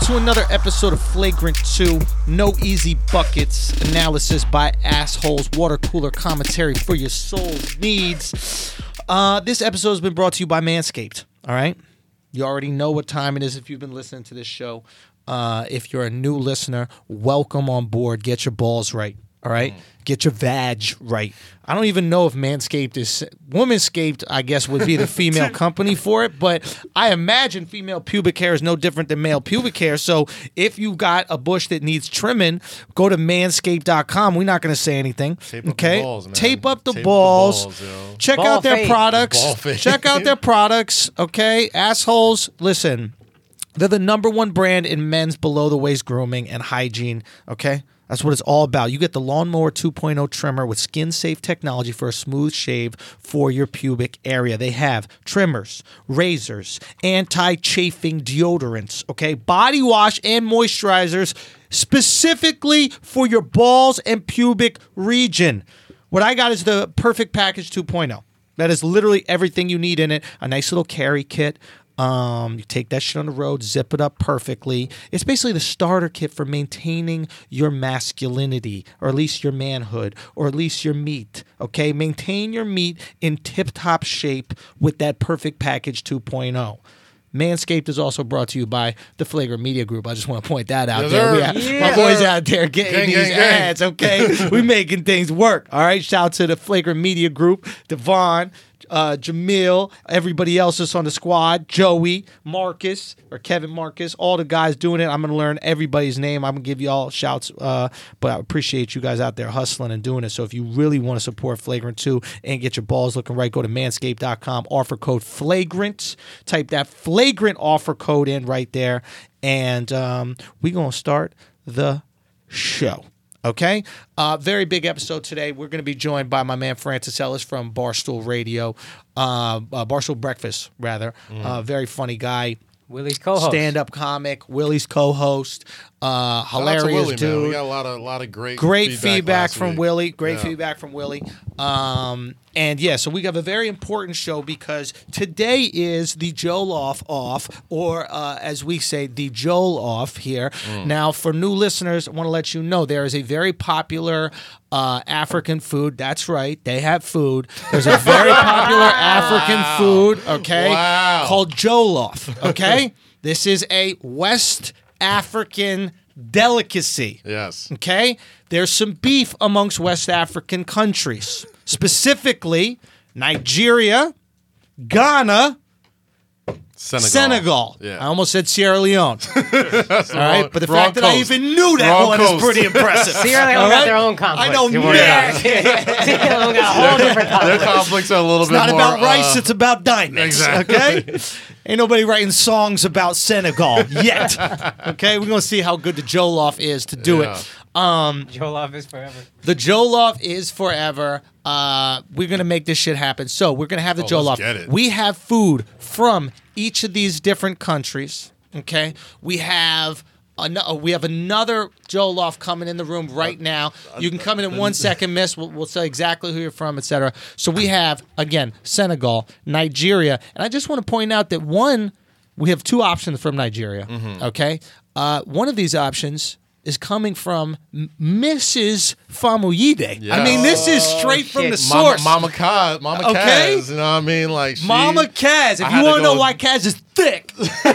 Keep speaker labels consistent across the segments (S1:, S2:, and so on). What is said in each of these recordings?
S1: to another episode of Flagrant 2. No easy buckets, analysis by assholes, water cooler commentary for your soul's needs. Uh, this episode has been brought to you by Manscaped. All right. You already know what time it is if you've been listening to this show. Uh, if you're a new listener, welcome on board. Get your balls right. All
S2: Mm.
S1: right. Get your vag right. I don't even know if Manscaped is Womanscaped, I guess, would be the female company for it, but I imagine female pubic hair is no different than male pubic hair. So if you got a bush that needs trimming, go to manscaped.com. We're not going to say anything.
S2: Tape up the
S1: okay.
S2: balls, man.
S1: Tape up the
S2: Tape up the
S1: balls.
S2: balls, yo.
S1: Check
S3: Ball
S1: out their
S3: fade.
S2: Ball
S1: products.
S2: fade.
S1: Check out their products. Okay. Assholes, listen. They're the number one brand in men's below the waist grooming and hygiene. Okay. That's what it's all about. You get the Lawnmower 2.0 trimmer with skin safe technology for a smooth shave for your pubic area. They have trimmers, razors, anti chafing deodorants, okay, body wash and moisturizers specifically for your balls and pubic region. What I got is the perfect package 2.0. That is literally everything you need in it. A nice little carry kit. Um, you take that shit on the road, zip it up perfectly. It's basically the starter kit for maintaining your masculinity, or at least your manhood, or at least your meat. Okay, maintain your meat in tip-top shape with that perfect package 2.0. Manscaped is also brought to you by the Flagrant Media Group. I just want to point that out
S2: Yes,
S1: there.
S2: sir.
S1: Yeah, My
S3: Yeah.
S1: boys out there getting
S2: Gang,
S1: these
S2: gang, gang.
S1: ads, okay? we making things work. All right. Shout out to the Flagrant Media Group, Devon, uh, Jamil, everybody else that's on the squad, Joey, Marcus, or Kevin Marcus, all the guys doing it. I'm gonna learn everybody's name. I'm gonna give you all shouts, uh, but I appreciate you guys out there hustling and doing it. So if you really want to support Flagrant 2 and get your balls looking right, go to manscaped.com, offer code flagrant, type that flagrant offer code in right there, and um, we gonna start the show. Okay, uh, very big episode today. We're going to be joined by my man Francis Ellis from Barstool Radio, uh, uh, Barstool Breakfast, rather.
S2: Mm.
S1: Uh, very funny guy,
S3: Willie's co-host.
S1: stand-up comic, Willie's co-host, uh,
S2: Shout out to
S1: hilarious
S2: Willie,
S1: dude.
S2: Man. We got a lot of, lot of great,
S1: Great
S2: feedback,
S1: feedback,
S2: last
S1: from
S2: week.
S1: Willie. Great
S2: Yeah.
S1: feedback from Willie. Um, and yeah, so we have a very important show because today is the Joel off off, or uh, as we say, the Joel off here.
S2: Mm.
S1: Now, for new listeners, I want to let you know there is a very popular uh, African food. That's right, they have food. There's a very popular African food. Okay,
S2: Wow.
S1: called Jollof. Okay, this is a West African delicacy.
S2: Yes.
S1: Okay? There's some beef amongst West African countries, specifically Nigeria, Ghana,
S2: Senegal.
S1: Senegal. I
S2: Yeah.
S1: almost said Sierra Leone. All right, but the
S2: wrong
S1: fact that I
S2: coast.
S1: even knew that
S2: Wrong
S1: one is
S2: coast.
S1: pretty impressive.
S3: Sierra Leone
S1: All
S3: got
S1: right?
S3: their own conflict.
S1: I know
S3: Don't worry about
S1: man.
S3: it. Sierra Leone got a whole different
S2: Their
S3: conflict.
S2: conflicts are a little
S1: It's
S2: bit
S1: not
S2: more.
S1: about rice,
S2: uh,
S1: it's about diamonds.
S2: exactly.
S1: Okay? Ain't nobody writing songs about Senegal yet. Okay? We're going to see how good the Joloff is to do
S2: Yeah.
S1: it.
S3: Joe Love is forever.
S1: The Joloff is forever. Uh, we're gonna make this shit happen. So we're gonna have the
S2: Oh,
S1: Joloff.
S2: let's get it.
S1: We have food from each of these different countries. Okay, we have. An- uh, we have another Joloff coming in the room right now. You can come in in one second, miss. We'll, we'll say exactly who you're from, etc. So we have, again, Senegal, Nigeria. And I just want to point out that one, we have two options from Nigeria. Okay. Uh, one of these options is coming from M- Mrs. Famuyide. I
S2: Yes.
S1: mean, this is straight from
S3: shit.
S1: the
S2: Mama,
S1: source.
S2: Mama Kaz, Mama
S1: Okay?
S2: Kaz, you know what I mean? Like she,
S1: Mama Kaz.
S2: I
S1: If
S2: had
S1: you
S2: to
S1: want to know
S2: go-
S1: why Kaz is thick, all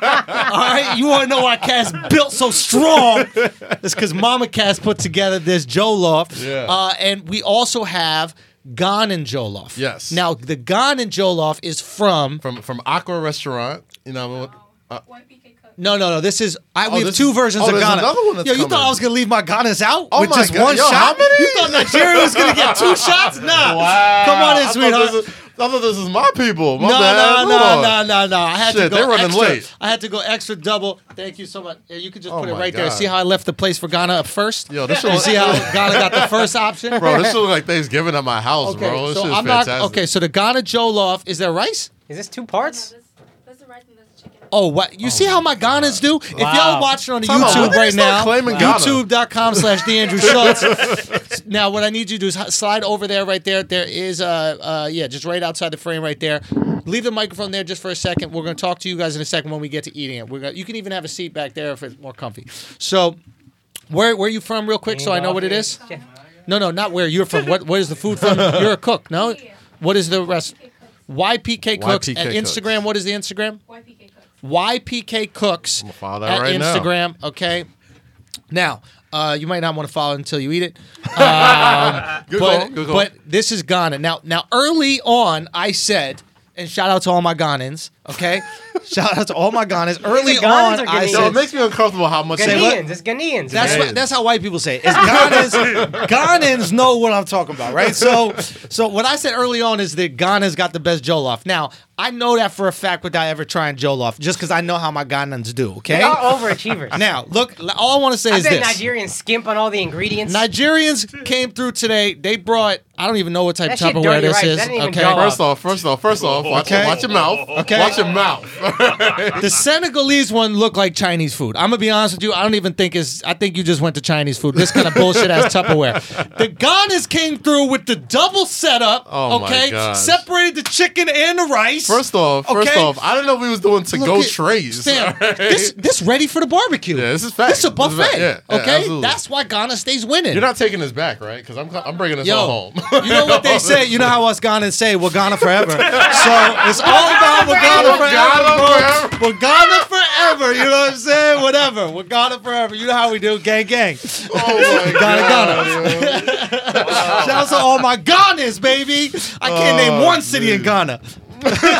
S1: right, you want to know why Kaz built so strong, it's because Mama Kaz put together this Joloff.
S2: Yeah.
S1: Uh, and we also have Gan and Joloff.
S2: Yes.
S1: Now, the Gan and Joloff is from.
S2: from from Aqua Restaurant, you know. what- Uh,
S4: One PK cook.
S1: No, no, no. This is I.
S2: Oh,
S1: we have
S2: this
S1: two
S2: is-
S1: versions
S2: oh,
S1: of
S2: there's
S1: Ghana.
S2: another one that's
S1: Yo, you thought
S2: coming.
S1: I was gonna leave my Ghana's out
S2: Oh
S1: with
S2: my
S1: just
S2: God.
S1: one
S2: Yo,
S1: shot?
S2: how many?
S1: You thought Nigeria was gonna get two shots? Nah. Come on in,
S2: I thought
S1: sweetheart.
S2: this is- I thought this is my people. My
S1: No,
S2: bad.
S1: no,
S2: Hold
S1: no,
S2: on.
S1: no, no, no. I had to
S2: Shit,
S1: go
S2: they're running
S1: extra.
S2: late.
S1: I had to go extra double. Thank you so much. Yeah, you can just
S2: Oh
S1: put it
S2: my
S1: right there.
S2: God.
S1: See how I left the place for Ghana up first?
S2: Yo, this
S1: you
S2: shit-
S1: see how Ghana got the first option?
S2: Bro, this looks like Thanksgiving at my house,
S1: okay,
S2: bro. This
S1: so
S2: shit's
S1: I'm
S2: fantastic.
S1: not okay. So the Ghana Jollof is there rice?
S3: Is this two
S4: Oh, No,
S3: parts?
S4: this, this is rice and this is chicken.
S1: Oh, what? You see how my Ghana's do? If y'all
S3: Wow.
S1: watching on the
S2: Time out.
S1: YouTube
S2: Why
S1: right
S2: they start
S1: now,
S2: claiming Ghana?
S1: youtube.com slash the Andrew Schultz. now, what I need you to do is h- slide over there right there. There is, uh, uh, yeah, just right outside the frame right there. Leave the microphone there just for a second. We're going to talk to you guys in a second when we get to eating it. We're gonna, you can even have a seat back there if it's more comfy. So, where where are you from, real quick, so I know what it is?
S4: Uh-huh.
S3: Yeah.
S1: No, no, not where you're from. What where's the food from? You're a cook, no? What is the rest? YPK Cooks
S2: YPK
S1: at
S2: Cooks.
S1: Instagram. What is the Instagram?
S4: YPK Cooks.
S1: YPK Cooks
S2: gonna follow that
S1: at
S2: right now.
S1: Instagram. Okay. Now, uh, you might not want to follow it until you eat it.
S2: Google,
S1: But,
S2: Google.
S1: but this is Ghana. Now now early on I said, and shout out to all my Ghanans, okay? shout out to all my Ghanans. Early
S3: Ghanans or
S1: on I
S3: Ghanaians?
S2: Yo,
S1: said
S2: it makes me uncomfortable how much.
S1: Say what?
S3: Ghanaians. It's Ghanaians.
S1: that's
S3: man.
S1: what, that's how white people say it. It's Ghanans, Ghanans know what I'm talking about, right? So, so what I said early on is that Ghana's got the best jollof. Now I know that for a fact without ever trying jollof, just because I know how my Ghanans do. Okay.
S3: They're all overachievers.
S1: Now look, l- all I want to say
S3: I
S1: is
S3: bet
S1: this:
S3: Nigerians skimp on all the ingredients.
S1: Nigerians came through today. They brought I don't even know what type
S3: That shit
S1: Tupperware
S3: dirty,
S1: this
S3: right?
S1: is.
S3: That ain't even
S1: okay.
S3: jollof.
S2: First off, first off, first off, watch,
S1: Okay.
S2: watch your mouth.
S1: Okay.
S2: Watch your mouth.
S1: The Senegalese one looked like Chinese food. I'm gonna be honest with you. I don't even think it's. I think you just went to Chinese food. This kind of bullshit ass Tupperware. The Ghanas came through with the double setup.
S2: Oh my
S1: okay,
S2: gosh.
S1: separated the chicken and the rice.
S2: First off, first
S1: Okay.
S2: off, I didn't know we was doing to
S1: Look
S2: go
S1: at-
S2: trays.
S1: Sam,
S2: all right?
S1: this this ready for the barbecue.
S2: Yeah, this is fact.
S1: This a buffet.
S2: This is fact. Yeah, yeah,
S1: okay,
S2: absolutely.
S1: that's why Ghana stays winning.
S2: You're not taking this back, right? Because I'm, I'm bringing this all
S1: Yo,
S2: home.
S1: you know what they say. You know how us Ghanans say, "We're Ghana forever." so it's all about "We're Ghana forever." bro. We're Ghana forever. You know what I'm saying? Whatever. We're Ghana forever. You know how we do, gang, gang.
S2: oh my
S1: Ghana,
S2: God, yo.
S1: Shout out to all my Ghanas, baby. I can't name
S2: Oh,
S1: one city in
S2: dude.
S1: Ghana.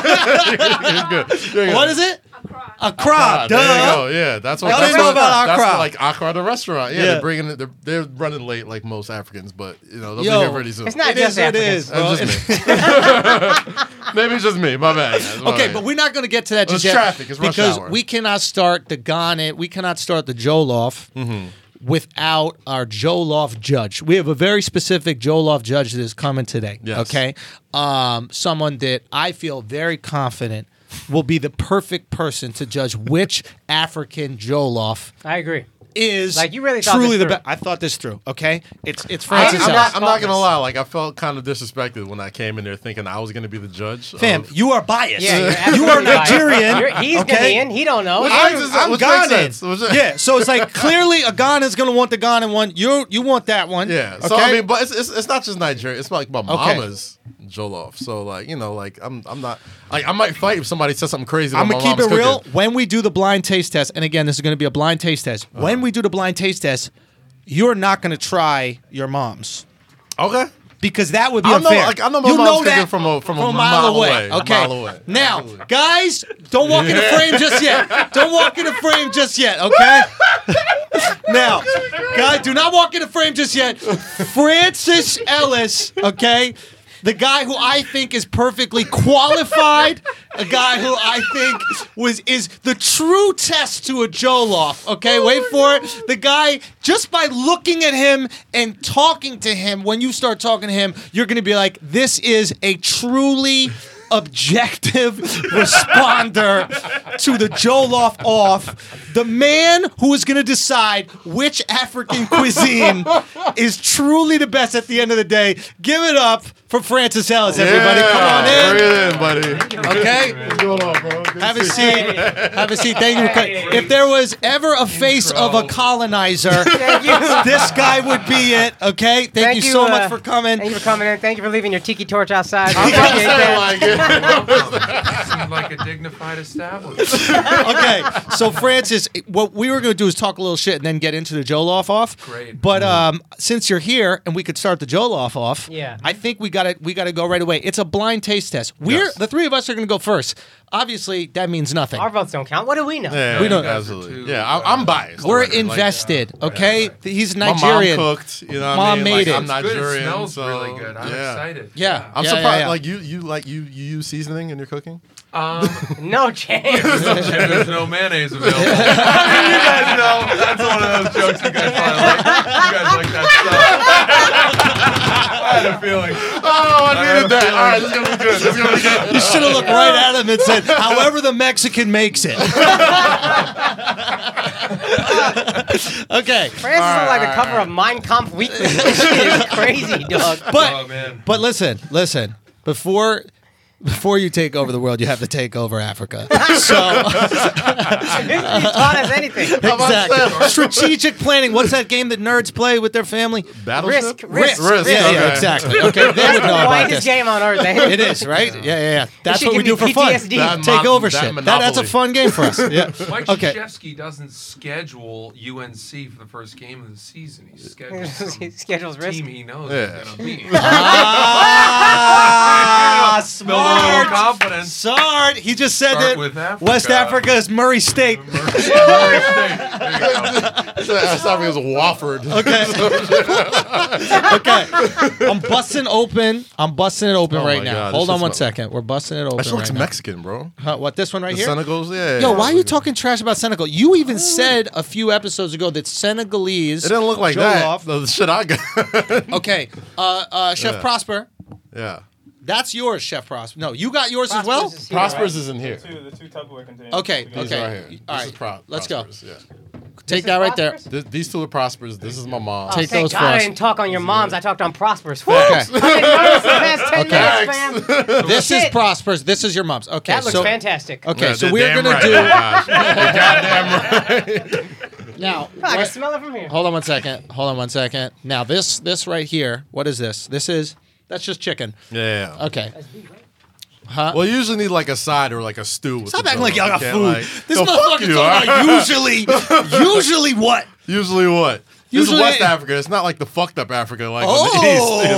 S2: It's good. There you
S1: What
S2: go.
S1: is it?
S4: Accra.
S1: Uh, Accra.
S2: Ah, there you
S1: Duh.
S2: go. Yeah, that's what
S1: Y'all
S2: that's
S1: didn't know
S2: what-
S1: about
S2: that's
S1: Accra.
S2: like Accra, the restaurant. Yeah,
S1: Yeah.
S2: they're bringing it. They're, they're running late, like most Africans, but you know they'll
S1: Yo,
S2: be here pretty soon.
S3: It's not
S1: It
S3: just
S1: is. It
S3: Africans.
S1: is. bro.
S2: That's just me. Maybe it's just me. My bad. guys. My
S1: Okay,
S2: bad.
S1: but we're not going to get to that
S2: Well,
S1: just
S2: it's
S1: yet
S2: traffic. It's rush
S1: because
S2: hour.
S1: we cannot start the Ghana, we cannot start the Joloff
S2: Mm-hmm.
S1: without our Joloff judge. We have a very specific Joloff judge that is coming today.
S2: Yes.
S1: Okay, um, someone that I feel very confident will be the perfect person to judge which African Joloff
S3: I agree.
S1: is
S3: Like, you really thought this
S1: truly the
S3: through.
S1: best. I thought this through. Okay, it's it's
S2: I,
S1: Francis.
S2: am
S1: Ellis.
S2: not, I'm not gonna lie. Like I felt kind of disrespected when I came in there thinking I was gonna be the judge.
S1: Fam,
S2: of-
S1: you are biased.
S3: Yeah, you're
S1: you are
S3: absolutely biased.
S1: Nigerian.
S3: You're- he's
S1: okay?
S3: Ghanaian. He don't know.
S2: I just-
S1: I'm
S2: which makes
S1: Ghanaian.
S2: sense, which-
S1: yeah, so it's like clearly a Ghana's gonna want the Ghanan one. You you want that one?
S2: Yeah.
S1: Okay.
S2: So I mean, but it's, it's, it's not just Nigeria. It's like my
S1: Okay.
S2: mama's jollof. So like you know, like I'm I'm not like I might fight if somebody says something crazy.
S1: I'm
S2: about
S1: gonna
S2: my
S1: keep it
S2: mama's
S1: real.
S2: cooking.
S1: When we do the blind taste test, and again, this is gonna be a blind taste test.
S2: Uh-huh.
S1: When we do the blind taste test, you're not gonna try your mom's
S2: Okay.
S1: because that would be
S2: I know-
S1: unfair.
S2: like, I know my
S1: you
S2: mom's
S1: know
S2: cooking
S1: that
S2: from a- from a
S1: mile,
S2: mile
S1: away.
S2: away, a
S1: Okay.
S2: mile away.
S1: Now,
S2: Absolutely.
S1: guys, don't walk in the frame just yet. Don't walk in the frame just yet. Okay. now, guys, do not walk in the frame just yet. Francis Ellis. Okay. The guy who I think is perfectly qualified, a guy who I think was is the true test to a Joloff. Okay, wait for it. The guy just by looking at him and talking to him, when you start talking to him, you're gonna be like, this is a truly objective responder to the Joloff off, the man who is going to decide which African cuisine is truly the best at the end of the day. Give it up for Francis Ellis, everybody.
S2: Yeah,
S1: Come on in.
S2: Bring it in, buddy.
S1: Okay,
S2: What's going on, bro? Good
S1: have a
S2: to see
S1: seat. Have a seat. Thank you. for co- If there was ever a face of a colonizer,
S3: Thank you.
S1: this guy would be it. Okay, thank,
S3: Thank
S1: you,
S3: you,
S1: so
S3: uh,
S1: much for coming.
S3: Thank you for coming in. Thank you for leaving your tiki torch outside.
S2: you.
S3: Appreciate that.
S2: I sound like it.
S5: Seemed like a dignified establishment.
S1: okay, so Francis, what we were going to do is talk a little shit and then get into the Joloff off.
S5: Great.
S1: But um, since you're here and we could start the Joloff off,
S3: Yeah.
S1: I think we got to we got to go right away. It's a blind taste test. We're
S2: Yes.
S1: the three of us are going to go first. Obviously, that means nothing.
S3: Our votes don't count. What do we know?
S2: Yeah,
S1: We don't-
S2: absolutely. Yeah, I,
S5: uh,
S2: I'm biased.
S1: we're
S2: already, like,
S1: invested, okay? He's
S2: My
S1: Nigerian.
S2: mom cooked. You know, what
S1: Mom
S2: I mean?
S1: made
S2: like,
S1: it.
S2: I'm
S1: It's
S5: Good.
S2: Nigerian.
S5: It smells
S2: so,
S5: really good. I'm
S2: yeah.
S5: excited.
S1: Yeah.
S2: I'm
S1: Yeah,
S2: surprised.
S1: yeah, yeah.
S2: Like you, you like you you use seasoning in your cooking.
S5: Um,
S3: No chance.
S5: there's no mayonnaise available. I mean, you guys know that's one of those jokes you guys probably like. You guys like that stuff. I had a feeling.
S2: Oh, I
S5: needed that. All right,
S2: this is gonna be good. This is gonna be good.
S1: You should have looked right at him and said, however the Mexican makes it. okay.
S3: Francis
S2: All
S3: is
S2: right,
S3: like the
S2: all
S3: cover
S2: right.
S3: of Mein Kampf Weekly. This shit is crazy, dog.
S1: But
S5: Oh man.
S1: But listen, listen. Before before you take over the world, you have to take over Africa.
S3: He
S1: So
S3: taught us anything.
S1: exactly. strategic planning. What's that game that nerds play with their family?
S2: Battleship?
S3: Risk, risk,
S2: risk.
S1: Yeah,
S2: okay.
S1: yeah, exactly. Okay, they
S3: That's
S1: would
S3: the
S1: know about
S3: whitest
S1: this.
S3: game on earth. eh?
S1: It is right. Yeah, yeah, yeah. That's
S3: should
S1: what we do
S3: give
S1: for
S3: me
S1: fun.
S3: PTSD.
S2: That
S1: Take
S2: mon-
S1: over
S2: that
S1: shit. That, that's a
S2: monopoly.
S1: fun game for us. Yeah.
S5: Mike
S1: Okay.
S5: Krzyzewski doesn't schedule UNC for the first game of the season. He schedules
S3: He
S5: some
S3: schedules risk.
S5: team he knows
S2: Yeah.
S5: is going to be. Build a little
S1: Ah, smart.
S5: confidence.
S1: Sard. He just said
S5: Start
S1: that
S5: with Africa.
S1: West Africa is Murray State.
S5: There you go.
S2: That's how it was Wofford.
S1: Okay. okay. I'm busting open. I'm busting it open
S2: Oh
S1: right
S2: my
S1: now.
S2: God,
S1: Hold
S2: this
S1: on
S2: is
S1: one
S2: my-
S1: second. We're busting it open.
S2: That shit looks
S1: right now.
S2: Mexican, bro.
S1: Huh, what this one right
S2: The
S1: here?
S2: Senegals, yeah.
S1: Yo, why are you talking trash about Senegal? You even said a few episodes ago that Senegalese.
S2: It didn't look like
S1: Joe
S2: that.
S1: Loft-
S2: The shit I got.
S1: Okay, uh, uh, Chef
S2: Yeah.
S1: Prosper,
S2: yeah.
S1: that's yours, Chef Prosper. No, you got yours as well.
S3: Prosper's is here,
S2: Prosperous is in here.
S6: The two, the two Tupperware containers.
S1: Okay,
S6: These
S2: These
S1: okay.
S2: right here.
S1: All right,
S2: this is pro-
S1: let's go.
S2: prosperous, Yeah.
S1: Take
S3: is
S1: that right there.
S3: Prosperous?
S2: This, these two are prosperous. This is my mom.
S1: Take
S3: Oh, Thank
S1: those
S3: God
S1: for
S3: I
S1: us.
S3: didn't talk on your moms. I talked on Prosper's. Woo!
S1: Okay.
S3: I've been nervous the past 10
S1: Okay.
S3: minutes, man.
S1: This is
S3: Oh, Shit.
S1: Prosper's. This is your mom's. Okay,
S3: That looks
S1: so
S3: fantastic.
S1: okay,
S2: Yeah,
S1: so
S2: they're
S1: we're
S2: damn
S1: gonna
S2: right.
S1: do
S2: Oh, gosh. They're goddamn right.
S1: now.
S3: I can
S1: what-
S3: smell it from here.
S1: hold on one second. Hold on one second. Now this this right here. What is this? This is that's just chicken.
S2: Yeah.
S1: Okay.
S2: Well, you usually need like a side or like a stew. with
S1: Uh, Stop
S2: the
S1: acting like
S2: dough.
S1: y'all got
S2: You
S1: food.
S2: can't, like-
S1: this
S2: No, fuck
S1: motherfucker's
S2: you,
S1: talking
S2: all right?
S1: about usually, usually what?
S2: Usually what? Usually
S1: Usually-
S2: this is West Africa. It's not like the fucked up Africa like on the
S1: Oh,
S2: East.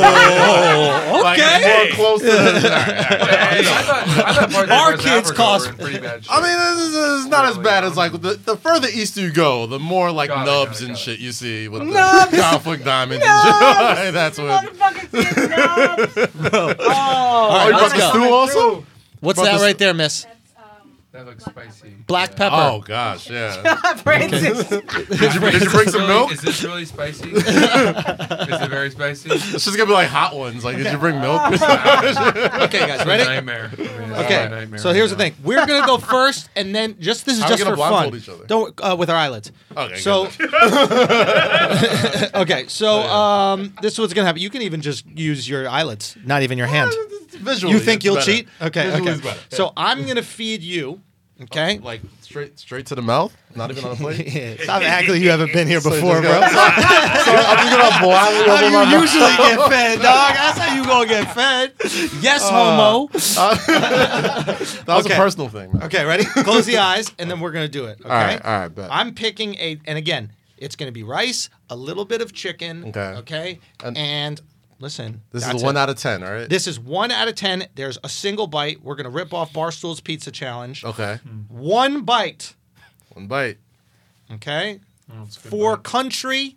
S2: Like, it's
S1: okay.
S2: more close to.
S5: Hey, I thought, I thought parts of
S1: Our
S5: West
S1: kids
S5: Africa
S1: cost-
S5: were in pretty bad shape.
S2: I mean, this is, this is not as bad as like the, the further east you go, the more like
S5: Got it, got
S2: nubs
S5: it,
S2: and
S5: got it.
S2: shit you see with
S3: Nubs.
S2: the conflict diamonds. and shit. That's what. Oh, you
S1: right,
S2: brought
S1: let's
S2: the
S1: go.
S2: stew also?
S1: What's
S2: About
S1: that
S2: this-
S1: right there, Miss?
S4: That's um.
S5: that looks spicy.
S1: Black pepper.
S2: Oh gosh, yeah.
S3: Francis.
S2: Did you, did you bring some
S5: Really-
S2: milk?
S5: Is this really spicy? is it very spicy?
S2: It's just gonna be like hot ones. Like, did you bring milk?
S1: Okay, guys,
S5: It's a
S1: ready?
S5: nightmare.
S1: Okay. So here's the thing: we're gonna go first, and then just this is
S2: How we
S1: just
S2: gonna
S1: for
S2: blindfold
S1: fun.
S2: each other?
S1: Don't uh, with our eyelids.
S2: Okay,
S1: So. okay, so um, this is what's gonna happen. You can even just use your eyelids, not even your hand.
S2: Visually,
S1: You think
S2: it's
S1: you'll
S2: better.
S1: cheat? Okay.
S2: Visually
S1: Okay.
S2: it's better. Oh,
S1: So I'm gonna feed you. Okay.
S2: like straight straight to the mouth, not even on a plate.
S1: Stop acting. You haven't been here before,
S2: just
S1: bro.
S2: gonna- I'm just gonna boil it
S1: How
S2: over my
S1: you
S2: mouth.
S1: usually get fed, dog. That's how you gonna get fed. Yes,
S2: Uh,
S1: homo.
S2: That was
S1: Okay.
S2: a personal thing. man.
S1: Okay, ready? Close the eyes, and then we're gonna do it. Okay.
S2: All right, all right, bet.
S1: I'm picking a, and again, it's gonna be rice, a little bit of chicken.
S2: Okay.
S1: Okay. And,
S2: And-
S1: listen,
S2: this
S1: that's
S2: is one
S1: it.
S2: out of ten. All right.
S1: This is one out of ten. There's a single bite. We're gonna rip off Barstool's Pizza Challenge.
S2: okay.
S5: Hmm.
S1: One bite.
S2: One bite.
S1: Okay. for country,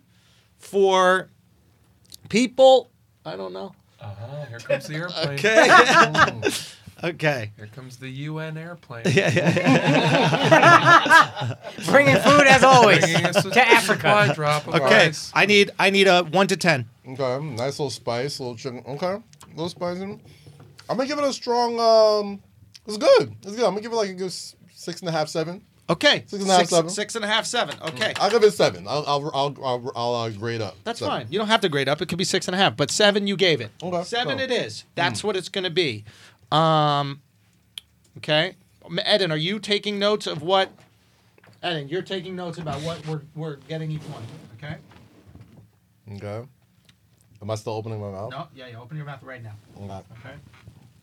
S1: for people. I don't know.
S5: Uh-huh, here comes the airplane.
S1: Okay.
S5: Here comes the UN airplane.
S3: Bringing food as always
S5: Bringing us a
S3: to Africa.
S5: supply drop of
S1: Okay.
S5: rice.
S1: I need I need a one to ten.
S2: Okay. Nice little spice, little chicken. Okay. Little spice in it. I'm gonna give it a strong. Um, it's good. It's good. I'm gonna give it like a good s- six and a half, seven.
S1: Okay.
S2: Six and a half, seven.
S1: Six and a half, seven. Okay.
S2: I'll give it seven. I'll I'll I'll, I'll, I'll uh, grade up.
S1: That's
S2: Seven.
S1: fine. You don't have to grade up. It could be six and a half, but seven you gave it.
S2: Okay.
S1: Seven
S2: Oh.
S1: it is. That's what it's going to be. Um, okay. M- Eden, are you taking notes of what? Eden, you're taking notes about what we're, we're getting each one. Okay.
S2: Okay. Am I still opening my mouth?
S1: No. Yeah. You open your mouth right now.
S2: Okay.
S1: Okay.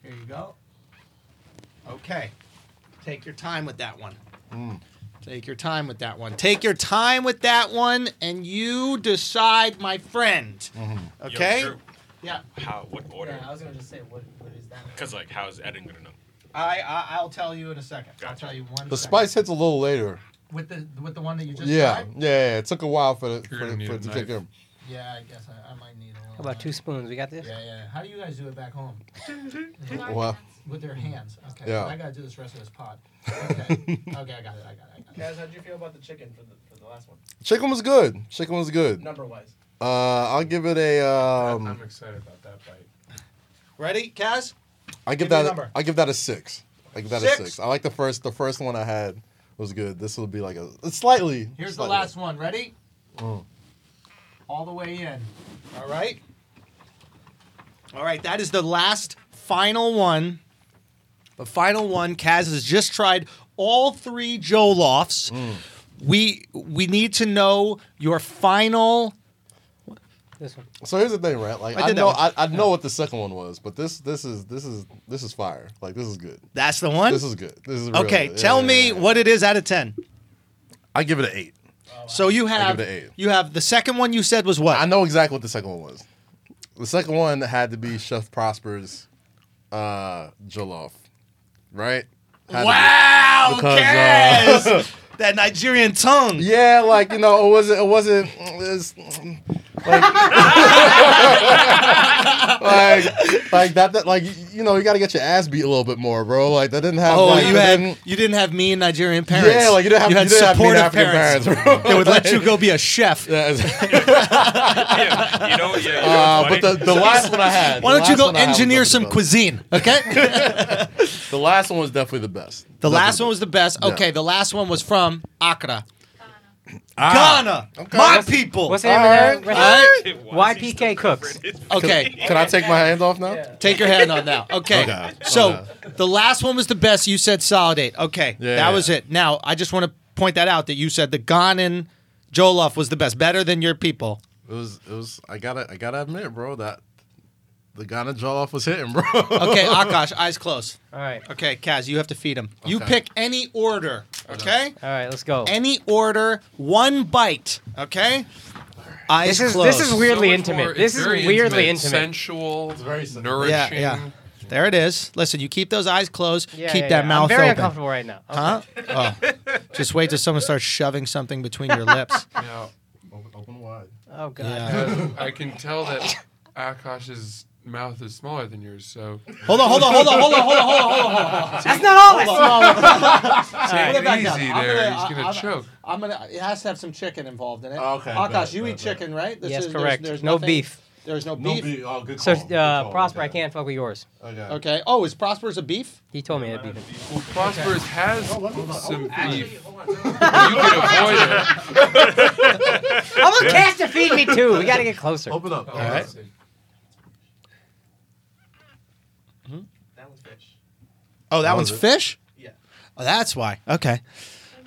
S1: Here you go. Okay. Take your time with that one.
S2: Hmm.
S1: Take your time with that one. Take your time with that one, and you decide, my friend.
S2: Mm-hmm.
S1: Okay. yeah.
S7: How? What order?
S3: was gonna just say, what, what is that?
S7: Because like, how is Eden gonna know?
S1: I, I I'll tell you in a second. I'll
S7: Gotcha.
S1: tell you one. second.
S2: The spice hits a little later.
S1: with the with the one that you just
S2: Yeah,
S1: tried?
S2: yeah, yeah. It took a while for, the,
S5: You're
S2: for,
S5: gonna
S2: the,
S5: need
S2: for
S5: a
S2: it to
S5: knife.
S2: kick in.
S1: Yeah. I guess I, I might need a little.
S3: About two spoons. We got this?
S1: Yeah, yeah. How do you guys do it back home?
S2: Wow.
S1: With their hands. Okay.
S2: Yeah.
S1: I gotta do this rest of this pod. Okay. okay. I got it. I got it. I got it.
S6: Guys, how'd you feel about the chicken for the, for the last one?
S2: Chicken was good. Chicken was good.
S6: Number wise.
S2: Uh, I'll give it a. Um,
S5: I'm excited about that bite.
S1: Ready, Kaz?
S2: I give
S1: me a
S2: that.
S1: number.
S2: A, I give that a six. I give that
S1: Six?
S2: a six. I like the first. The first one I had was good. This will be like a it's slightly.
S1: Here's the
S2: slightly.
S1: last one. Ready? All the way in. Mm. All right. All right. That is the last, final one The final one, Kaz has just tried all three Jolofs.
S2: Mm.
S1: We we need to know your final.
S3: This one.
S2: So here's the thing, right? Like
S1: I
S2: I,
S1: did that
S2: know
S1: one.
S2: I, I know what the second one was, but this this is this is this is fire. Like this is good.
S1: That's the one.
S2: This is good. This is really
S1: okay,
S2: good.
S1: tell
S2: Yeah,
S1: me
S2: yeah, yeah.
S1: what it is out of ten.
S2: I give it an eight.
S1: So you
S2: I
S1: have
S2: give it an eight.
S1: you have the second one you said was what?
S2: I know exactly what the second one was. The second one had to be Chef Prosper's uh Jollof, right? Had to be.
S1: wow,
S2: Because, uh,
S1: Kaz, that Nigerian tongue.
S2: Yeah, like you know, it wasn't. It wasn't. It's, like, like, like that, that. Like you know, you got to get your ass beat a little bit more, bro. Like that didn't have.
S1: Oh,
S2: like,
S1: you
S2: that
S1: had
S2: didn't-
S1: you didn't have mean Nigerian parents.
S2: Yeah, like you didn't have.
S1: you had
S2: didn't have mean
S1: supportive
S2: African
S1: parents.
S2: parents, bro.
S1: They would let you go be a chef.
S2: Yeah, it's-
S7: yeah, you know, yeah, you know
S2: uh, but
S7: what's
S2: the,
S7: funny?
S2: the last one I had.
S1: Why
S2: the
S1: don't you
S2: last
S1: go
S2: one I had was
S1: engineer
S2: definitely
S1: some
S2: the best.
S1: cuisine? Okay.
S2: The last one was definitely the best.
S1: the last one was the best. Okay,
S2: Yeah.
S1: the last one was from Accra, Ghana.
S2: Okay.
S1: My
S2: What's-
S1: people.
S3: What's the
S2: Ah. All
S3: name of that?
S2: right.
S3: restaurant?
S1: All right.
S7: It was, he's
S3: YPK
S7: still
S3: Cooks.
S7: covering it.
S1: Okay.
S2: Can I take my hands off now?
S6: Yeah.
S1: Take your hand on now. Okay.
S2: Okay.
S1: So
S2: Okay.
S1: the last one was the best. You said solid eight. Okay.
S2: Yeah,
S1: that
S2: yeah.
S1: was it. Now I just want to point that out that you said the Ghanan Joloff was the best, better than your people.
S2: It was. It was. I gotta. I gotta admit, bro, that the Ghana Jollof was hitting, bro.
S1: Okay, Akash, eyes closed.
S3: All right.
S1: Okay, Kaz, you have to feed him. You
S2: Okay.
S1: pick any order, okay?
S3: All right, let's go.
S1: Any order, one bite, okay? Eyes
S3: This is this
S1: closed.
S3: is weirdly
S5: So much
S3: intimate.
S5: more-
S3: this
S5: it's
S3: is
S5: very
S3: weirdly intimate.
S5: Sensual, it's
S2: very sen-
S5: nourishing.
S1: Yeah, yeah. There it is. Listen, you keep those eyes closed.
S3: Yeah,
S1: keep
S3: yeah,
S1: that
S3: yeah.
S1: mouth
S3: I'm very
S1: open.
S3: uncomfortable right now. Okay.
S1: Huh? Oh. Just wait till someone starts shoving something between your lips.
S5: Yeah.
S2: Open, open wide.
S3: Oh god.
S1: Yeah.
S5: And Um, I can tell that Akash's mouth is smaller than yours, so
S1: Hold on, hold on, hold on, hold on, hold on, hold on, hold on.
S3: That's not all. That's
S5: take
S1: Put it
S5: it
S1: back
S5: easy
S1: down. I'm
S5: there.
S1: gonna-
S5: He's gonna
S1: I'm-
S5: choke.
S1: I'm gonna. It has to have some chicken involved in it.
S2: Okay,
S1: Akash,
S2: bet,
S1: you
S2: bet,
S1: eat
S2: bet.
S1: chicken, right? This
S3: yes,
S1: is- there's-
S3: correct.
S1: there's
S3: no
S1: nothing-
S3: beef.
S1: There's no
S2: No
S1: beef.
S2: beef. Oh, good
S3: So
S2: call. Good
S3: uh,
S2: call.
S3: Prosper, I
S2: Okay.
S3: can't fuck with yours.
S2: Okay.
S1: Okay. Oh, is Prosper's a beef?
S3: He told me to beef.
S5: Well, Prosperous has some beef.
S6: Hold on. so-
S5: you can avoid it.
S3: I want Cass to feed me too. We gotta get closer.
S2: Open up.
S5: All
S1: right.
S6: That was fish.
S1: Oh, that
S2: How
S1: one's
S2: is it?
S1: fish.
S6: Yeah.
S1: Oh, that's why. Okay.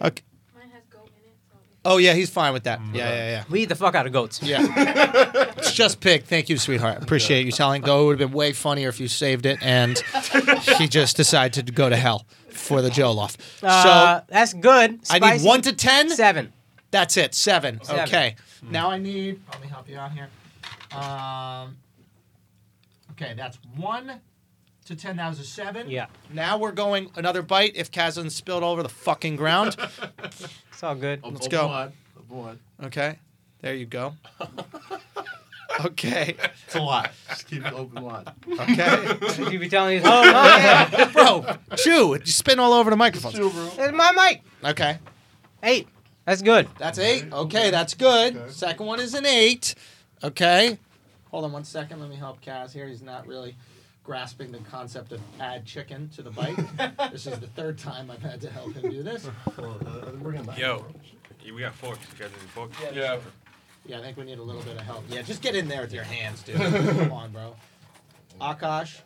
S1: Okay.
S4: Mine has goat in it, so if
S1: Oh yeah, he's fine with that. Yeah, yeah,
S3: Lead the fuck out of goats.
S1: yeah. Yeah. it's just pig. Thank you, sweetheart. Appreciate you telling. Go. It would have been way funnier if you saved it, and he just decided to go to hell for the Joloff.
S3: Uh,
S1: so
S3: that's good.
S1: I need
S3: Spicy.
S1: one to ten.
S3: seven.
S1: That's it. Seven.
S3: Seven. Hmm.
S1: Okay. Now I need. Let me help you out here. Um, okay, that's one to ten. That was a seven.
S3: Yeah,
S1: Now we're going another bite. If Kazan spilled over the fucking ground.
S3: it's all good.
S1: Let's go.
S2: Open wide. Open wide.
S1: Okay. There you go. Okay.
S2: It's a lot. Just keep it open wide.
S1: Okay.
S3: Should you be telling these? Oh, oh yeah.
S1: Bro, chew. You spin all over the microphone.
S2: Chill, bro.
S3: It's my mic.
S1: Okay.
S3: Eight. That's good.
S1: That's eight. Okay, that's good.
S2: Okay.
S1: Second one is an eight. Okay. Hold on one second. Let me help Kaz here. He's not really grasping the concept of add chicken to the bite. this is the third time I've had to help him do this.
S2: Well, uh, bring it back.
S7: Yo, yeah, we got forks. You guys need forks.
S5: Yeah.
S1: Yeah, I think we need a little bit of help. Yeah, just get in there with your hands, dude. Come on, bro. Akash.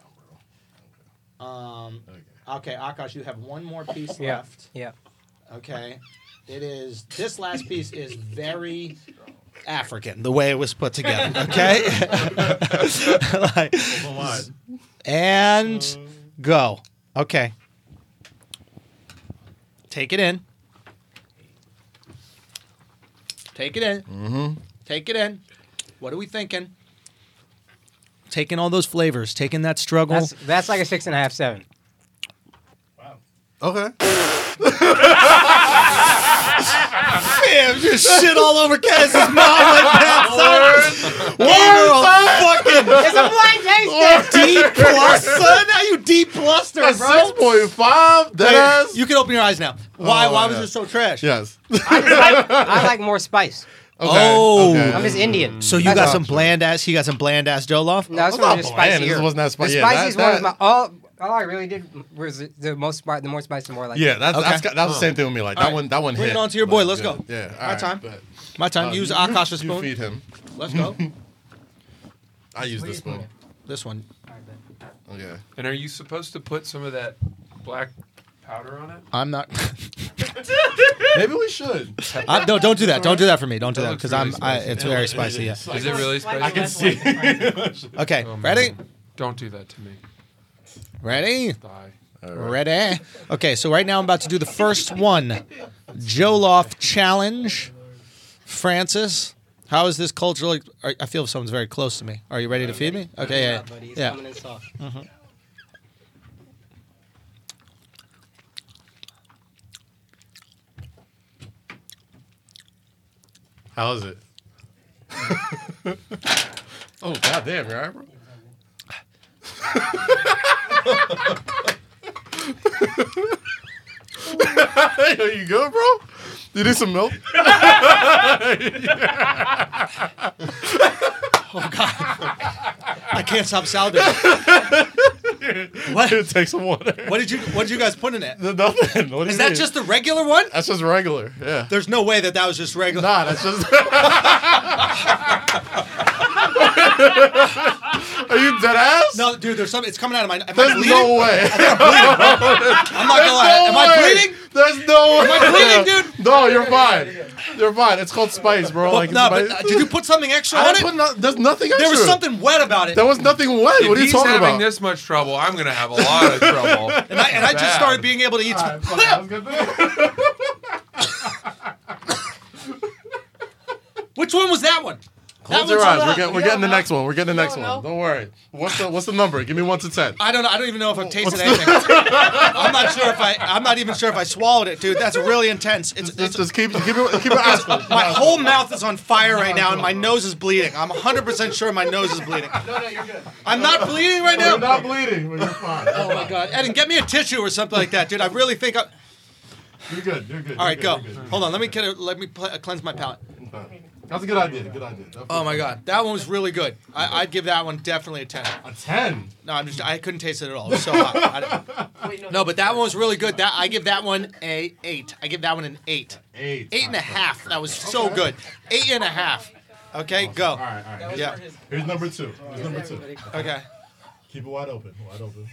S1: Um, okay, Akash, you have one more piece
S3: Yeah.
S1: left.
S3: Yeah.
S1: Okay. It is this last piece is very African, the way it was put together. Okay. Like,
S2: Open wide.
S1: and go. Okay. Take it in. Take it in. Mm-hmm. Take it in. What are we thinking? Taking all those flavors, taking that struggle.
S3: That's that's like a six and a half, seven.
S2: Okay.
S1: Damn, just shit all over Kaz's mouth like that, son. What a fucking
S3: It's a blind taste.
S1: Oh, D plus, son. Now you D plus, bro.
S2: That's six point five.
S1: Wait,
S2: That's
S1: You can open your eyes now. Why?
S2: Oh,
S1: why was
S2: yeah.
S1: it so trash?
S2: yes. Okay.
S3: I like more spice.
S1: Oh.
S2: okay.
S3: I'm just Indian.
S1: So you
S3: That's
S1: got
S3: all.
S1: some bland ass. He got some bland ass Oh, Joloff.
S3: No,
S2: It
S3: it's
S2: was not
S3: just
S2: bland, it
S3: spicier.
S2: just wasn't that spicy.
S3: The
S2: Yeah, that-
S3: spiciest one is
S2: that-
S3: my all. All I really did was the most spice. The more spice, the more I like.
S2: Yeah, that's
S1: Okay.
S2: that's, that's the same thing with me. Like that
S1: Alright.
S2: one, that one.
S1: Bring it
S2: hit.
S1: on to your boy, let's
S2: Like,
S1: go.
S2: Yeah, yeah,
S1: My
S2: alright,
S1: time.
S2: bet.
S1: My time.
S2: Uh,
S1: Use
S2: you-
S1: Akash's
S2: You
S1: spoon.
S2: feed him.
S1: Let's go.
S2: I use this spoon.
S1: this one.
S2: Okay.
S5: And are you supposed to put some of that black powder on it?
S1: I'm not.
S2: Maybe we should.
S1: I, no, don't do that. Don't do that for me. Don't do
S5: That
S1: that
S5: looks
S1: because
S5: really
S1: I'm. I,
S5: spicy.
S1: it's
S5: It
S1: very
S5: is.
S1: spicy. Yeah.
S5: Is it really spicy?
S2: I can see.
S1: Okay.
S5: Oh, man.
S1: Ready?
S5: Don't do that to me.
S1: Ready?
S5: Die.
S1: Ready? Okay, so right now I'm about to do the first one Joloff Challenge. Francis, how is this culturally? I I feel someone's very close to me. Are you ready to feed me? Okay, yeah.
S3: buddy. He's
S1: yeah.
S3: coming in soft.
S2: How is it? oh goddamn, you're right, bro. Are you good, bro? You need some milk?
S1: I can't stop salivating. what?
S2: Take some water.
S1: What did you? What did you guys put in it?
S2: Nothing. What do you
S1: Is that
S2: mean?
S1: just the regular one?
S2: That's just regular. Yeah.
S1: There's no way that that was just regular.
S2: Nah, that's just. Are you dead ass?
S1: No, dude, there's something. It's coming out of my. Am I
S2: There's
S1: bleeding?
S2: no way.
S1: I'm not gonna lie. Am I bleeding?
S2: There's no way.
S1: I bleeding,
S2: dude? No, you're fine. You're fine. It's called spice, bro. like
S1: no,
S2: spice.
S1: but uh, did you put something extra
S2: I
S1: on
S2: didn't
S1: it?
S2: put no, there's nothing extra.
S1: There was something wet about it.
S2: There was nothing wet.
S5: If
S2: what are you
S5: he's
S2: talking
S5: having
S2: about?
S5: this much trouble, I'm gonna have a lot of trouble.
S1: And I, and I just
S5: Bad.
S1: started being able to eat.
S2: All right, fuck it. That was good food.
S1: Which one was that one?
S2: Close
S1: That
S2: your
S1: one's
S2: eyes.
S1: up.
S2: We're, get, we're
S3: You
S2: getting the
S3: don't know.
S2: next one. We're getting the next
S3: don't
S2: one.
S3: know.
S2: Don't worry. What's the What's the number? Give me one to ten.
S1: I don't know. I don't even know if
S2: Oh.
S1: I've tasted anything. I'm not sure if I. I'm not even sure if I swallowed it, dude. That's really intense. It's,
S2: Just,
S1: it's uh,
S2: just keep keep your keep your eyes closed.
S1: my whole mouth is on fire right now, and my nose is bleeding. I'm 100 percent sure my nose is bleeding.
S2: No, no, you're good.
S1: I'm not bleeding right
S2: You're
S1: now.
S2: not bleeding, but you're fine.
S1: Oh my god, Eden, get me a tissue or something like that, dude. I really think. I...
S2: You're good. You're good.
S1: All right, go.
S2: you're good, you're good.
S1: Hold on. Let me get a, let me pl- cleanse my palate.
S2: That's a good idea. Good idea.
S1: Oh my god, that one was really good. I, I'd give that one definitely a 10.
S2: A ten.
S1: No, I'm just. I couldn't taste it at all. It was so hot. I don't-
S3: Wait,
S1: No, but that one was really good. That I give that one a eight. I give that one an eight.
S2: Eight.
S1: Eight and a half. That was so good. Eight and a half. Okay,
S2: All
S1: go.
S2: right, all right.
S1: Yeah.
S2: Here's number two. Here's number two.
S1: Okay.
S2: Keep it wide open. Wide open.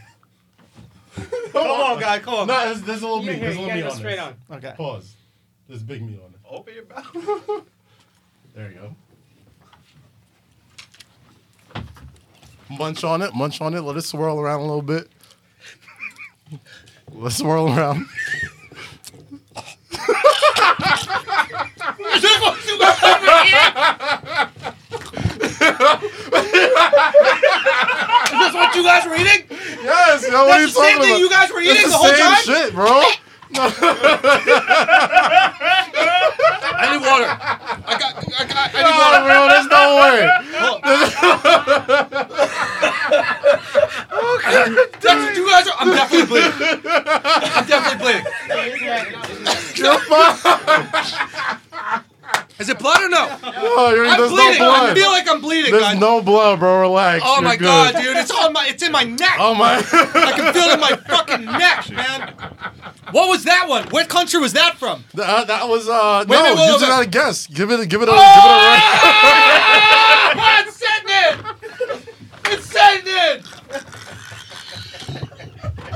S1: Come on, guy. Come on.
S2: No, there's, there's a little
S3: You
S2: meat.
S3: hear-
S2: There's a
S3: you
S2: little
S3: gotta
S2: meat
S3: go
S2: on
S3: straight
S2: this.
S3: on.
S1: Okay.
S2: Pause. There's big meat on it.
S7: Open your mouth.
S2: There you go. Munch on it. Munch on it. Let it swirl around a little bit. Let it swirl around.
S1: That's what you guys were eating?
S2: Yes. Yo, what are you
S1: That's the same thing
S2: talking about?
S1: you guys were eating
S2: It's
S1: the whole time?
S2: same shit, bro.
S1: I need water. I got. I got. I need water.
S2: No, bro, there's no way.
S1: That's what you guys are. I'm definitely bleeding. I'm definitely bleeding.
S2: You're fine.
S1: Is it blood or no?
S2: No, you're,
S1: I'm
S2: there's
S1: bleeding.
S2: no blood.
S1: I feel like I'm bleeding,
S2: there's
S1: guys.
S2: no blood, bro. Relax.
S1: Oh
S2: You're
S1: my
S2: good.
S1: god, dude! It's on my. It's in my neck.
S2: Oh my.
S1: I can feel it in my fucking neck, man. What was that one? What country was that from?
S2: that, that was uh.
S1: Wait,
S2: no,
S1: wait, wait,
S2: you
S1: wait,
S2: did
S1: wait.
S2: not guess. Give it. Give it a.
S1: Ah, It's sitting in. It's sitting in.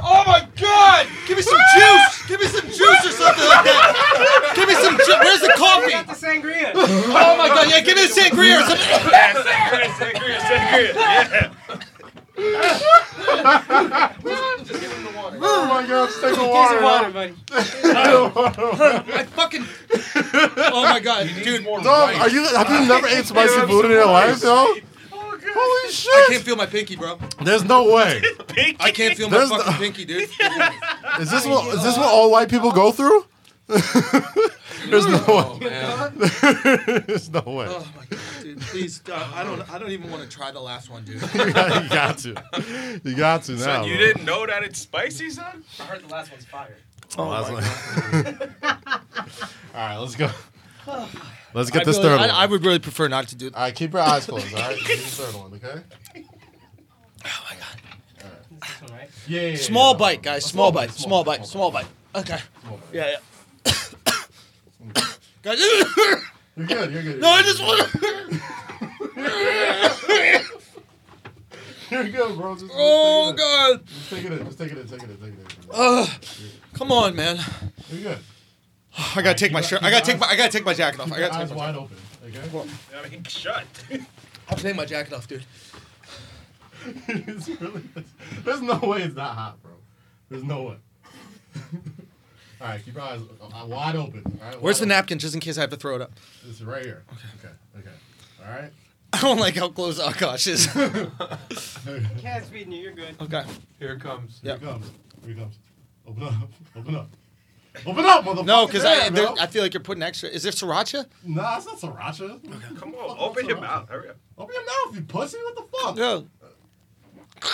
S1: Oh my god! Give me some juice. Give me some juice or something like that. Give me some. Ju- Where's the
S3: Got the
S1: coffee?
S3: sangria.
S1: Oh my god! Yeah, give me a sangria or something.
S7: Yeah, sangria, sangria, sangria. Yeah.
S2: Give it a. Oh my God! Just take the
S3: Here's
S2: water.
S3: the water, buddy.
S1: I fucking. Oh my god, dude!
S2: Dog, are you? Have you never ate spicy food in your life, yo? Holy
S1: I can't
S2: shit!
S1: feel my pinky, bro.
S2: There's no way.
S1: I can't feel my
S2: There's
S1: fucking
S2: the-
S1: pinky, dude.
S2: Is this what? Is this what all white people go through? There's no way. There's no way.
S1: Oh my god, dude! Please, uh, I don't. I don't even want to try the last one, dude.
S2: you got to. You got to now.
S7: Son, you
S2: bro.
S7: didn't know that it's spicy, son?
S6: I heard the last one's fire.
S2: Last one. all right, let's go. Let's
S1: I
S2: get this
S1: really-
S2: third
S1: I-
S2: one.
S1: I would really prefer not to do that.
S2: all right, keep your eyes closed. All right, This is the third one, okay?
S1: Oh my god.
S3: All right.
S2: Yeah. yeah, yeah,
S1: Small
S2: yeah.
S1: bite, guys. Small bite. Small bite. Small bite. Okay. Yeah, yeah. Guys,
S2: You're good. You're good.
S1: no, I just want to.
S2: You're good, bro. Just, just
S1: Oh
S2: take it in.
S1: god.
S2: Oh,
S1: Oh,
S2: Just take it in. Just take it in. Take it in. Take it in.
S1: Come on, man.
S2: You're good.
S1: I gotta take my shirt. I gotta take my. I gotta take my jacket off. I
S2: Your
S1: gotta
S2: eyes
S1: take my,
S2: wide open. Okay.
S7: I mean, shut.
S1: I'll take my jacket off, dude.
S2: it's really, there's no way it's that hot, bro. There's no way. all right, keep your eyes uh, wide open. All right,
S1: Where's the
S2: wide
S1: napkin, just in case I have to throw it up?
S2: open. It's right here. Okay. Okay. okay. All right.
S1: I don't like how close Akash is.
S6: Cat's feeding you. You're good.
S1: okay.
S5: Here it comes.
S2: Here
S1: Yep.
S2: it comes. Here it comes. Open up. Open up. Open up, motherfucker.
S1: No, because I
S2: Damn,
S1: there,
S2: bro.
S1: I feel like you're putting extra. Is there sriracha?
S2: Nah, it's not sriracha.
S7: Come on, open your mouth. Hurry up.
S2: Open your mouth, you pussy. What the fuck?
S1: No.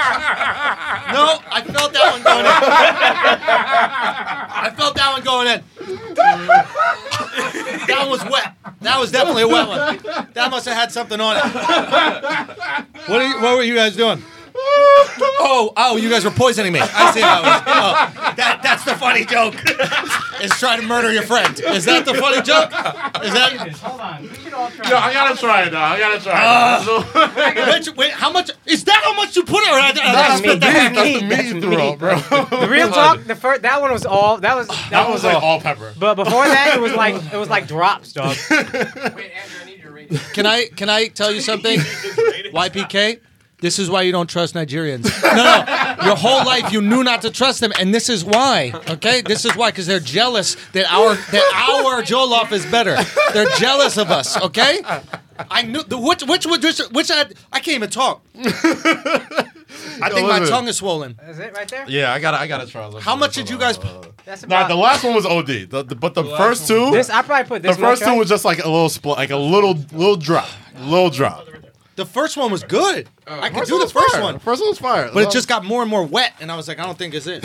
S1: no, I felt that one going in. I felt that one going in. that one was wet. That was definitely a wet one. That must have had something on it. What, are you, what were you guys doing? Oh, oh, you guys were poisoning me. I see that one. Oh, that, that's the funny joke. Is try to murder your friend. Is that the funny joke? Is that
S6: Hold on. We should all try.
S2: No, I gotta try it now. I gotta try it.
S1: Wait, wait, how much is that? How much you put it? Or I, I, I
S6: That's
S1: spit
S6: me.
S1: that
S6: That's me. That's
S2: threw
S6: me.
S2: up, bro.
S6: The real talk. The first. That one was all. That was. That,
S2: That
S6: was,
S2: was like
S6: all.
S2: all pepper.
S6: But before that, it was like it was like drops, dog.
S7: Wait, Andrew, I need your rating.
S1: Can I can I tell you something? YPK, this is why you don't trust Nigerians. No, no, your whole life you knew not to trust them, and this is why. Okay, this is why because they're jealous that our that our jollof is better. They're jealous of us. Okay, I knew the which which which which, which I I can't even talk. I think my
S2: listen.
S1: tongue is swollen.
S6: That's it right there.
S2: Yeah, I gotta, I gotta try.
S1: How much did you guys?
S6: That's
S2: Nah,
S6: about.
S2: the last one was OD. The- the- but the first two,
S6: this I probably put
S2: the
S6: this.
S2: first two was just like a little split, like a little, little drop, little drop.
S1: The first one was good. I could do the
S2: was
S1: first
S2: fire.
S1: one.
S2: The first Oh. one was fire.
S1: But it just got more and more wet, and I was like, I don't think it's it.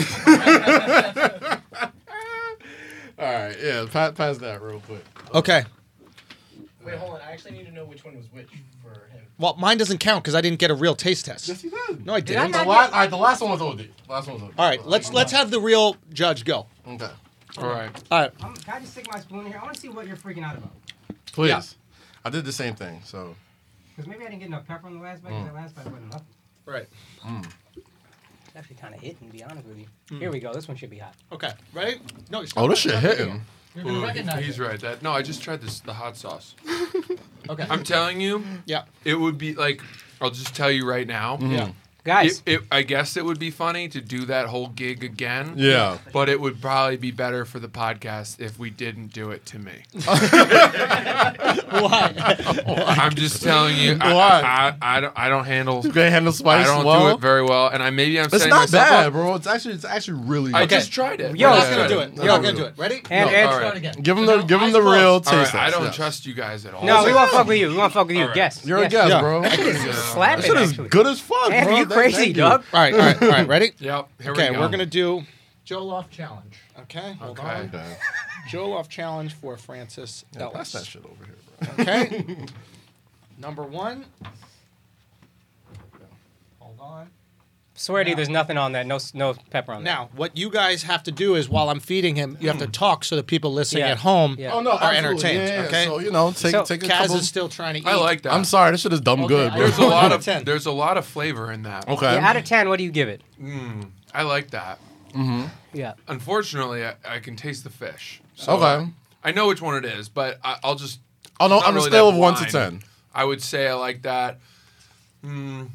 S2: all right. Yeah, pass, pass that real quick.
S1: Okay.
S6: Wait, hold on. I actually need to know which one was which for him.
S1: Well, mine doesn't count because I didn't get a real taste test.
S2: Yes, he did.
S1: No, I
S6: I
S1: didn't.
S2: The
S1: All
S6: not-
S2: last, all right, the last one was OD. Last one was OD.
S1: right, let's let's have the real judge go.
S2: Okay. All right,
S1: All right.
S6: I'm, can I just stick my spoon in here? I want to see what you're freaking out about.
S2: please. I did the same thing. So
S6: Because maybe I didn't get enough pepper on the last bite.
S2: Mm.
S6: Because that last bite wasn't enough.
S1: Right.
S6: It's actually kind of hitting, to be honest with you.
S2: Mm.
S6: Here we go. This one should be hot.
S1: Okay. Ready? No. You're
S2: oh, this shit hitting.
S5: Ooh, he's right. That no, I just tried this the hot sauce.
S1: Okay.
S5: I'm telling you,
S1: Yeah.
S5: it would be like I'll just tell you right now.
S2: Mm-hmm. Hmm.
S1: Yeah.
S6: Guys,
S5: It, it, I guess it would be funny to do that whole gig again.
S2: Yeah.
S5: But it would probably be better for the podcast if we didn't do it to me.
S2: Oh,
S1: Why?
S5: I'm just telling you, I,
S2: Why?
S5: I, I, don't, I don't handle.
S2: You can handle
S5: I
S2: spice
S5: don't
S2: well.
S5: do it very well, and I maybe I'm
S2: it's
S5: setting
S2: not
S5: myself
S2: bad,
S5: up.
S2: bro. It's actually, it's actually really.
S5: I
S2: good.
S5: just tried it.
S6: Yo,
S1: We're
S6: Yeah.
S1: not gonna do it. We're not gonna do it. Ready?
S6: and
S2: No,
S6: Ed,
S5: all right.
S2: Give him the, give him the real
S5: All
S2: taste.
S5: right, I
S2: test,
S5: don't
S2: yes.
S5: trust you guys at all.
S6: No, we won't fuck with you. We won't fuck with you.
S5: Alright.
S6: Guess.
S2: You're a
S6: Yes.
S2: guest,
S1: Yeah.
S2: bro. That
S6: Slap it,
S2: shit is
S6: actually.
S2: good as fuck,
S6: Man,
S2: bro.
S6: you
S2: That-
S6: crazy,
S2: thank you.
S6: dog.
S1: All right. All right. All right. Ready?
S5: Yep. Here
S1: Okay.
S5: we
S1: We
S5: go.
S1: are gonna do Jollof challenge. Okay. Hold
S5: Okay.
S1: on. Jollof challenge for Francis
S2: Yeah, Pass
S1: Ellis.
S2: that shit over here, bro.
S1: Okay. Number one. Hold on.
S6: Swear to you, there's nothing on that. No, s- no pepper on that.
S1: Now, what you guys have to do is while I'm feeding him, you have to talk so the people listening
S6: Yeah.
S1: at home
S6: Yeah.
S2: Oh no,
S1: are
S2: absolutely.
S1: entertained.
S2: Yeah, yeah,
S1: okay.
S2: So you know, take
S6: So-
S2: take a
S1: Kaz
S2: couple.
S1: is still trying to eat.
S5: I like that.
S2: I'm sorry, this shit is dumb
S1: Okay,
S2: good,
S1: I-
S2: bro.
S5: There's a lot
S1: Out of 10.
S5: of there's a lot of flavor in that. Hmm.
S2: okay.
S6: Yeah, out of ten, what do you give it?
S5: I like that.
S6: Yeah.
S5: Unfortunately, I, I can taste the fish. So
S2: okay.
S5: I know which one it is, but I, I'll just.
S2: Oh no,
S5: it's not
S2: on a
S5: really
S2: scale
S5: that
S2: of one to ten.
S5: blind. I would say I like that. Mm,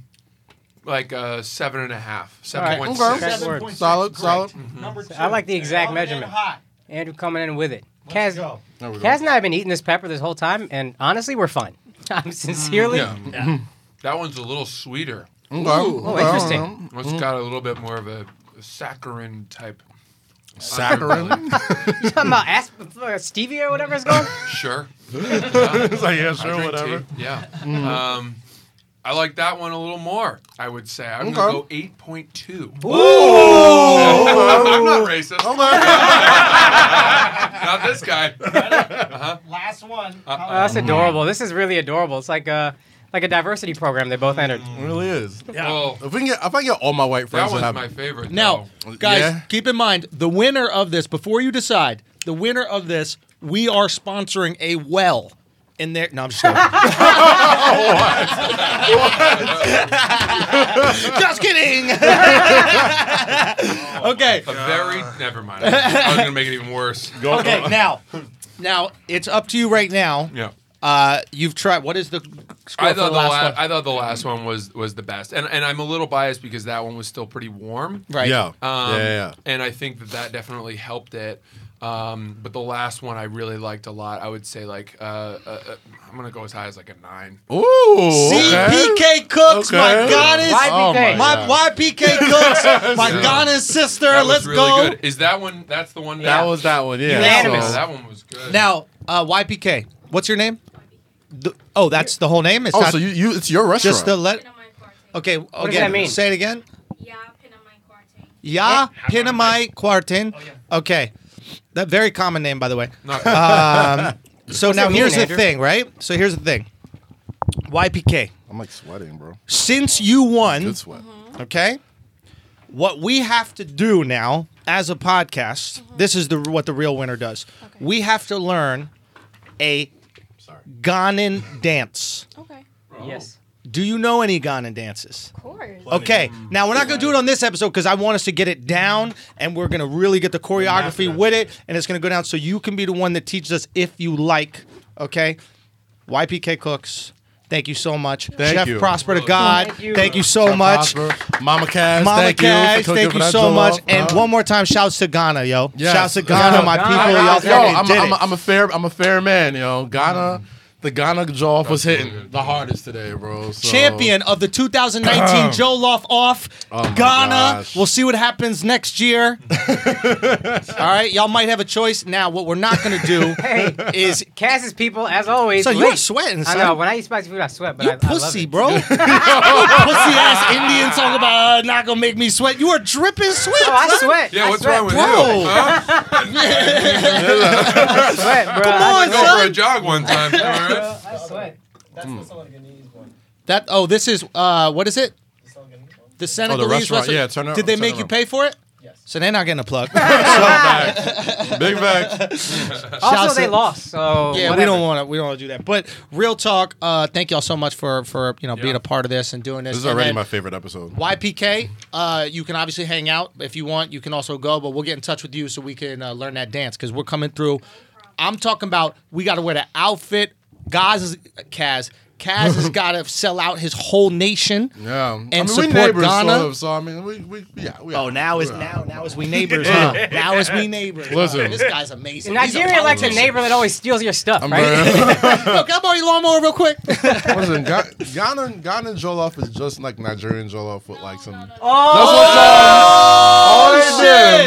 S5: like a seven and a half, seven
S6: right,
S5: point six.
S2: Okay.
S6: That's Seven. word.
S2: Solid, solid.
S7: Mm, Mm-hmm.
S1: Number two.
S6: I like the exact
S1: Coming in
S6: measurement.
S1: hot.
S6: Andrew coming in with it. Kaz,
S2: There we go.
S6: Kaz and I have been eating this pepper this whole time, and honestly, we're fine. I'm sincerely.
S5: Yeah. That one's a little sweeter.
S2: Okay.
S6: Oh,
S2: okay,
S6: interesting.
S2: okay.
S5: It's got a little bit more of a saccharin type.
S2: Saccharin.
S6: You talking about asp- uh, stevia or whatever it's called?
S5: Sure.
S2: it's like yeah,
S5: I
S2: sure,
S5: drink
S2: whatever.
S5: tea. Yeah. Um, I like that one a little more. I would say I'm
S2: Okay.
S5: gonna go eight point two.
S2: Oh,
S5: I'm not racist. Not this guy.
S8: Last one.
S6: Oh, that's adorable. This is really adorable. It's like a like a diversity program they both entered.
S2: it really is.
S5: Well,
S2: If we can get, if I can get all my white
S5: that
S2: friends, to
S5: one's
S2: have-
S5: my favorite.
S1: Now,
S2: No.
S1: guys,
S2: Yeah.
S1: keep in mind the winner of this. Before you decide, the winner of this, we are sponsoring a well. in there. No, I'm just kidding.
S5: uh,
S1: just kidding. okay.
S5: A very. Never mind. I was gonna make it even worse.
S1: Okay. Now, now it's up to you right now.
S5: Yeah.
S1: Uh, you've tried. What is the score
S5: I
S1: for the
S5: thought the
S1: last
S5: la-
S1: one?
S5: I thought the last one was was the best, and and I'm a little biased because that one was still pretty warm.
S1: right.
S2: Yeah.
S5: Um,
S2: yeah, yeah, yeah.
S5: And I think that that definitely helped it. Um, but the last one I really liked a lot. I would say like uh, uh, uh, I'm gonna go as high as like a nine.
S2: Ooh.
S1: CPK Cooks, my
S2: Okay.
S1: goddess.
S6: Why
S2: Oh my
S6: PK?
S1: My
S2: God.
S1: YPK Cooks, my
S5: Yeah.
S1: goddess sister.
S5: That was
S1: Let's
S5: really
S1: go.
S5: Good. Is that one? That's the one.
S2: That was that one. Yeah.
S6: Unanimous.
S5: that one was good.
S1: Now, uh, YPK, what's your name? The- oh, that's the whole name. It's
S2: Oh,
S1: not
S2: so you, you it's your restaurant.
S1: just the let.
S4: Pin on my quarantine.
S1: uh, Okay, again,
S6: does that mean?
S1: say it again.
S4: Yeah, pin on my quarantine.
S1: Ya Pinamai
S6: Oh,
S1: Quartin. Okay, that very common name, by the way.
S5: Not-
S1: Um, so now
S6: mean,
S1: here's the
S6: Andrew?
S1: thing, right? So here's the thing. YPK,
S2: I'm like sweating, bro.
S1: since you won,
S2: Good sweat.
S6: Mm-hmm.
S1: okay, what we have to do now as a podcast, this is the what the real winner does.
S4: Okay.
S1: We have to learn a Ghanan dance.
S4: Okay.
S6: Yes.
S1: Do you know any Ghanan dances?
S4: Of course.
S1: Okay,
S2: mm,
S1: now we're not gonna do it on this episode because I want us to get it down, and we're gonna really get the choreography with it, and it's gonna go down. So you can be the one that teaches us if you like. Okay, YPK Cooks, thank you so much.
S2: Thank
S1: Chef
S2: you.
S1: Prosper to God, thank
S6: Thank
S1: you,
S6: you.
S1: so much.
S2: Prosper, Mama Cash,
S1: Mama
S2: thank
S1: Cash,
S2: you. for cooking
S1: thank
S2: for
S1: you
S2: that
S1: so much.
S2: jollof,
S1: And
S2: huh?
S1: one more time, shouts to Ghana, yo.
S2: Yes.
S1: Shouts to Ghana,
S2: Yo,
S1: my
S6: Ghana,
S1: people.
S6: Ghana,
S1: Y'all
S2: Yo,
S1: fucking
S2: I'm,
S1: did
S2: I'm,
S1: it.
S2: I'm a fair, I'm a fair man, yo. Ghana, the Ghana jollof was hitting the hardest today, bro. So.
S1: champion of the 2019 Joe Loft Off.
S2: Oh my
S1: Ghana.
S2: gosh.
S1: We'll see what happens next year. All right, y'all might have a choice. Now, what we're not going to do
S6: Hey,
S1: is.
S6: Cass's people, as always.
S1: So you're
S6: lit.
S1: sweating,
S6: I
S1: son.
S6: know. When I eat spicy food, I sweat. But
S1: you
S6: I,
S1: pussy,
S6: I love it.
S1: bro. you pussy ass Indian talking about uh, not gonna make me sweat. You are dripping sweat.
S6: Oh, I
S1: son.
S6: sweat.
S5: yeah,
S6: I
S5: what's
S6: sweat.
S5: wrong with
S1: Whoa.
S5: you? Huh?
S6: I sweat, bro.
S1: Come
S6: I
S1: on,
S6: sweat.
S5: Go
S1: son.
S5: for a jog one time. all right?
S6: I sweat.
S1: That oh, this is uh, what is it? The
S2: Oh,
S1: Senegalese
S2: the
S1: restaurant.
S2: restaurant. Yeah, turn it
S1: Did they
S2: turn
S1: make
S2: it
S1: you
S2: around.
S1: pay for it? Yes. So they're not getting a plug.
S2: Big facts.
S1: Shouts
S6: Also, they
S1: to-
S6: lost. So
S1: Yeah, we
S6: whatever.
S1: don't want to. We don't want to do that. But real talk. Uh, thank y'all so much for for you know being a part of this and doing this.
S2: This is
S1: And
S2: already
S1: then
S2: my favorite episode.
S1: YPK. Uh, you can obviously hang out if you want. You can also go, but we'll get in touch with you so we can uh, learn that dance because we're coming through. I'm talking about we got to wear the outfit. Guys, is, Kaz, Kaz has got to sell out his whole nation.
S2: Yeah,
S1: And support Ghana.
S2: sort of, so I mean, we, we, yeah, we
S1: Oh,
S2: out.
S1: now is
S2: We out.
S1: now now is we neighbors. huh? Now is we neighbors. huh?
S2: Listen.
S1: this guy's amazing. He's a
S6: Nigeria likes a
S1: politician.
S6: neighbor that always steals your stuff,
S2: I'm
S6: right?
S2: very-
S1: Look, I'm already lawnmower real quick.
S2: Listen, Ga- Ghana, Ghana jollof is just like Nigerian jollof with like some.
S6: Oh,
S2: That's what's up. all they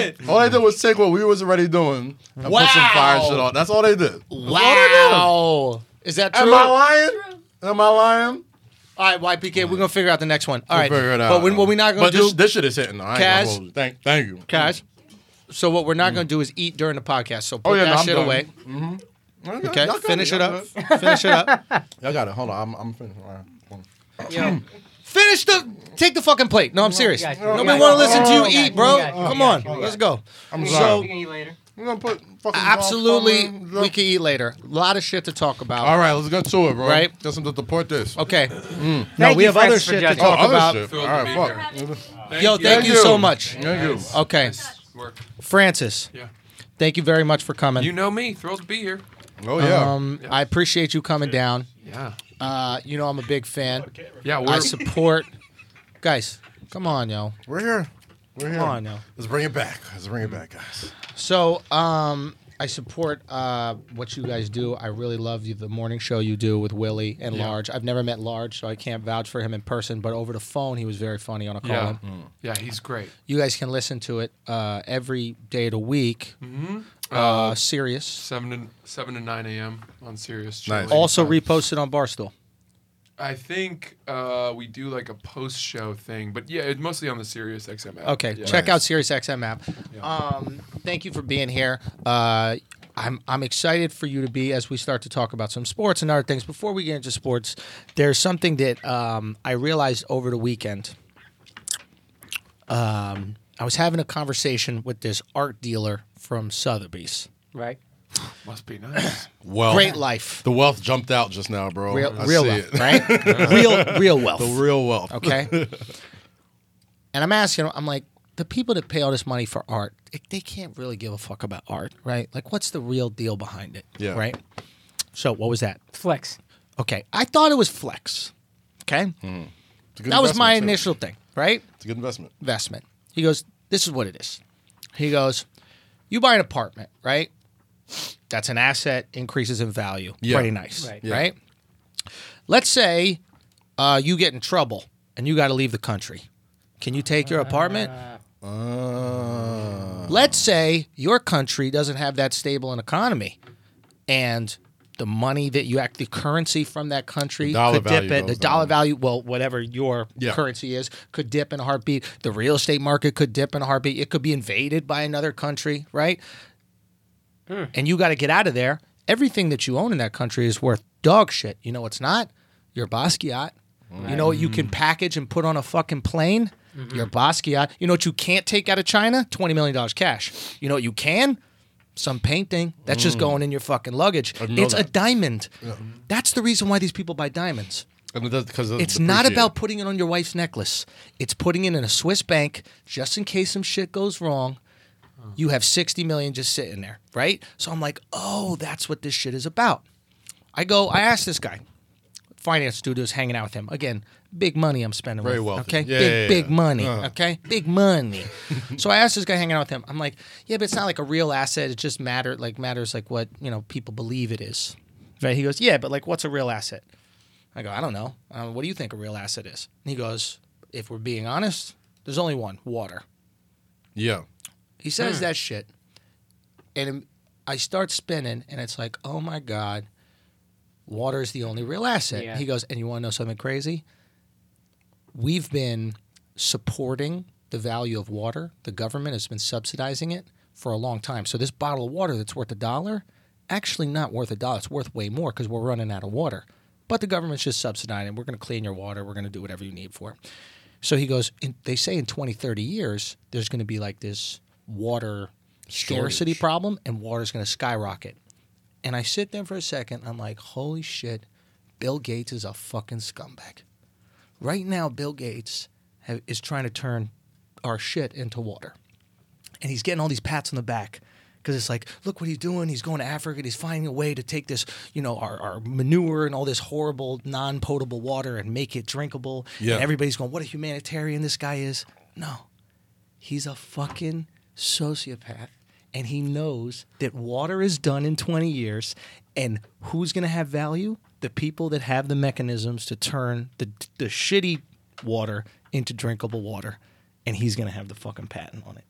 S1: shit.
S2: did. All they did was take what we was already doing and put some fire
S1: Wow.
S2: shit on. That's all they did.
S1: Wow. Is that true?
S2: Am I lying? Am I lying?
S1: All right, YPK, we're gonna figure out the next one. All
S2: We'll
S1: right,
S2: figure it out.
S1: but when, what we're not gonna
S2: But
S1: do,
S2: this, this shit is hitting though. I ain't gonna
S1: Cash?
S2: hold you. Thank, thank you.
S1: guys. So what we're not gonna do is eat during the podcast. So put
S2: Oh, yeah,
S1: that
S2: no, I'm
S1: shit
S2: done. Mm-hmm.
S1: away.
S2: Okay,
S1: Okay,
S2: y'all got
S1: finish it
S2: y'all
S1: up.
S2: got
S1: finish it up.
S2: Y'all got it. Hold on, I'm, I'm finished. All right.
S6: yo,
S1: Finish the. Take the fucking plate. No, I'm serious.
S6: got you.
S1: Nobody
S6: We
S1: want to
S6: got you.
S1: listen to
S6: We got
S1: you
S6: you.
S1: eat, bro.
S6: We got you. We
S1: Come
S6: got
S1: on,
S6: you. We got
S1: let's
S6: you.
S1: go.
S2: I'm
S1: So-
S6: we
S2: sorry.
S6: can eat later.
S2: We're gonna put fucking
S1: Absolutely,
S2: jollof,
S1: we can eat later. A lot of shit to talk about.
S2: All right, let's get to it, bro.
S1: Right.
S2: Got something to support this.
S1: Okay. No,
S6: Thank
S1: we
S6: you,
S1: have other
S6: Francis, for
S1: shit to
S6: judging.
S2: Oh,
S1: talk
S2: other
S1: about.
S2: shit.
S5: Thrilled
S2: All
S5: to be
S2: right, fuck.
S1: Yo, thank
S2: Thank
S1: you
S2: you.
S1: so much.
S2: Thank you.
S1: Okay,
S5: Work.
S1: Francis,
S5: Yeah.
S1: thank you very much for coming.
S5: You know me. Thrilled to be here.
S2: Oh yeah.
S1: Um, I appreciate you coming down.
S5: Yeah.
S1: Uh, you know I'm a big fan.
S5: Yeah. We're,
S1: I support. Guys, come on, yo.
S2: We're here. We're here.
S1: Come on, yo.
S2: Let's bring it back. Let's bring it back, guys.
S1: So, um, I support uh, what you guys do. I really love you, the morning show you do with Willie and Large. I've never met Large, so I can't vouch for him in person, but over the phone, he was very funny on a call.
S5: yeah. Yeah. He's great.
S1: You guys can listen to it uh, every day of the week. Uh, serious.
S5: Seven to seven to nine a.m. on Sirius.
S2: Nice.
S5: Channel
S1: Also reposted on Barstool.
S5: I think uh, we do like a post show thing, but yeah, it's mostly on the Sirius XM app.
S1: Okay,
S5: Yeah.
S1: check
S2: Nice.
S1: out Sirius XM app. Um, thank you for being here. Uh, I'm I'm excited for you to be as we start to talk about some sports and other things. Before we get into sports, there's something that um, I realized over the weekend. Um, I was having a conversation with this art dealer from Sotheby's.
S6: Right.
S5: Must be nice.
S2: Well,
S1: Great life.
S2: Oh. The wealth jumped out just now, bro.
S1: Real,
S2: I
S1: real
S2: see
S1: wealth,
S2: it.
S1: right? real, real wealth.
S2: The real wealth.
S1: okay? and I'm asking, I'm like, the people that pay all this money for art, they- they can't really give a fuck about art, right? Like, what's the real deal behind it,
S2: Yeah.
S1: right? So, what was that?
S6: Flex.
S1: Okay, I thought it was flex. Okay,
S2: It's a good
S1: that was my
S2: Hmm. investment, too.
S1: initial thing, right?
S2: It's a good investment.
S1: investment. He goes, This is what it is. He goes, You buy an apartment, right? That's an asset, increases in value.
S2: Yeah.
S1: Pretty nice. Right.
S6: Right. Yeah.
S1: Let's say uh, you get in trouble and you got to leave the country. Can you take your apartment?
S2: Uh,
S1: Let's say your country doesn't have that stable an economy and the money that you act the currency from that country
S2: dollar
S1: could dip
S2: value
S1: it. The
S2: goes
S1: dollar
S2: down.
S1: value, well, whatever your
S2: Yeah.
S1: currency is, could dip in a heartbeat. The real estate market could dip in a heartbeat. It could be invaded by another country, right? And you got to get out of there. Everything that you own in that country is worth dog shit. You know what's not? Your Basquiat. You know what you can package and put on a fucking plane? Your Basquiat. You know what you can't take out of China? $20 million cash. You know what you can? Some painting. That's just going in your fucking luggage.
S2: know
S1: It's a
S2: that.
S1: diamond. That's the reason why these people buy diamonds.
S2: And it does, cause it
S1: It's not
S2: depreciates.
S1: about putting it on your wife's necklace. It's putting it in a Swiss bank just in case some shit goes wrong. You have 60 million just sitting there, right? So I'm like, oh, that's what this shit is about. I go, I asked this guy, finance dude who's hanging out with him. Again, big money I'm spending
S2: Very
S1: with.
S2: wealthy.
S1: Okay.
S2: Yeah,
S1: big,
S2: yeah, yeah.
S1: big money.
S2: Uh.
S1: Okay. Big money. so I asked this guy hanging out with him. I'm like, yeah, but it's not like a real asset. It just matter like matters like what, you know, people believe it is. Right. He goes, yeah, but like what's a real asset? I go, I don't know. Uh, what do you think a real asset is? And he goes, if we're being honest, there's only one water.
S2: Yeah.
S1: He says that shit. And I start spinning, and it's like, oh my God, water is the only real asset.
S6: Yeah.
S1: He goes, and you want to know something crazy? We've been supporting the value of water, the government has been subsidizing it for a long time. So this bottle of water that's worth a dollar, actually not worth a dollar. It's worth way more because we're running out of water. But the government's just subsidizing it. We're going to clean your water. We're going to do whatever you need for it. So he goes, in, they say in 20, 30 years, there's going to be like this water scarcity problem and water's going to skyrocket. And I sit there for a second. I'm like, holy shit, Bill Gates is a fucking scumbag. Right now, Bill Gates ha is trying to turn our shit into water. And he's getting all these pats on the back because it's like, look what he's doing. He's going to Africa. and He's finding a way to take this, you know, our, our manure and all this horrible, non potable water and make it drinkable.
S2: Yeah.
S1: And everybody's going, what a humanitarian this guy is. No, he's a fucking sociopath and he knows that water is done in 20 years and who's going to have value the people that have the mechanisms to turn the, the shitty water into drinkable water and he's going to have the fucking patent on it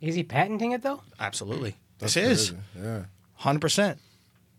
S6: Is he patenting it though?
S1: absolutely this is
S2: crazy. Yeah.
S1: 100%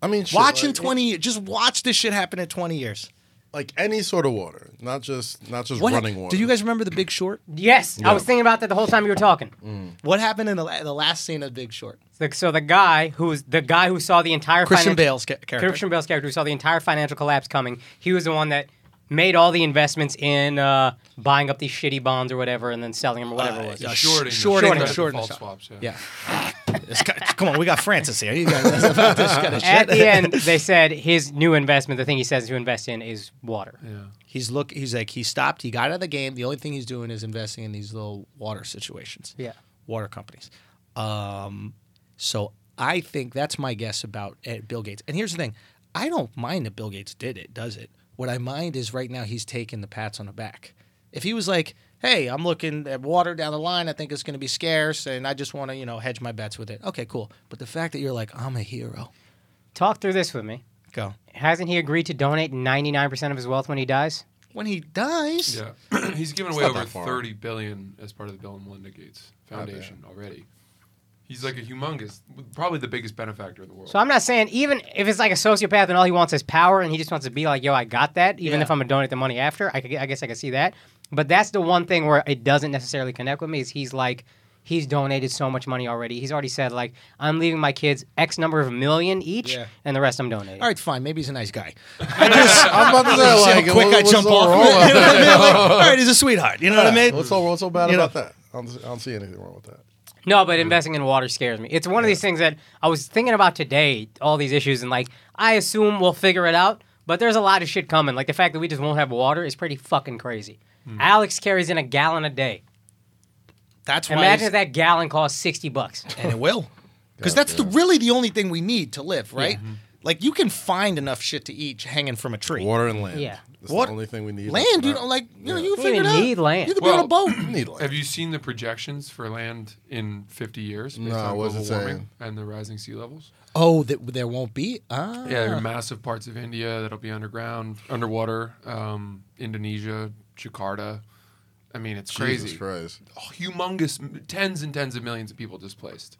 S2: I mean, shit,
S1: watch in
S2: like,
S1: 20 years just watch this shit happen in 20 years
S2: like any sort of water, not just not just
S1: what
S2: running water.
S1: do you guys remember the big short
S6: Yes.
S2: Yeah.
S6: I was thinking about that the whole time you were talking.
S1: what happened in the, la- the last scene of the big short
S6: So, so the guy who was the guy who saw the entire
S1: christian
S6: financial-
S1: bale's ca- character
S6: Christian Bale's character who saw the entire financial collapse coming. He was the one that made all the investments in uh, buying up these shitty bonds or whatever, and then selling them or whatever it was.
S1: yeah, sh-
S5: Shorting. the-
S1: shorting the-
S5: the
S1: shorting
S5: default
S1: the-
S5: swaps. Yeah.
S1: Yeah. This guy- come on, we got Francis here. You got this about this kind of shit.
S6: At the end, they said his new investment, the thing he says to invest in, is water.
S1: he's look. He's like he stopped. He got out of the game. The only thing he's doing is investing in these little water situations.
S6: Yeah.
S1: water companies. Um, so I think that's my guess about eh, Bill Gates. And here's the thing: I don't mind that Bill Gates did it. Does it? What I mind is right now he's taking the pats on the back. If he was like, "Hey, I'm looking at water down the line. I think it's going to be scarce, and I just want to, you know, hedge my bets with it." Okay, cool. But the fact that you're like, "I'm a hero,"
S6: Talk through this with me.
S1: go.
S6: Hasn't he agreed to donate 99% of his wealth when he dies?
S1: when he dies.
S5: Yeah. He's given away
S2: not
S5: over
S2: that far.
S5: 30 billion as part of the Bill and Melinda Gates Foundation already. He's like a humongous, probably the biggest benefactor in the world.
S6: So I'm not saying even if it's like a sociopath and all he wants is power and he just wants to be like, yo, I got that. Even
S1: Yeah.
S6: if I'm gonna donate the money after, I, could, I guess I could see that. But that's the one thing where it doesn't necessarily connect with me is he's like, he's donated so much money already. He's already said like, I'm leaving my kids X number of million each,
S1: Yeah.
S6: and the rest I'm donating.
S1: All right, fine. Maybe he's a nice guy.
S2: I'm about to say,
S1: See how
S2: like,
S1: quick
S2: what-
S1: I
S2: what's
S1: jump
S2: so
S1: off.
S2: wrong
S1: you know
S2: with
S1: what I
S2: that?
S1: mean? Like, all right, he's a sweetheart. You know what I mean?
S2: What's so what's so bad
S1: You know.
S2: about that? I don't, I don't see anything wrong with that.
S6: No, but investing in water scares me. It's one of these things that I was thinking about today, all these issues, and like, I assume we'll figure it out, but there's a lot of shit coming. Like, the fact that we just won't have water is pretty fucking crazy.
S1: Mm.
S6: Alex carries in a gallon a day.
S1: That's why.
S6: Imagine
S1: he's-
S6: if that gallon costs 60 bucks.
S1: and it will, because that's the, really the only thing we need to live, right?
S2: Mm-hmm.
S1: Like you can find enough shit to eat hanging from a tree.
S2: Water and land.
S6: Yeah.
S2: That's
S1: What?
S2: the only thing we need.
S1: Land, you don't like. You know, you
S6: You
S1: can figure
S6: even
S1: it out.
S6: need land.
S1: You can
S5: Well-
S1: be on a boat.
S2: You need land.
S5: Have you seen the projections for land in 50 years based
S2: No,
S5: on
S2: what's it
S5: global warming
S2: saying?
S5: and the rising sea levels?
S1: Oh, that there won't be. Ah,
S5: Yeah, there are massive parts of India that'll be underground, underwater. Um, Indonesia, Jakarta. I mean, it's
S2: Jesus
S5: crazy. Oh,
S2: Christ.
S5: Humongous, m- tens and tens of millions of people displaced.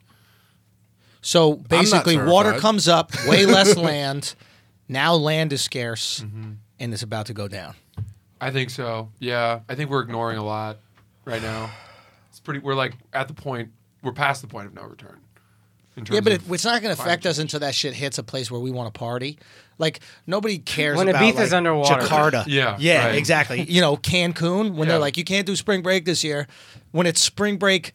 S1: So basically, water
S2: terrified.
S1: comes up, way less land. Now land is scarce,
S2: Mm-hmm.
S1: and it's about to go down.
S5: I think so. Yeah, I think we're ignoring a lot right now. It's pretty. We're like at the point. We're past the point of no return. In terms
S1: Yeah, but it,
S5: of-
S1: it's not going to affect us until that shit hits a place where we want to party. Like nobody cares
S6: When
S1: about
S6: Ibiza's
S1: like,
S6: underwater.
S1: Jakarta.
S5: Yeah,
S1: yeah,
S5: right.
S1: exactly. You know, Cancun. When
S5: Yeah.
S1: they're like, you can't do spring break this year. When it's spring break,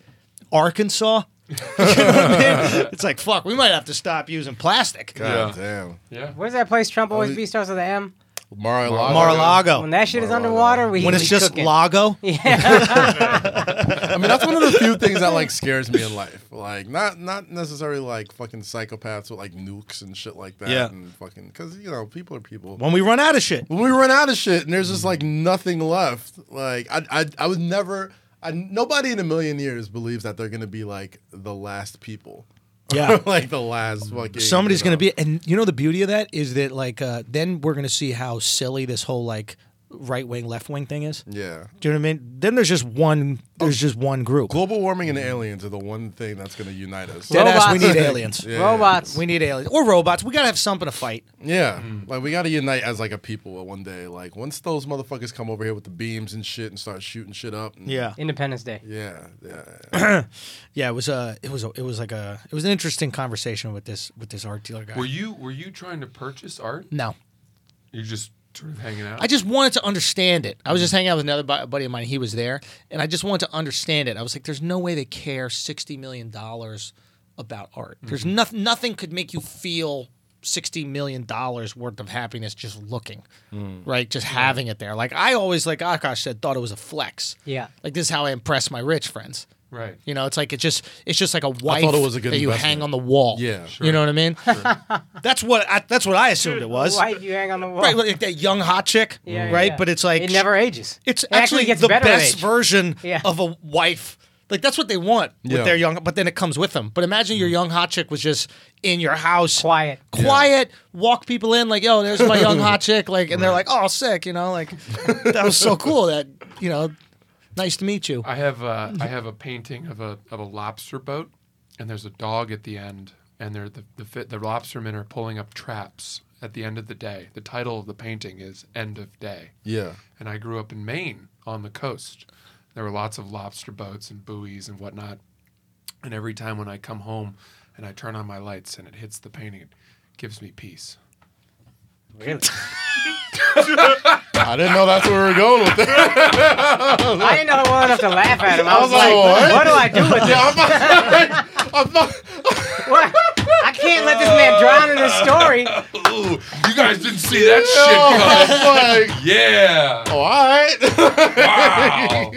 S1: Arkansas. you know what I mean? It's like fuck. We might have to stop using plastic.
S2: God
S5: Yeah.
S2: damn.
S5: yeah.
S6: Where's that place Trump always
S1: Oh,
S2: Only-
S6: be starts with the M?
S2: Mar-a-Lago.
S6: When
S1: Mar-a-Lago.
S6: that shit is
S2: Mar-a-Lago.
S6: underwater, we
S1: When it's
S6: we
S1: just
S6: cooking.
S1: Lago.
S2: I mean, that's one of the few things that like scares me in life. Like, not not necessarily like fucking psychopaths with like nukes and shit like that.
S1: Yeah.
S2: And fucking because you know people are people.
S1: When we run out of shit.
S2: when we run out of shit and there's just like nothing left, like I I, I would never. I, nobody in a million years believes that they're gonna be like the last people.
S1: Yeah.
S2: like the last fucking.
S1: Somebody's
S2: you
S1: going
S2: know.
S1: to be, and you know the beauty of that is that like uh, then we're going to see how silly this whole like right wing left wing thing is.
S2: Yeah.
S1: Do you know what I mean? Then there's just one. There's just one group.
S2: Global warming and aliens are the one thing that's gonna unite us.
S1: Dead ass, we
S6: Robots.
S1: need aliens.
S2: Yeah.
S6: Robots.
S1: We need aliens or robots. We gotta have something to fight.
S2: Yeah,
S1: Mm-hmm.
S2: like we gotta unite as like a people one day. Like once those motherfuckers come over here with the beams and shit and start shooting shit up. and-
S6: Independence Day.
S2: yeah, yeah.
S1: yeah. It was a. It was a. It was like a. It was an interesting conversation with this with this art dealer guy.
S5: Were you were you trying to purchase art?
S1: no,
S5: You're just sort of hanging out.
S1: I just wanted to understand it. I was just hanging out with another bu- buddy of mine. He was there, and I just wanted to understand it. I was like, "There's no way they care sixty million dollars about art. There's
S2: Mm-hmm.
S1: nothing. Nothing could make you feel sixty million dollars worth of happiness just looking,
S2: Mm.
S1: right? Just having it there. Like I always, like Akash said, thought it was a flex.
S6: Yeah.
S1: Like this is how I impress my rich friends.
S5: right.
S1: You know, it's like it just it's just like a wife
S2: thought it was a good
S1: that you
S2: investment.
S1: hang on the wall.
S2: Yeah.
S1: you know what I mean. that's what I, that's what I assumed it was.
S6: Why you hang on the wall?
S1: Right, like that young hot chick.
S6: Yeah,
S1: right,
S6: yeah.
S1: but it's like
S6: it never ages.
S1: It's
S6: It
S1: actually,
S6: gets
S1: the
S6: better with
S1: best
S6: age.
S1: version
S6: Yeah.
S1: of a wife. Like that's what they want
S2: Yeah.
S1: with their young. But then it comes with them. But imagine your young hot chick was just in your house,
S6: Quiet.
S1: quiet, walk people in like, "Yo, there's my young hot chick," like, and they're like, "Oh, sick," you know, like that was so cool. That you know, nice to meet you.
S5: I have a, I have a painting of a of a lobster boat, and there's a dog at the end, and they're the the, fit, the lobstermen are pulling up traps at the end of the day. The title of the painting is "End of Day,"
S2: Yeah.
S5: and I grew up in Maine on the coast. There were lots of lobster boats and buoys and whatnot, and every time when I come home, and I turn on my lights and it hits the painting, it gives me peace.
S6: Really?
S2: I didn't know that's where we were going with that.
S6: I didn't know her well enough to laugh at him. I
S1: Oh,
S6: was
S2: was like,
S6: like,
S2: "What?"
S6: what do I do with this?
S2: I'm not- I'm not-
S6: What? I can't let this man drown in this story.
S5: Ooh, you guys didn't see that
S2: I was like,
S5: Yeah. Oh,
S2: oh, all right.
S5: Wow.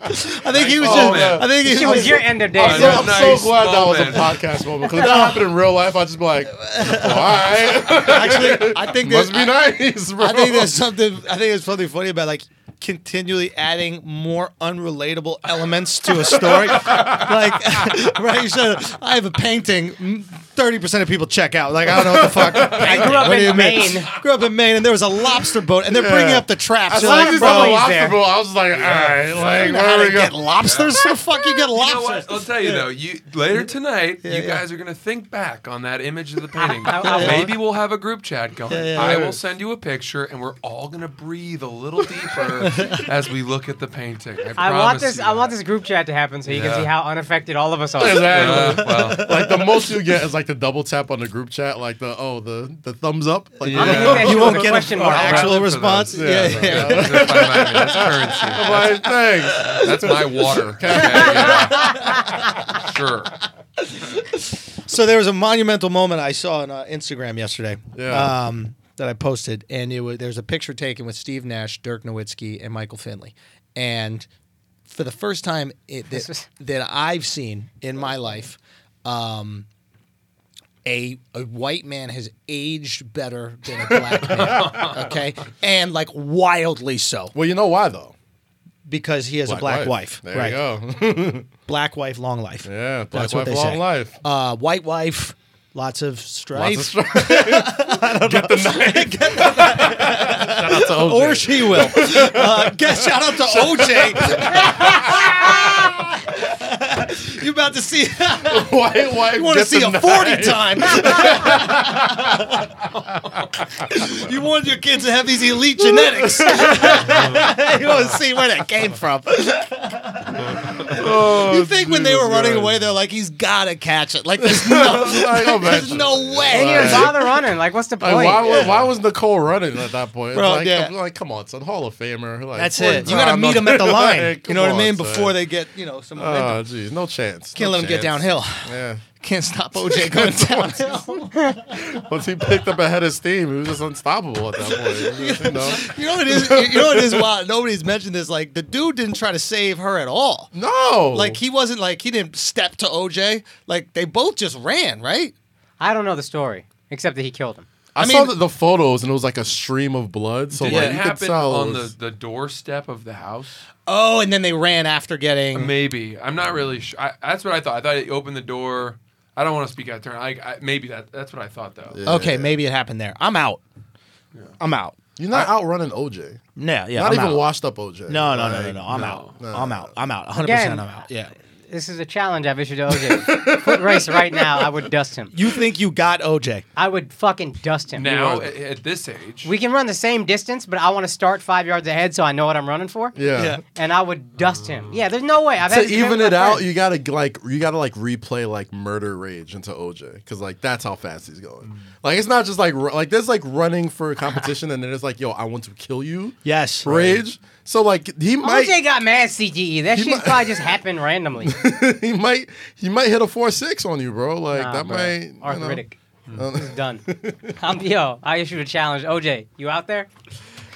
S1: I think he was
S5: Oh,
S1: just.
S5: man.
S1: I think he
S6: It was your end of day.
S5: I
S2: So
S6: bro.
S5: know.
S2: I'm
S5: Nice
S2: so glad
S5: moment.
S2: that was a podcast moment. Because if that happened in real life, I'd just be like, oh, all right.
S1: actually. I think
S2: Must
S1: there's.
S2: be
S1: I,
S2: nice, bro.
S1: I think there's something. I think there's something funny about like continually adding more unrelatable elements to a story. like, right? You said I have a painting. Thirty percent of people check out. Like, I don't know what the fuck. I
S6: grew up in Maine.
S1: Grew up in Maine, and there was a lobster boat, and they're
S2: Yeah.
S1: bringing up the traps.
S2: As
S1: You're
S2: long
S1: like,
S2: as it's
S1: bro,
S2: not a
S6: he's
S2: lobster
S6: there.
S2: bowl, I was like, all right, like,
S1: how
S2: where
S1: do
S2: we
S1: you
S2: go?
S1: get lobsters? Where the fuck you get
S5: You know
S1: lobsters?
S5: what? I'll tell you though. You later tonight,
S1: Yeah,
S5: you
S1: yeah.
S5: guys are gonna think back on that image of the painting.
S6: I- I won't.
S5: Maybe we'll have a group chat going.
S1: yeah,
S5: I
S1: yeah.
S5: will send you a picture, and we're all gonna breathe a little deeper as we look at the painting. I,
S6: I want
S5: promise
S6: this.
S5: you
S6: I want
S5: that.
S6: this group chat to happen so you
S5: Yeah.
S6: can see how unaffected all of us are.
S2: Exactly.
S5: Uh, well,
S2: Like the most you get is like the double tap on the group chat, like the oh the the thumbs up. Like,
S5: Yeah.
S6: I'm gonna hit that
S1: You
S6: shit
S1: won't
S6: with a
S1: get
S6: question
S1: an
S6: mark.
S1: actual
S5: Rattle for
S1: response.
S5: those.
S1: Yeah,
S2: Yeah.
S1: yeah.
S5: that's my- that's currency.
S2: I'm like, thanks.
S5: That's my water. Okay, yeah. Sure.
S1: So there was a monumental moment I saw on uh, Instagram yesterday.
S2: Yeah.
S1: Um, that I posted, and it was there's a picture taken with Steve Nash, Dirk Nowitzki, and Michael Finley, and for the first time it, that, that I've seen in my life, um, a a white man has aged better than a black man. Okay, and like wildly so
S2: Well, you know why though.
S1: because he has a black wife.
S2: There
S1: right.
S2: you go.
S1: Black wife, long life.
S2: yeah, black
S1: That's what they
S2: wife, long
S1: say.
S2: life.
S1: Uh, white wife, lots of strife.
S2: Lots of strife. Get the knife.
S5: Shout out to OJ.
S1: or she will. uh, guess shout out to OJ. you about to see?
S2: White wife.
S1: you want to
S2: get
S1: see
S2: the
S1: a
S2: knife.
S1: forty time? you want your kids to have these elite genetics? you want to see where that came from?
S2: Oh,
S1: You think when they
S2: Jesus
S1: were running
S2: Christ.
S1: away, they're like, "He's gotta catch it." Like there's no,
S2: Like, oh,
S1: there's
S2: man.
S1: no
S6: And
S1: way.
S6: you bother running. Like, what's the point?
S2: Like, why, why, why was Nicole running at that point? It's
S1: Bro,
S2: like,
S1: yeah.
S2: I'm like, come on, son, Hall of Famer. Like,
S1: That's
S2: forty
S1: it. You gotta
S2: times.
S1: meet them at the
S2: Like,
S1: line. you know what
S2: come
S1: I mean?
S2: on,
S1: Before
S2: son.
S1: they get, you know, some.
S2: Oh, jeez, no chance.
S1: can't
S2: no
S1: let them get
S2: chance.
S1: downhill.
S2: Yeah.
S1: Can't stop OJ going downhill.
S2: Once he picked up a head of steam, he was just unstoppable at that point. He was just, you
S1: You
S2: know?
S1: know what it is? You know what it is? Wild. Nobody's mentioned this. Like the dude didn't try to save her at all.
S2: No.
S1: Like he wasn't like he didn't step to OJ. Like they both just ran, right?
S6: I don't know the story, except that he killed him.
S2: I,
S1: I
S2: saw
S1: mean-
S2: the, the photos and it was like a stream of blood. So
S5: Did
S2: like
S5: it
S2: you could
S5: happen
S2: tell it
S5: on
S2: was-
S5: the, the doorstep of the house?
S1: Oh, and then they ran after getting.
S5: Uh, Maybe. I'm not really sure. I, that's what I thought. I thought he opened the door. I don't want to speak out of turn. I, I, maybe that. That's what I thought though.
S2: Yeah.
S1: Okay, maybe it happened there. I'm out. I'm out.
S2: You're not outrunning OJ.
S1: Yeah, yeah.
S2: not
S1: I'm
S2: even
S1: out.
S2: washed up OJ.
S1: No, no, no,
S2: Like,
S1: no, no. I'm
S5: no,
S1: out.
S2: no.
S1: I'm out. I'm out. 100%
S6: Again.
S1: I'm out. Yeah.
S6: This is a challenge I've issued to OJ. Foot race right now, I would dust him.
S1: You think you got OJ?
S6: I would fucking dust him.
S5: Now at, at this age,
S6: We can run the same distance, but I want to start five yards ahead so I know what I'm running for.
S2: Yeah.
S1: Yeah.
S6: And I would dust him. Yeah, there's no way. I've
S2: To
S6: had this debate
S2: even
S6: with
S2: it
S6: my
S2: out,
S6: friends.
S2: you gotta like you gotta like replay like murder rage into OJ because like that's how fast he's
S1: Mm.
S2: going. Like it's not just like ru- like there's like running for a competition and then it's like yo I want to kill you
S1: Yes.
S2: rage. So like he might
S6: OJ got mad CGE. E. That
S2: He
S6: shit
S2: might-
S6: probably just happened randomly.
S2: he might he might hit a four six on you, bro. Like
S6: Nah,
S2: that
S6: bro.
S2: might you know. Hmm.
S6: Arthritic. It's done. I'm, yo, I issued a challenge. OJ, you out there?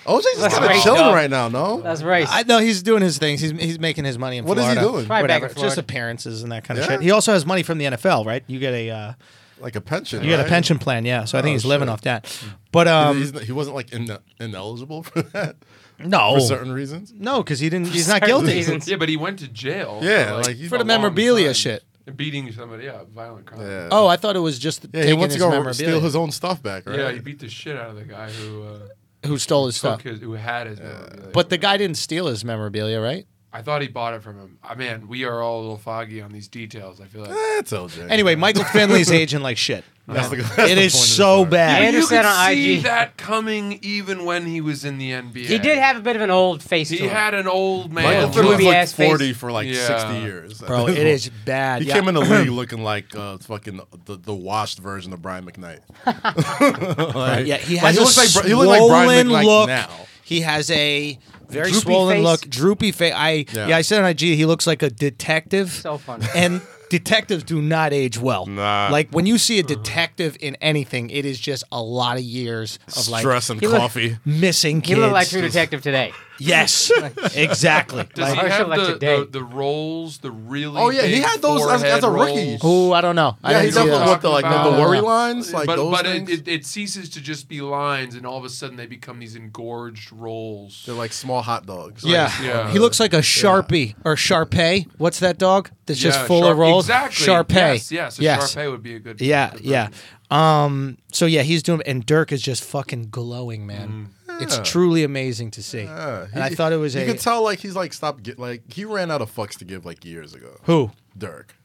S2: OJ's just
S6: That's
S2: kind of
S6: right,
S2: chilling
S6: dog.
S2: right now, no?
S6: That's race.
S1: I know he's doing his things. He's he's making his money in
S2: What is he
S1: Florida.
S2: doing? Probably
S6: back
S1: Whatever.
S6: in
S1: Just
S6: Florida.
S1: appearances and that kind of
S2: Yeah.
S1: shit. He also has money from the NFL, right? You get a uh,
S2: like a pension.
S1: you get a
S2: right?
S1: pension plan, yeah. So I think
S2: Oh,
S1: he's living
S2: shit.
S1: off that. But um,
S2: He's- he wasn't like in, ineligible for that
S1: no,
S2: for certain reasons.
S1: no, because he didn't. He's not
S6: certain
S1: guilty
S6: reasons.
S5: yeah, but he went to jail.
S2: Yeah,
S5: for,
S2: like, he's
S1: for
S5: a
S1: the
S5: long
S1: memorabilia
S5: time.
S1: shit.
S5: beating somebody up, violent crime.
S2: Yeah.
S1: Oh, I thought it was just
S2: yeah. He
S1: taking
S2: wants to
S1: his
S2: go
S1: memorabilia.
S2: steal his own stuff back, right?
S5: Yeah, he beat the shit out of the guy who uh,
S1: who stole his
S5: took
S1: stuff.
S5: his, who had his memorabilia.
S1: But the guy didn't steal his memorabilia, right?
S5: I thought he bought it from him. I man, we are all a little foggy on these details. I feel like
S2: That's OJ.
S1: Anyway, Michael Finley's aging like shit.
S2: that's the, that's
S1: It is
S2: the point of the
S1: so
S2: story.
S1: bad.
S6: Yeah,
S5: you
S6: Anderson
S5: could
S6: on
S5: see
S6: IG.
S5: that coming even when he was in the NBA.
S6: He did have a bit of an old face
S5: He
S6: to him.
S5: had an old man.
S2: Michael
S6: Yeah.
S2: Finley was
S6: Movie
S2: like
S6: ass face.
S2: forty for like sixty
S5: Yeah.
S2: years,
S1: Bro, it is bad.
S2: He
S1: Yeah.
S2: came in the league looking like uh, fucking the, the washed version of Brian McKnight. Like-
S1: yeah, he
S2: like,
S1: has
S2: he
S1: a
S2: looks like, Bri- he looked
S1: swollen
S2: like Brian McKnight
S1: look.
S2: now.
S1: He has a very
S6: Droopy
S1: swollen
S6: face.
S1: look, droopy face. I yeah.
S2: Yeah.
S1: I said on IG he looks like a detective.
S6: So funny.
S1: and detectives do not age well.
S2: Nah.
S1: Like when you see a detective in anything, it is just a lot of years of like
S2: Stress and
S6: he looked-
S2: coffee.
S1: missing kids.
S6: He looked like True Detective today.
S1: Yes, exactly.
S5: Does
S1: Like,
S5: he
S6: Marshall
S5: have
S6: like
S5: the,
S6: today.
S5: the, the rolls? The really
S2: Oh, yeah, he
S5: big
S2: had those as- as a
S5: forehead
S2: rookie.
S5: rolls?
S1: who? I don't know. I
S2: Yeah,
S1: didn't
S2: he's
S1: see
S2: up
S5: definitely
S1: that.
S5: was.
S2: with the like the, the
S5: About-
S2: worry lines, like
S5: but
S2: those
S5: but it,
S2: things.
S5: it, it ceases to just be lines, and all of a sudden they become these engorged rolls.
S2: They're like small hot dogs. Like,
S1: Yeah.
S5: Yeah.
S1: he looks like a Sharpie or Sharpay. What's that dog? That's just
S5: Yeah,
S1: full
S5: Shar-
S1: of rolls.
S5: Exactly.
S1: Sharpay.
S5: Yes, yes. A
S1: yes.
S5: Sharpay would be a good.
S1: Yeah,
S5: good
S1: yeah.
S5: version.
S1: Um. So yeah, he's doing, and Dirk is just fucking glowing, man. It's
S2: Yeah.
S1: truly amazing to see.
S2: yeah.
S1: and I thought it was
S2: You
S1: a
S2: could tell like he's like stopped get like he ran out of fucks to give like years ago.
S1: who?
S2: Dirk.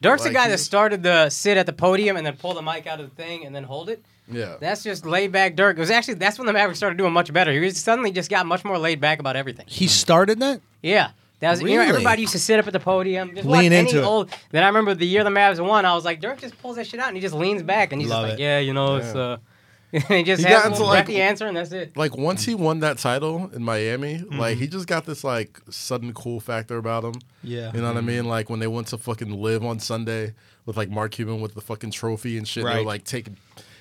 S6: Dirk's
S2: Like,
S6: the guy
S2: he
S6: that
S2: was-
S6: started the sit at the podium and then pull the mic out of the thing and then hold it.
S2: Yeah.
S6: That's just laid back Dirk. It was actually that's when the Mavericks started doing much better. He was- suddenly just got much more laid back about everything.
S1: He started that.
S6: Yeah. That was you know,
S1: Really?
S6: everybody used to sit up at the podium, just
S1: Lean
S6: watch
S1: into
S6: any
S1: it.
S6: old. Then I remember the year the Mavs won, I was like, Dirk just pulls that shit out and he just leans back and he's
S1: Love
S6: just like,
S1: it.
S6: yeah, you know, it's uh, he just
S2: He got
S6: has a
S2: into,
S6: little
S2: like-
S6: breathy answer, and that's it.
S2: Like once he won that title in Miami, like he just got this like sudden cool factor about him.
S1: Yeah.
S2: You know what I mean? Like when they went to fucking live on Sunday with like Mark Cuban with the fucking trophy and shit. They
S1: Right.
S2: were like taking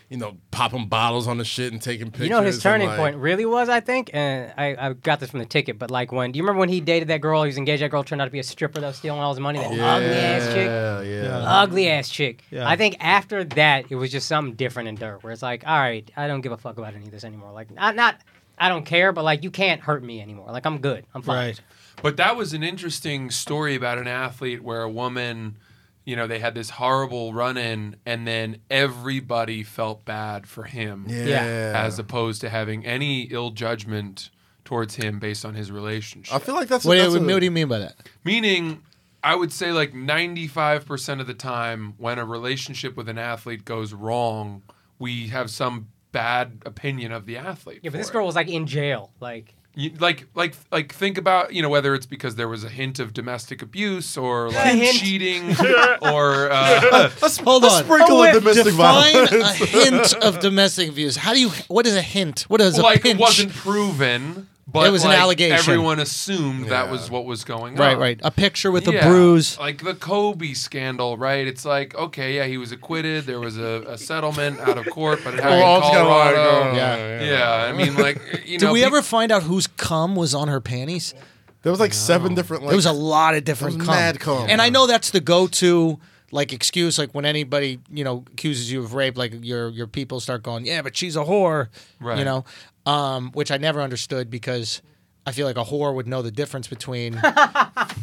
S2: you know, popping bottles on the shit and taking pictures.
S6: You know his
S2: and,
S6: turning
S2: like-
S6: point really was, I think, and I, I got this from the ticket, but like when do you remember when he dated that girl, he was engaged that girl turned out to be a stripper that was stealing all his money, that ugly ass chick.
S2: Yeah, yeah.
S6: Ugly ass chick.
S1: Yeah.
S6: I think after that it was just something different in Dirk where it's like, all right, I don't give a fuck about any of this anymore. Like not not I don't care, but like you can't hurt me anymore. Like I'm good. I'm fine.
S1: Right.
S5: But that was an interesting story about an athlete where a woman, you know, they had this horrible run in and then everybody felt bad for him.
S2: Yeah.
S5: As opposed to having any ill judgment towards him based on his relationship.
S2: I feel like that's
S1: Wait,
S2: that's
S1: wait, what do you mean by that?
S5: Meaning, I would say like 95% of the time when a relationship with an athlete goes wrong, we have some bad opinion of the athlete.
S6: Yeah, but this
S5: for it.
S6: girl was like in jail. Like
S5: You- like like like think about you know whether it's because there was a hint of domestic abuse or like
S6: hint.
S5: cheating or uh,
S1: Let's hold on.
S2: sprinkle
S1: Oh,
S2: of
S1: wait.
S2: domestic
S1: Define
S2: violence.
S1: a hint of domestic abuse. How do you? What is a hint? What is a
S5: like it
S1: pinch?
S5: wasn't proven, but
S1: It was an
S5: like,
S1: allegation.
S5: Everyone assumed that
S2: Yeah.
S5: was what was going on.
S1: right, right. A picture with
S5: Yeah,
S1: a bruise.
S5: like the Kobe scandal, right? It's like okay, yeah, he was acquitted. There was a, a settlement out of court, but it happened
S6: Oh,
S2: Well,
S5: in
S2: it's kinda like,
S5: Colorado.
S2: uh,
S1: Yeah.
S5: yeah. I mean, like you
S1: Did
S5: know,
S1: we
S5: peop-
S1: ever find out whose cum was on her panties?
S2: There was like seven different. Like,
S1: there was a lot of different
S2: was
S1: cum.
S2: mad cum.
S1: And I know that's the go-to like excuse like when anybody, you know, accuses you of rape like your your people start going, "Yeah, but she's a whore."
S5: Right.
S1: You know, um which I never understood because I feel like a whore would know the difference between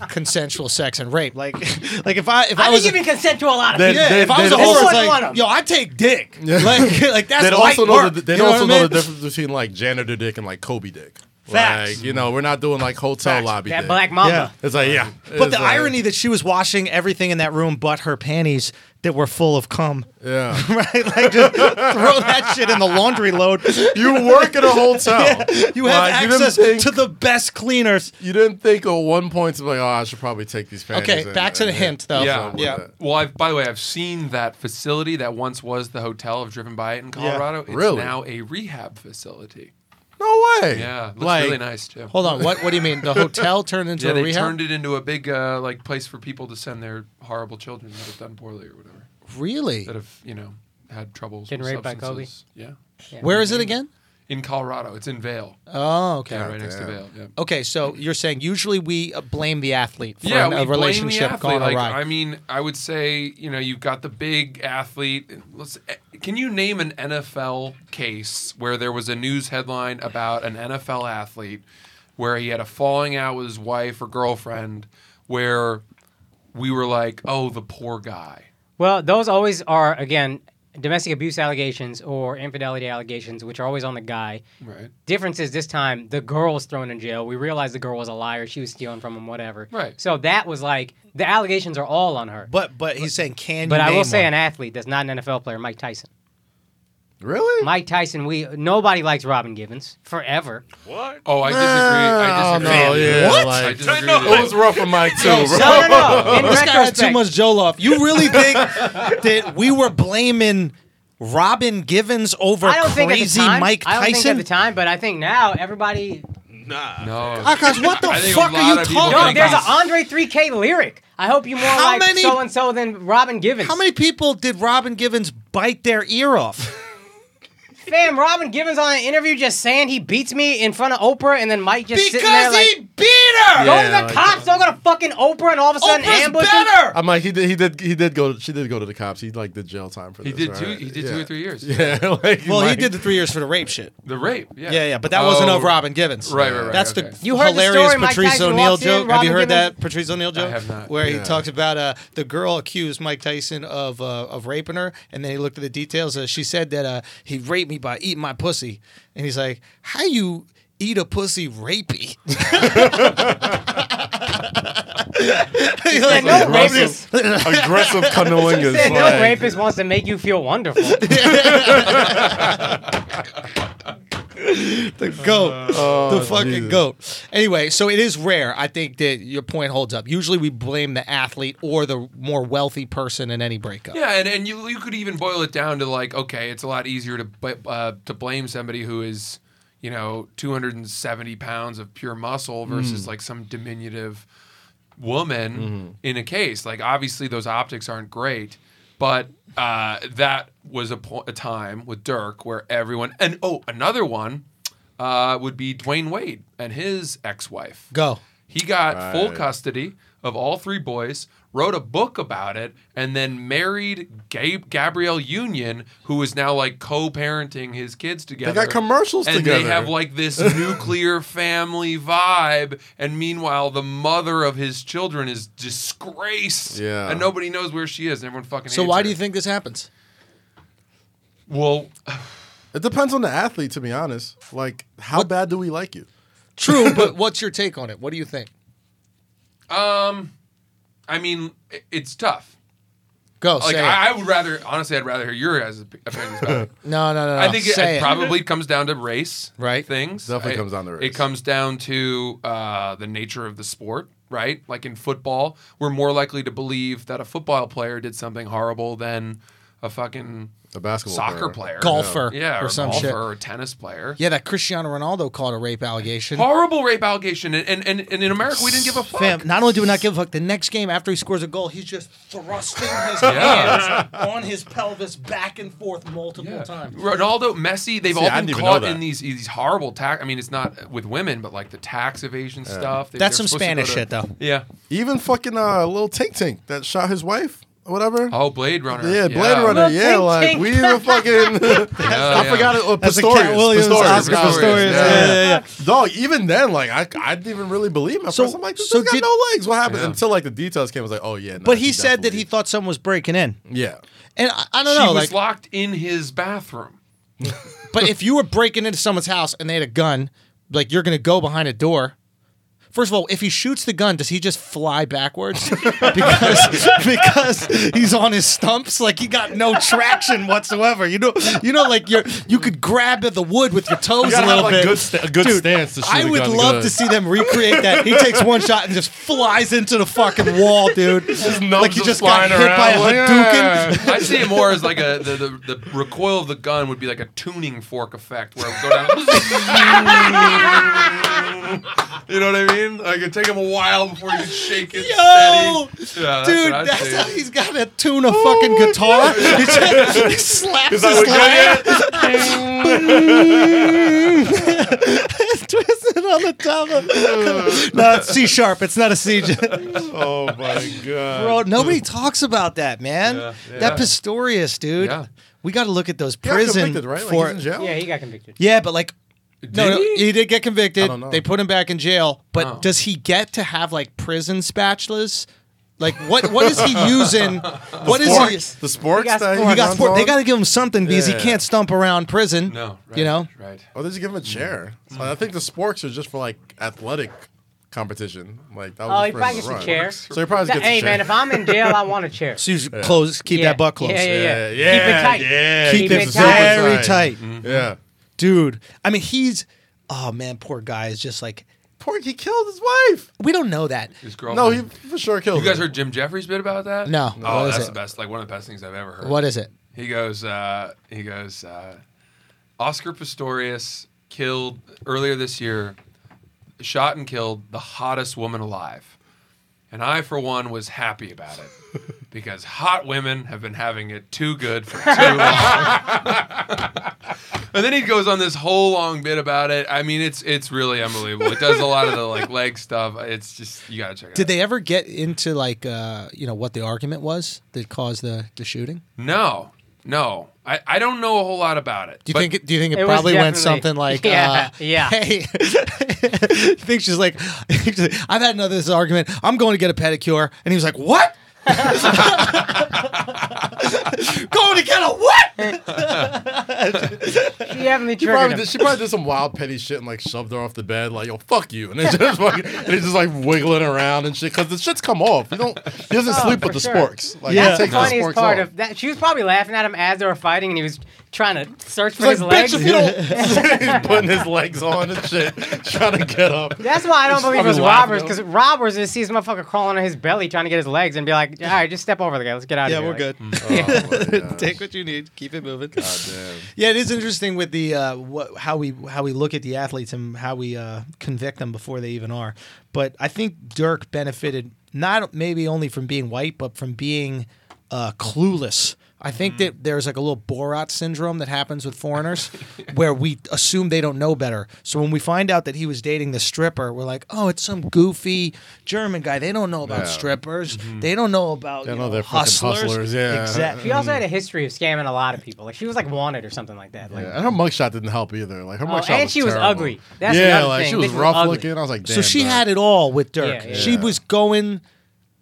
S1: consensual sex and rape. Like like if I if I,
S6: I've been
S1: was a-
S6: giving consent to a lot of
S2: Then-
S6: people.
S1: yeah,
S2: they-
S1: if I
S2: they'd
S1: was a
S2: also-
S1: whore, it's
S6: Everyone want
S1: like,
S6: 'em.
S1: yo, I take dick. Like, like that's
S2: They'd
S1: light
S2: also know
S1: work.
S2: the, they'd
S1: You know
S2: also
S1: what I
S2: know
S1: mean?
S2: the difference between like janitor dick and like Kobe dick.
S1: Facts.
S2: Like, you know, we're not doing like hotel lobby.
S6: that
S2: dick.
S6: black mamba.
S2: It's uh, like yeah.
S1: But the irony that she was washing everything in that room but her panties that were full of cum.
S2: Yeah.
S1: right? Like just throw that shit in the laundry load.
S2: you work at a hotel.
S1: You have
S2: Like, you didn't
S1: access
S2: think-
S1: to the best cleaners.
S2: You didn't think at one point to be like, oh, I should probably take these panties.
S1: Okay,
S2: and-
S1: back to the
S2: and-
S1: hint though.
S5: Yeah,
S2: Yeah.
S5: Well, I've, by the way, I've seen that facility that once was the hotel. I've driven by it in Colorado. It's
S2: Really?
S5: now a rehab facility.
S2: No way.
S5: Yeah, looks
S1: Like-
S5: really nice too.
S1: Hold on, what what do you mean? The hotel turned into
S5: yeah,
S1: a
S5: they
S1: rehab?
S5: turned it into a big uh, like place for people to send their horrible children that have done poorly or whatever
S1: really?
S5: that have you know had troubles.
S6: Getting
S5: with
S6: raped by Kobe?
S5: substances. Yeah,
S1: Where is it again?
S5: in Colorado, it's in Vale.
S1: Oh, okay.
S5: yeah, right next to
S2: damn.
S5: Vale. Yeah.
S1: Okay, so you're saying usually we uh, blame the athlete for
S5: yeah,
S1: an-
S5: we
S1: a
S5: blame the
S1: relationship
S5: athlete.
S1: gone
S5: like,
S1: awry.
S5: I mean, I would say you know you've got the big athlete. Let's eh, can you name an NFL case where there was a news headline about an NFL athlete where he had a falling out with his wife or girlfriend, where we were like, oh, the poor guy.
S6: Well, those always are again domestic abuse allegations or infidelity allegations, which are always on the guy.
S5: Right.
S6: Difference is this time the girl was thrown in jail. We realized the girl was a liar. She was stealing from him, whatever.
S5: Right.
S6: So that was like the allegations are all on her.
S1: but but he's saying can
S6: But
S1: you
S6: I will
S1: name
S6: say
S1: one?
S6: an athlete that's not an NFL player, Mike Tyson.
S2: Really?
S6: Mike Tyson, we nobody likes Robin Givens forever.
S7: What?
S5: Oh, I disagree. I
S2: Oh,
S5: disagree.
S2: no, yeah,
S1: What?
S5: I
S2: like-
S5: disagree.
S2: it was rough on Mike too,
S6: No,
S2: bro.
S6: no, no. In
S1: this guy had
S6: retrospect,
S1: too much Joloff. You really think that we were blaming Robin Givens over
S6: I don't think at the
S1: crazy
S6: time.
S1: Mike
S6: I don't think at
S1: Tyson?
S6: the time, but I think now everybody
S7: Nah.
S5: No.
S1: Akash, Ah, what the
S5: I think a
S1: fuck
S5: lot
S1: are you
S5: of
S1: talking
S5: people think
S6: No,
S1: about?
S5: Thank
S6: there's
S5: you.
S6: an Andre 3K lyric. I hope you more
S1: How
S6: like
S1: many-
S6: so and so than Robin Givens.
S1: How many people did Robin Givens bite their ear off?
S6: Fam, Robin Givens on an interview just saying he beats me in front of Oprah, and then Mike just sitting there
S1: because
S6: like,
S1: he beat her.
S6: "Go
S2: Yeah.
S6: to the
S2: like-
S6: cops, don't go to fucking Oprah," and all of a sudden
S1: Oprah's
S6: ambush. you.
S1: better.
S2: I'm like he did he did he did go she did go to the cops. He like did jail time for
S5: He
S2: this.
S5: did two.
S2: right?
S5: He did
S2: yeah.
S5: two or three years.
S2: Yeah, like
S1: Well, he
S2: Mike-
S1: did the three years for the rape shit.
S5: The rape. Yeah.
S1: Yeah, yeah, but that wasn't
S5: Oh,
S1: of Robin Givens.
S5: Right, right, right,
S1: That's
S5: okay.
S1: the
S6: You heard the
S1: hilarious
S6: story, Mike
S1: Patrice
S6: Tyson
S1: O'Neill
S6: walks in,
S1: joke. have you
S6: Robin
S1: heard
S6: Givens-
S1: that Patrice O'Neill joke?
S5: have not.
S1: Where he
S2: Yeah.
S1: talks about uh, the girl accused Mike Tyson of uh, of raping her, and then he looked at the details. Uh, she said that uh, he raped me by eating my pussy, and he's like, "How you eat a pussy rapey?" He's like,
S6: no
S1: "Robin-
S6: rapist.
S2: aggressive
S6: He
S2: cunnilingus.
S6: said, no
S2: like-
S6: rapist wants to make you feel wonderful.
S1: the goat,
S2: Oh,
S1: the fucking goat. Anyway, so it is rare. I think that your point holds up. Usually, we blame the athlete or the more wealthy person in any breakup.
S5: Yeah, and, and you you could even boil it down to like, okay, it's a lot easier to bu- uh, to blame somebody who is, you know, 270 pounds of pure muscle versus like some diminutive woman in a case. Like, obviously, those optics aren't great, but uh, that was a, po- a time with Dirk where everyone and oh, another one uh, would be Dwayne Wade and his ex-wife.
S1: Go.
S5: He got full
S2: Right.
S5: custody of all three boys, wrote a book about it, and then married Gabe Gabrielle Union, who is now like co-parenting his kids together.
S2: commercials
S5: and
S2: together.
S5: they have like this nuclear family vibe, and meanwhile, the mother of his children is disgraced,
S2: Yeah.
S5: and nobody knows where she is, and everyone fucking.
S1: So
S5: hates
S1: why
S5: her.
S1: do you think this happens?
S5: Well,
S2: It depends on the athlete, to be honest. Like, how bad do we like you?
S1: True, but what's your take on it? What do you think?
S5: I mean, i- it's tough.
S1: Go
S5: Like,
S1: say
S5: I,
S1: it.
S5: I would rather, honestly, I'd rather hear your guys' opinions about it.
S1: No, no, no, no.
S5: I think it,
S1: say
S5: it probably comes down to race,
S1: Right.
S5: Things
S2: Definitely
S5: I-
S2: comes down to
S5: It
S2: race.
S5: comes down to uh, the nature of the sport, right? Like in football, we're more likely to believe that a football player did something horrible than a fucking
S2: A basketball
S5: soccer
S2: player.
S5: player,
S1: golfer,
S5: yeah, or,
S1: or some
S5: golfer
S1: shit.
S5: or a tennis player.
S1: Yeah, that Cristiano Ronaldo called a rape allegation.
S5: Horrible rape allegation, and, and, and, and in America we didn't give a fuck.
S1: Fam, not only do we not give a fuck, the next game after he scores a goal, he's just thrusting his
S5: Yeah.
S1: hands on his pelvis back and forth multiple
S5: Yeah.
S1: times.
S5: Ronaldo, Messi, they've
S2: See, I
S5: all
S2: didn't
S5: been
S2: even
S5: caught
S2: know that.
S5: in these these horrible tax. I mean, it's not with women, but like the tax evasion stuff. They-
S1: That's some
S5: they're supposed to go
S1: Spanish
S5: to-
S1: shit, though.
S5: Yeah.
S2: Even fucking uh, little Tink Tink that shot his wife or whatever.
S5: Oh, Blade Runner.
S2: Yeah, Blade Runner.
S6: Lil
S2: Yeah,
S6: Tink
S2: like
S6: Tink.
S2: we even fucking. I
S5: yeah.
S2: forgot it. Uh,
S1: That's a
S2: Pistorius.
S1: Cat Williams,
S2: Pistorius.
S1: Oscar
S5: Pistorius.
S1: Pistorius.
S5: Yeah.
S1: Yeah, yeah, yeah.
S2: Dog, even then, like I, I didn't even really believe my
S1: So-
S2: first. I'm like, this
S1: so
S2: has got
S1: did-
S2: no legs. What happened
S5: Yeah.
S2: until like the details came? I was like, oh yeah. nah,
S1: But he said that
S2: definitely-
S1: he thought someone was breaking in,
S2: Yeah.
S1: and I, I don't
S5: She
S1: know. Like,
S5: was locked in his bathroom.
S1: but if you were breaking into someone's house and they had a gun, like you're gonna go behind a door. First of all, if he shoots the gun, does he just fly backwards because because he's on his stumps? Like he got no traction whatsoever. You know, you know, like you are you could grab at the wood with your toes
S2: You
S1: a
S2: gotta
S1: little
S2: have like
S1: bit.
S2: good sta- a good
S1: Dude,
S2: stance to shoot
S1: I
S2: a
S1: would
S2: gun
S1: love
S2: good.
S1: to see them recreate that. He takes one shot and just flies into the fucking wall, dude.
S2: nubs
S1: like he
S2: are
S1: just got
S2: flying
S1: hit by a
S2: around.
S1: Hadouken.
S5: I see it more as like a the, the, the recoil of the gun would be like a tuning fork effect where it would go down. you know what I mean? Like it take him a while before you can shake it.
S1: Yo,
S5: steady. Yeah, that's
S1: Dude,
S5: what I
S1: that's
S5: see.
S1: how he's got to tune a fucking guitar. he just he slaps his
S5: Oh,
S1: leg, twists it on the top of. no, it's C sharp. It's not a C.
S2: Oh my god.
S1: Bro, nobody talks about that, man.
S5: Yeah, yeah.
S1: That Pistorius, dude.
S5: Yeah.
S1: We got to look at those
S2: He got
S1: prison
S2: convicted, right? Like,
S1: for.
S2: he's in jail?
S6: Yeah, he got convicted.
S1: yeah, but like. no,
S5: Did
S1: no, he did get convicted.
S2: I don't know.
S1: They put him back in jail. But
S5: Oh.
S1: does he get to have like prison spatulas? Like what? What is he using? What is he?
S2: Sporks. the sports
S6: got
S2: that
S1: He
S2: he
S1: got
S2: runs
S1: sport. They
S2: on?
S1: got to give him something because
S2: Yeah.
S1: he can't stump around prison.
S5: No, right,
S1: you know.
S5: right.
S2: Oh, they just give him a chair. So I think the sporks are just for like athletic competition. Like that was
S6: Oh,
S2: just
S6: he
S2: for him
S6: probably gets
S2: to
S6: a
S2: run.
S6: chair.
S2: So he probably gets a
S6: Hey
S2: chair.
S6: man, if I'm in jail, I want a chair.
S1: So you close. Keep that butt close.
S6: Yeah, yeah, yeah.
S2: Yeah,
S6: Keep it tight.
S2: yeah,
S1: Keep,
S6: Keep
S1: it
S6: it tight.
S1: very
S2: tight.
S1: tight,
S2: yeah.
S1: dude. I mean, he's. Oh man, poor guy is just like
S2: Pork, he killed his wife.
S1: we don't know that.
S5: His
S2: No,
S5: girlfriend.
S2: he for sure killed.
S5: You guys
S2: her.
S5: heard Jim Jeffries bit about that?
S1: No.
S5: Oh,
S1: What is
S5: that's
S1: it?
S5: the best. Like one of the best things I've ever heard.
S1: What is it?
S5: He goes, uh, he goes, uh, Oscar Pistorius killed earlier this year, shot and killed the hottest woman alive. And I, for one, was happy about it because hot women have been having it too good for too long. and then he goes on this whole long bit about it. I mean, it's it's really unbelievable. It does a lot of the like leg stuff. It's just you gotta check it
S1: Did
S5: out.
S1: they ever get into like uh you know what the argument was that caused the the shooting?
S5: no, no, I, I don't know a whole lot about it.
S1: Do you
S5: but-
S1: think? It, do you think it,
S6: It was
S1: probably went
S6: definitely-
S1: something like,
S6: Yeah,
S1: uh,
S6: yeah.
S1: Hey, I think she's like, I've had another this argument. I'm going to get a pedicure, and he was like, what? going to get a what?
S6: She having me
S2: She probably,
S6: triggered him.
S2: did, she probably did some wild petty shit and like shoved her off the bed, like yo, fuck you, and then just fucking, and he's just like wiggling around and shit because the shit's come off. You don't, he doesn't
S6: Oh,
S2: sleep
S6: for
S2: with the
S6: sure.
S2: sporks. Like,
S1: Yeah.
S2: he
S6: That's the
S2: takes the
S6: funniest
S2: sporks
S6: part
S2: off.
S6: of that. She was probably laughing at him as they were fighting, and he was trying to search for
S2: It's
S6: his
S2: like,
S6: legs.
S2: bitch, if you don't. He's putting his legs on and shit, trying to get up.
S6: That's why I don't believe it was
S2: Probably laughing
S6: robbers,
S2: at
S6: because robbers just sees motherfucker crawling on his belly trying to get his legs and be like, all right, just step over the guy. Let's get out
S1: Yeah,
S6: of
S1: we're
S6: here.
S1: good. Take what you need. Keep it moving.
S2: Damn.
S1: Yeah, it is interesting with the uh, what, how we how we look at the athletes and how we uh, convict them before they even are. But I think Dirk benefited not maybe only from being white, but from being uh, clueless. I think
S2: Mm.
S1: that there's like a little Borat syndrome that happens with foreigners, where we assume they don't know better. So when we find out that he was dating the stripper, we're like, oh, it's some goofy German guy. They don't know about
S2: Yeah. Mm-hmm.
S1: strippers. They don't know about
S2: They
S1: you
S2: know
S1: know,
S2: they're fucking
S1: hustlers.
S2: hustlers, yeah.
S1: Exact-
S6: She also had a history of scamming a lot of people. Like she was like wanted or something like that. Like
S2: Yeah, and her mugshot didn't help either. Like her
S6: Oh,
S2: mugshot,
S6: and
S2: was
S6: she was
S2: terrible.
S6: ugly. That's
S2: yeah,
S6: another
S2: like
S6: thing.
S2: she was
S6: Bitch was
S2: rough
S6: ugly.
S2: looking. I was like, damn.
S1: so she
S2: dog.
S1: had it all with Dirk.
S6: Yeah, yeah.
S1: She
S2: Yeah.
S1: was going.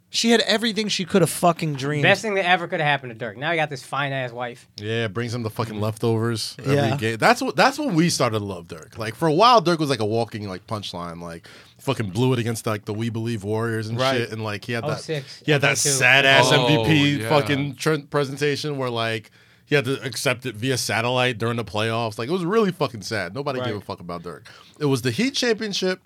S1: She had everything she could have fucking dreamed.
S6: Best thing that ever could have happened to Dirk. Now he got this fine ass wife.
S2: Yeah, brings him the fucking leftovers every
S1: Mm. Yeah.
S2: game. That's what that's when we started to love Dirk. Like for a while, Dirk was like a walking like punchline. Like fucking blew it against like the We Believe Warriors and
S1: Right. Oh,
S2: shit. And like he had that,
S6: 06,
S2: he had that
S6: 02.
S2: sad ass
S5: Oh,
S2: MVP
S5: yeah.
S2: fucking tr- presentation where like he had to accept it via satellite during the playoffs. Like it was really fucking sad. Nobody gave a fuck about Dirk. It was the Heat championship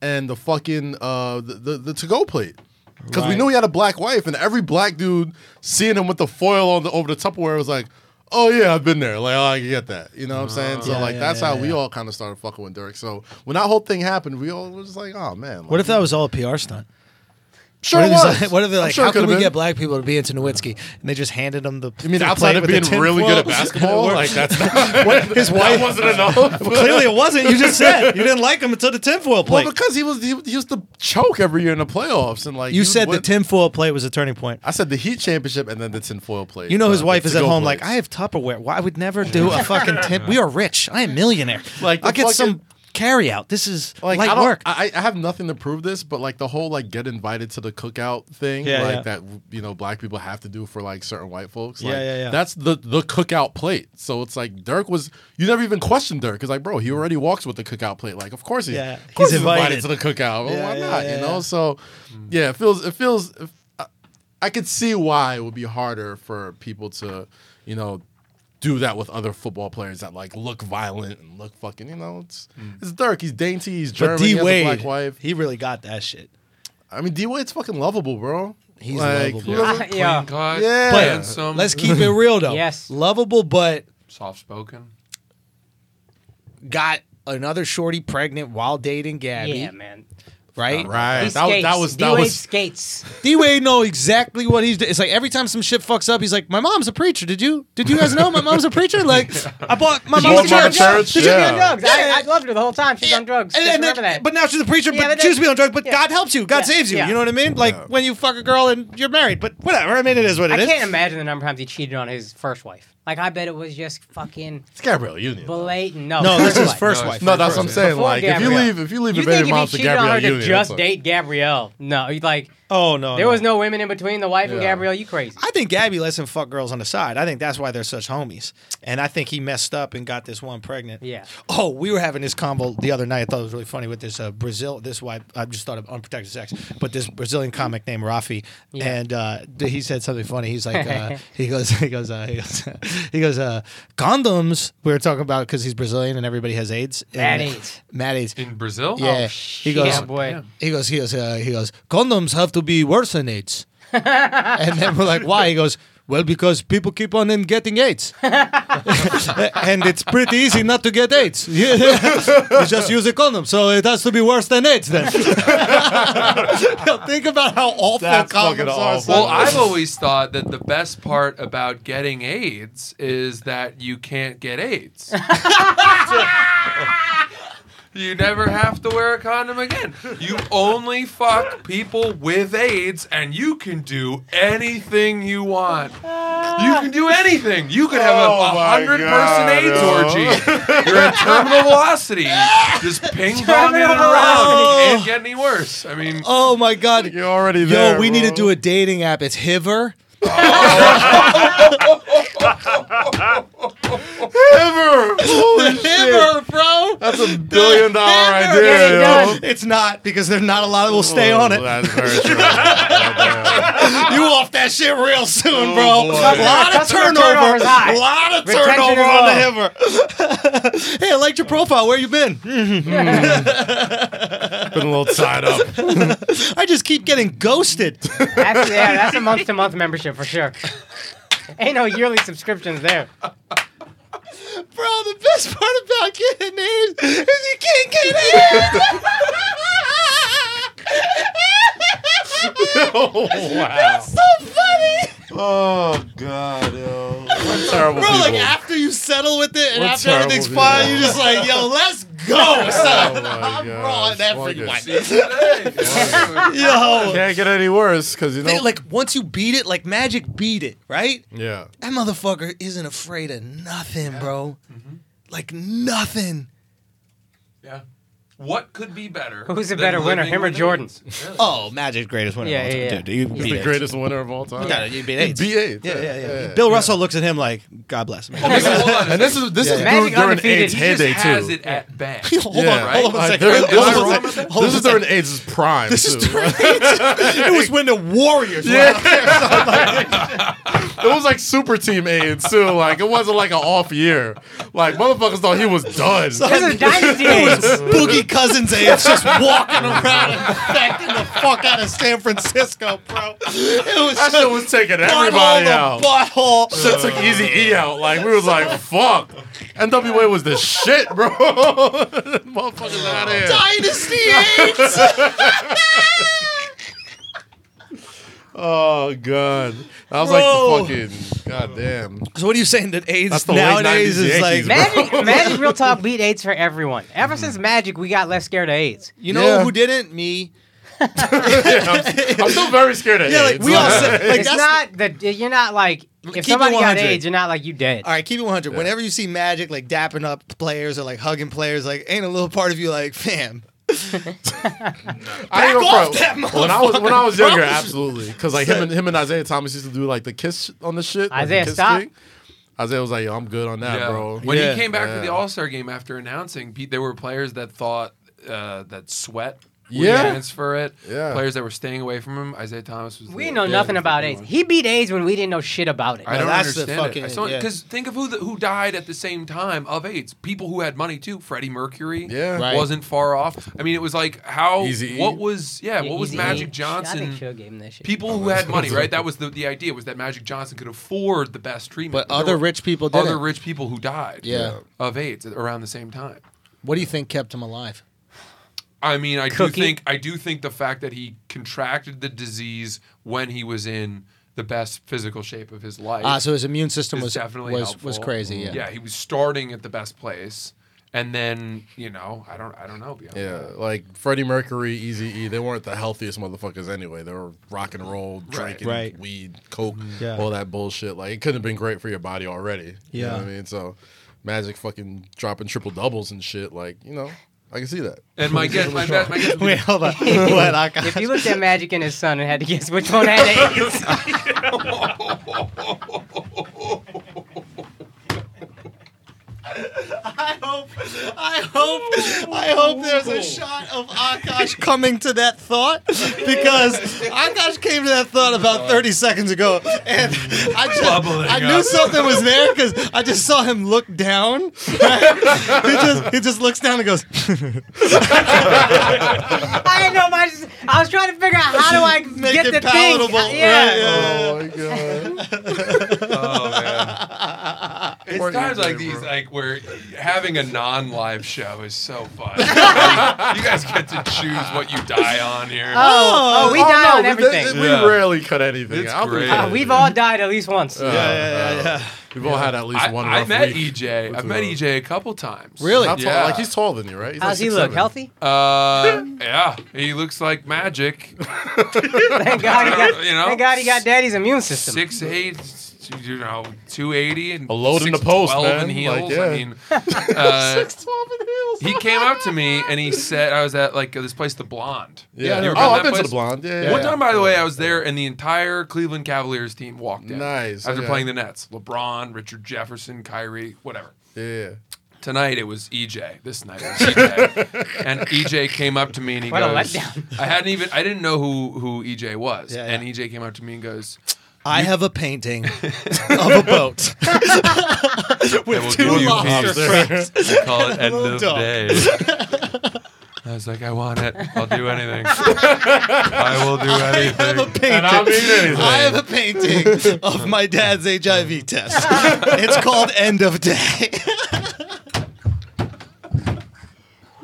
S2: and the fucking uh the the, the to go plate. Because we
S1: Right.
S2: knew he had a black wife, and every black dude seeing him with the foil on the over the Tupperware was like, "Oh yeah, I've been there. Like oh, I can get that." You know what I'm saying?
S1: Oh,
S2: So
S1: Yeah,
S2: like
S1: yeah,
S2: that's
S1: yeah,
S2: how we
S1: yeah.
S2: all kind of started fucking with Dirk. So when that whole thing happened, we all was like, "Oh man." Like,
S1: What if that was all a PR stunt?
S2: Sure
S1: what, if
S2: was.
S1: it's like- what if they're
S2: I'm
S1: like,
S2: sure it
S1: how can
S2: could've
S1: we
S2: been.
S1: get black people to be into Nowitzki? And they just handed him the.
S2: I mean, outside of being really good at basketball, like that's not,
S1: his wife
S2: wasn't enough.
S1: Clearly, it wasn't. You just said you didn't like him until the tinfoil
S2: Well,
S1: plate.
S2: because he was he, he used to choke every year in the playoffs, and like
S1: you
S2: he
S1: said the
S2: would-
S1: tinfoil plate was a turning point.
S2: I said the Heat championship, and then the tinfoil plate.
S1: You know, his
S2: uh,
S1: wife is at
S2: to-go
S1: home,
S2: plates.
S1: like, I have Tupperware. Why I would never do a fucking tin. We are rich. I am millionaire.
S2: Like, the
S1: I'll get some
S2: fucking-
S1: carry out. This is
S2: like I
S1: light
S2: don't-
S1: work.
S2: I, I have nothing to prove this, but like the whole like get invited to the cookout thing,
S1: Yeah,
S2: like
S1: yeah.
S2: that you know black people have to do for like certain white folks.
S1: Yeah,
S2: like,
S1: yeah, yeah.
S2: That's the the cookout plate. So it's like Dirk was you never even questioned Dirk because like bro, he already walks with the cookout plate. Like of course he,
S1: Yeah,
S2: of course
S1: he's
S2: he's invited.
S1: invited.
S2: to the cookout. Well,
S1: Yeah,
S2: why
S1: yeah,
S2: not?
S1: yeah,
S2: you know.
S1: yeah. Mm.
S2: So yeah, it feels it feels. I, I could see why it would be harder for people to you know. Do that with other football players that like look violent and look fucking, you know, it's it's Dirk. He's dainty. He's
S1: Mm. But
S2: German.
S1: D
S2: he has a black
S1: Wade,
S2: wife.
S1: he really got that shit.
S2: I mean, D Wade's fucking lovable, bro.
S1: He's lovable.
S2: who
S5: Yeah.
S2: doesn't-
S6: yeah.
S5: Clean cut,
S2: Yeah.
S1: But
S5: handsome,
S1: let's keep it real though.
S6: Yes.
S1: Lovable, but
S5: soft spoken.
S1: got another shorty pregnant while dating Gabby.
S6: Yeah, man.
S1: Right?
S2: Right. That,
S6: He
S2: was- that
S6: skates.
S2: was that
S6: D-Wade
S2: was.
S6: skates.
S1: D Wade know exactly what he's doing. It's like every time some shit fucks up, he's like, My mom's a preacher. Did you did you guys know my mom's a preacher? Like I bought my
S2: Did you
S1: mom's
S2: go to
S1: a church.
S2: church?
S1: Did you
S2: Yeah.
S1: be
S6: She's on drugs.
S1: Yeah.
S6: I, I loved her the whole time. She's on drugs.
S1: And,
S6: Just
S1: and then-
S6: remember that.
S1: but now she's a preacher,
S6: Yeah,
S1: but
S6: but
S1: she used to
S6: then-
S1: be on drugs, but
S6: yeah.
S1: God helps you. God
S6: Yeah,
S1: saves you.
S6: yeah.
S1: You know what I mean? Like when you fuck a girl and you're married, but whatever. I mean, it is what it
S6: I
S1: is.
S6: can't imagine the number of times he cheated on his first wife. Like I bet it was just fucking
S2: It's Gabrielle Union.
S6: blatant. No,
S1: No, this is
S6: wife.
S1: first
S5: No,
S1: wife.
S2: no, that's what I'm
S5: Before
S2: saying. Like, if you
S6: Gabrielle.
S2: leave, if you leave
S6: You
S2: your baby
S6: think if he
S2: mom to
S6: cheated on her
S2: Gabrielle
S6: to
S2: Union, it's
S6: just
S2: like-
S6: date Gabrielle? No, he's like
S1: Oh no.
S6: there was no women in between the wife and
S2: Yeah.
S6: Gabrielle. You crazy?
S1: I think Gabby lets him fuck girls on the side. I think that's why they're such homies. And I think he messed up and got this one pregnant.
S6: Yeah.
S1: Oh, we were having this convo the other night. I thought it was really funny with this uh, Brazil. This why I just thought of unprotected sex, but this Brazilian comic named Rafi, and uh, th- he said something funny. He's like, uh, he goes, he goes, uh, he goes, he goes, uh, condoms. We were talking about because he's Brazilian and everybody has AIDS.
S6: Mad
S1: And-
S6: AIDS. Oh,
S1: Mad AIDS.
S5: In Brazil?
S1: Yeah. he goes.
S6: Yeah, boy.
S1: He goes, he goes, uh, he goes, condoms have to be worse than AIDS. and then we're like, why? He goes, well, because people keep on in getting AIDS. and it's pretty easy not to get AIDS. you just use a condom. So it has to be worse than AIDS then. Think about how awful
S2: That's fucking
S1: condoms are.
S2: awful.
S1: son.
S5: Well, I've always thought that the best part about getting AIDS is that you can't get AIDS. you never have to wear a condom again. You only fuck people with AIDS, and you can do anything you want. You can do anything. You could have a
S2: Oh my
S5: 100 person
S2: God,
S5: AIDS
S2: yo.
S5: orgy. You're at terminal velocity, just ping ponging it around. It can't get any worse. I mean,
S1: oh my God.
S2: You're already
S1: Yo,
S2: there.
S1: we need to
S2: bro.
S1: do a dating app. It's Hiver.
S2: Ever. Holy shit.
S1: Hiver, bro.
S2: That's a billion dollar
S1: Ever.
S2: idea.
S1: Yeah,
S2: yo. Oh,
S1: it does. It's not because there's not a lot that will stay on it.
S2: That's very true. Goddamn.
S1: You off that shit real soon,
S2: Oh,
S1: bro.
S2: boy.
S1: A lot of
S6: Customer
S1: turnover.
S6: turnover is high.
S1: A lot of
S6: Retention
S1: turnover
S6: is
S1: on the
S6: low.
S1: hiver. hey, I liked your profile. Where you been?
S2: Been a little tied up.
S1: I just keep getting ghosted.
S6: That's, yeah, that's a month to month membership for sure. Ain't no yearly subscriptions there.
S1: Bro, the best part about getting AIDS is you can't get AIDS.
S2: oh, wow.
S1: so funny.
S2: Oh, God, yo. We're terrible
S1: Bro, like
S2: people.
S1: after you settle with it and
S2: We're
S1: after everything's
S2: terrible
S1: fine,
S2: people.
S1: you're just like, yo, let's go,
S2: oh,
S1: son.
S2: my God.
S1: Bro, on everyone.
S2: Fuck it.
S1: Yo.
S2: Can't get any worse because, you know.
S1: They, like once you beat it, like Magic beat it, right?
S2: yeah.
S1: That motherfucker isn't afraid of nothing, bro. Like nothing.
S5: Yeah. What could be better?
S6: Who's a
S5: than
S6: better winner,
S5: living
S6: him or
S5: with
S6: Jordan?
S5: AIDS? Really.
S1: Oh, Magic's greatest winner.
S6: Yeah,
S1: of all
S6: yeah,
S1: time.
S6: yeah.
S1: Dude, you beat
S2: He's the
S1: AIDS.
S2: greatest winner of all time.
S1: Yeah, you beat AIDS.
S2: He beat AIDS.
S1: yeah, yeah, yeah. Bill Russell looks at him like, God bless me.
S5: Okay, hold
S2: Oh,
S5: on.
S2: And this is this is
S6: Yeah. Magic
S2: during, during
S6: undefeated.
S2: AIDS
S5: he
S6: Head
S5: just
S2: heyday
S5: has
S2: too.
S5: it at bay.
S1: hold on,
S2: Yeah.
S1: hold on a
S5: Like,
S1: second.
S5: there-
S1: Hold
S5: there's
S1: on a
S5: a
S1: second.
S5: wrong-
S1: Hold
S2: This
S1: on
S2: is
S1: a
S2: during
S1: second.
S2: AIDS' prime.
S1: This is
S2: too.
S1: during AIDS. It was when the Warriors. were out there.
S2: It was like super team AIDS too. Like it wasn't like an off year. Like motherfuckers thought he was done.
S6: This is Dynasty AIDS.
S1: Boogie Cousins AIDS just walking around and infecting the fuck out of San Francisco, bro. It was
S2: That
S1: just
S2: shit was taking
S1: butthole
S2: everybody
S1: to
S2: out.
S1: Butthole.
S2: Shit took Easy E out. Like we was like, fuck. NWA was the shit, bro. motherfuckers out here.
S1: Dynasty AIDS.
S2: Oh god. That was
S1: Bro.
S2: like the fucking goddamn.
S1: So what are you saying that
S2: That's
S1: AIDS
S2: the late
S1: nowadays
S2: 90s,
S1: is
S2: the
S1: like
S2: 80s, bro.
S6: Magic, Magic Real Talk beat AIDS for everyone. Ever since Magic, we got less scared of AIDS.
S1: you know
S2: Yeah.
S1: who didn't me?
S2: I'm still very scared of
S1: Yeah, like
S2: AIDS.
S1: we all said, like
S6: it's
S1: that's
S6: not that you're not like if
S1: Keep it
S6: somebody got
S1: 100.
S6: AIDS, you're not like you dead.
S1: All right, keep it 100. Whenever you see Magic like dapping up players or like hugging players, like ain't a little part of you like, fam.
S2: I ain't
S1: Back
S2: gonna
S1: off
S2: front.
S1: that
S2: when I was when I was
S1: bro.
S2: younger, absolutely, because like him and him and Isaiah Thomas used to do like the kiss on the shit. like, the
S6: Isaiah,
S2: kiss
S6: stop.
S2: thing. Isaiah was like, "Yo, I'm good on that,
S5: Yeah.
S2: bro."
S5: When
S1: Yeah.
S5: he came back to the
S2: Yeah.
S5: All Star game after announcing, Pete, there were players that thought uh, that sweat would
S2: Yeah.
S5: transfer it.
S2: Yeah.
S5: Players that were staying away from him. Isaiah Thomas was.
S6: We
S5: the-
S6: know
S5: yeah,
S6: nothing
S5: was the
S6: about
S5: big
S6: AIDS.
S5: one.
S6: He beat AIDS when we didn't know shit about it.
S5: I don't
S1: that's the
S5: understand
S1: fucking-
S5: it.
S1: yeah.
S5: Because think of who the, who died at the same time of AIDS. People who had money too. Freddie Mercury.
S2: Yeah. E.
S1: Right.
S5: Wasn't far off. I mean, it was like how.
S2: Eazy-E.
S5: What was yeah?
S6: Yeah,
S5: What was
S6: Eazy-E.
S5: Magic
S6: I think
S5: Johnson?
S6: Suge gave him that shit.
S5: People who had money, right? That was the, the idea was that Magic Johnson could afford the best treatment.
S1: But other
S5: there were
S1: rich people did
S5: other
S1: it.
S5: rich people who died
S1: Yeah.
S5: of AIDS around the same time.
S1: What do you think kept him alive?
S5: I mean, I
S6: Cookie.
S5: do think I do think the fact that he contracted the disease when he was in the best physical shape of his life
S1: Ah, so his immune system
S5: is
S1: was
S5: definitely
S1: was,
S5: helpful.
S1: was crazy. Yeah.
S5: yeah, he was starting at the best place, and then you know, I don't, I don't know. Beyond
S2: Yeah, like Freddie Mercury, Easy E, they weren't the healthiest motherfuckers anyway. They were rock and roll, drinking
S1: Right. Mm,
S2: weed, coke,
S1: Yeah.
S2: all that bullshit. Like it couldn't have been great for your body already. You know
S1: Yeah.
S2: what I mean? So Magic fucking dropping triple doubles and shit, like, you know, I can see that.
S5: that. and my guess, my, bet- my guess, would be-
S1: Wait, hold on. what, I got-
S6: If you looked at Magic and his son and had to guess which one had AIDS,
S1: I hope, I hope, I hope there's a shot of Akash coming to that thought because Akash came to that thought about 30 seconds ago, and I just, I knew something was there because I just saw him look down. he just, he just looks down and goes,
S6: I didn't know much. I was trying to figure out how do I
S1: Make
S6: get
S1: it
S6: the
S1: palatable,
S6: thing. Yeah.
S1: right, yeah.
S2: Oh my god.
S5: oh, man.
S2: Poor
S5: It's times
S2: Easy,
S5: like
S2: bro.
S5: these, like where having a non-live show is so fun. you guys get to choose what you die on here.
S6: Oh, oh, we
S2: Oh,
S6: die
S2: no,
S6: on
S2: we-
S6: everything.
S2: We
S5: Yeah.
S2: rarely cut anything.
S5: It's
S2: I'll be
S5: great.
S2: honest.
S5: Uh,
S6: We've all died at least once.
S2: Uh,
S1: Yeah, yeah, yeah,
S2: uh,
S1: yeah.
S2: We've all had at least
S5: I,
S2: one.
S5: I
S2: rough
S5: met E-
S2: week.
S5: EJ.
S2: What's
S5: I've met
S2: it, uh,
S5: EJ a couple times.
S1: Really?
S2: How tall?
S5: Yeah.
S2: Like he's taller than you, right? He's
S6: How's
S2: like
S6: he
S2: 6'7".
S6: look? Healthy?
S5: Uh, yeah, he looks like magic.
S6: Thank God he got.
S5: You know?
S6: Thank God he got daddy's immune system.
S5: Six eight, you know, two eighty, and
S2: A load in the post,
S5: 6'12"
S2: man.
S5: in heels.
S2: Like, yeah.
S5: I mean, uh,
S2: twelve in heels.
S5: he came up to me and he said, "I was at like this place, the Blonde."
S2: Yeah.
S5: You ever
S2: oh,
S5: been
S2: I've
S5: to that
S2: been to the
S5: place?
S2: blonde. Yeah. yeah,
S5: One
S2: yeah.
S5: time, by the way, I was there, and the entire Cleveland Cavaliers team walked in.
S2: Nice,
S5: After
S2: okay.
S5: playing the Nets, LeBron, Richard Jefferson, Kyrie, whatever.
S2: Yeah.
S5: Tonight it was EJ. This night it was EJ, and EJ came up to me and he
S6: What a
S5: goes,
S6: letdown.
S5: "I hadn't even I didn't know who who EJ was."
S1: Yeah,
S5: and
S1: yeah.
S5: EJ came up to me and goes,
S1: I have a painting of a boat.
S5: "I will give you peace. I call it end
S1: Little
S5: of
S1: dog.
S5: day." I was like, "I want it. I'll do anything. I will do
S1: I have a
S5: anything."
S1: painting.
S9: I mean anything.
S1: I have a painting of my dad's HIV test. It's called End of Day.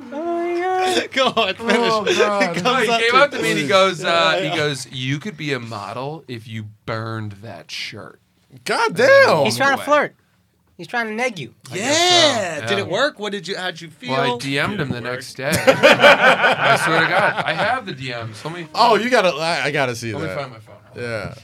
S1: Go on, finish. It comes
S5: he
S1: up
S5: came
S1: to-
S5: up to me and he goes, uh, "He goes, you could be a model if you burned that shirt."
S2: God damn.
S6: He's trying to
S5: way.
S6: flirt. He's trying to neg you.
S1: yeah.
S5: so,
S1: Did
S5: yeah.
S1: it work? What did you? How'd you feel?
S5: Well, I DM'd him the next day. I swear to God, I have the DMs. Let me.
S2: Oh, you gotta. I, I gotta see
S5: let me
S2: that.
S5: find my phone.
S2: yeah.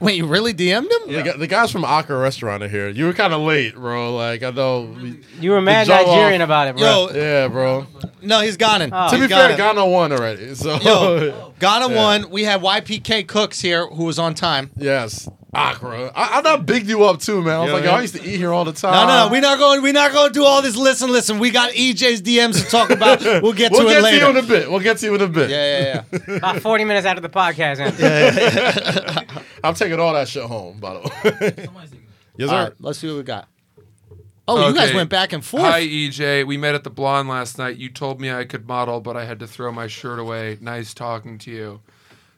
S1: Wait, you really DM'd him?
S2: The, gu- the guys from Akka restaurant are here. You were kind of late, bro. Like I know. we-
S6: You were mad
S2: jaw off.
S6: Nigerian about it, bro.
S1: Yo,
S2: yeah, bro.
S1: no, he's gone. in.
S6: Oh.
S2: Ah. to
S1: He's
S2: be
S1: gone
S2: fair,
S1: in.
S2: Ghana won already. So
S1: Yo, Ghana won. We had YPK Cooks here, who was on time.
S2: yes, Accra. I, I not bigged you up too, man. I was
S1: Yeah,
S2: like,
S1: man.
S2: yo, I used to eat here all the time.
S1: No, no, no. We're not going. We're not going to do all this. Listen, listen. We got E EJ's DMs to talk about. We'll get
S2: We'll
S1: to
S2: get
S1: it later.
S2: to you in a bit. We'll get to you in a bit.
S1: yeah, yeah, yeah.
S6: About 40 minutes out of the podcast. ends.
S2: I'm taking all that shit home, by the way. yes, sir.
S1: All right, let's see what we got. Oh, you guys
S5: Okay.
S1: went back and forth.
S5: Hi, EJ. We met at the Blonde last night. You told me I could model, but I had to throw my shirt away. Nice talking to you.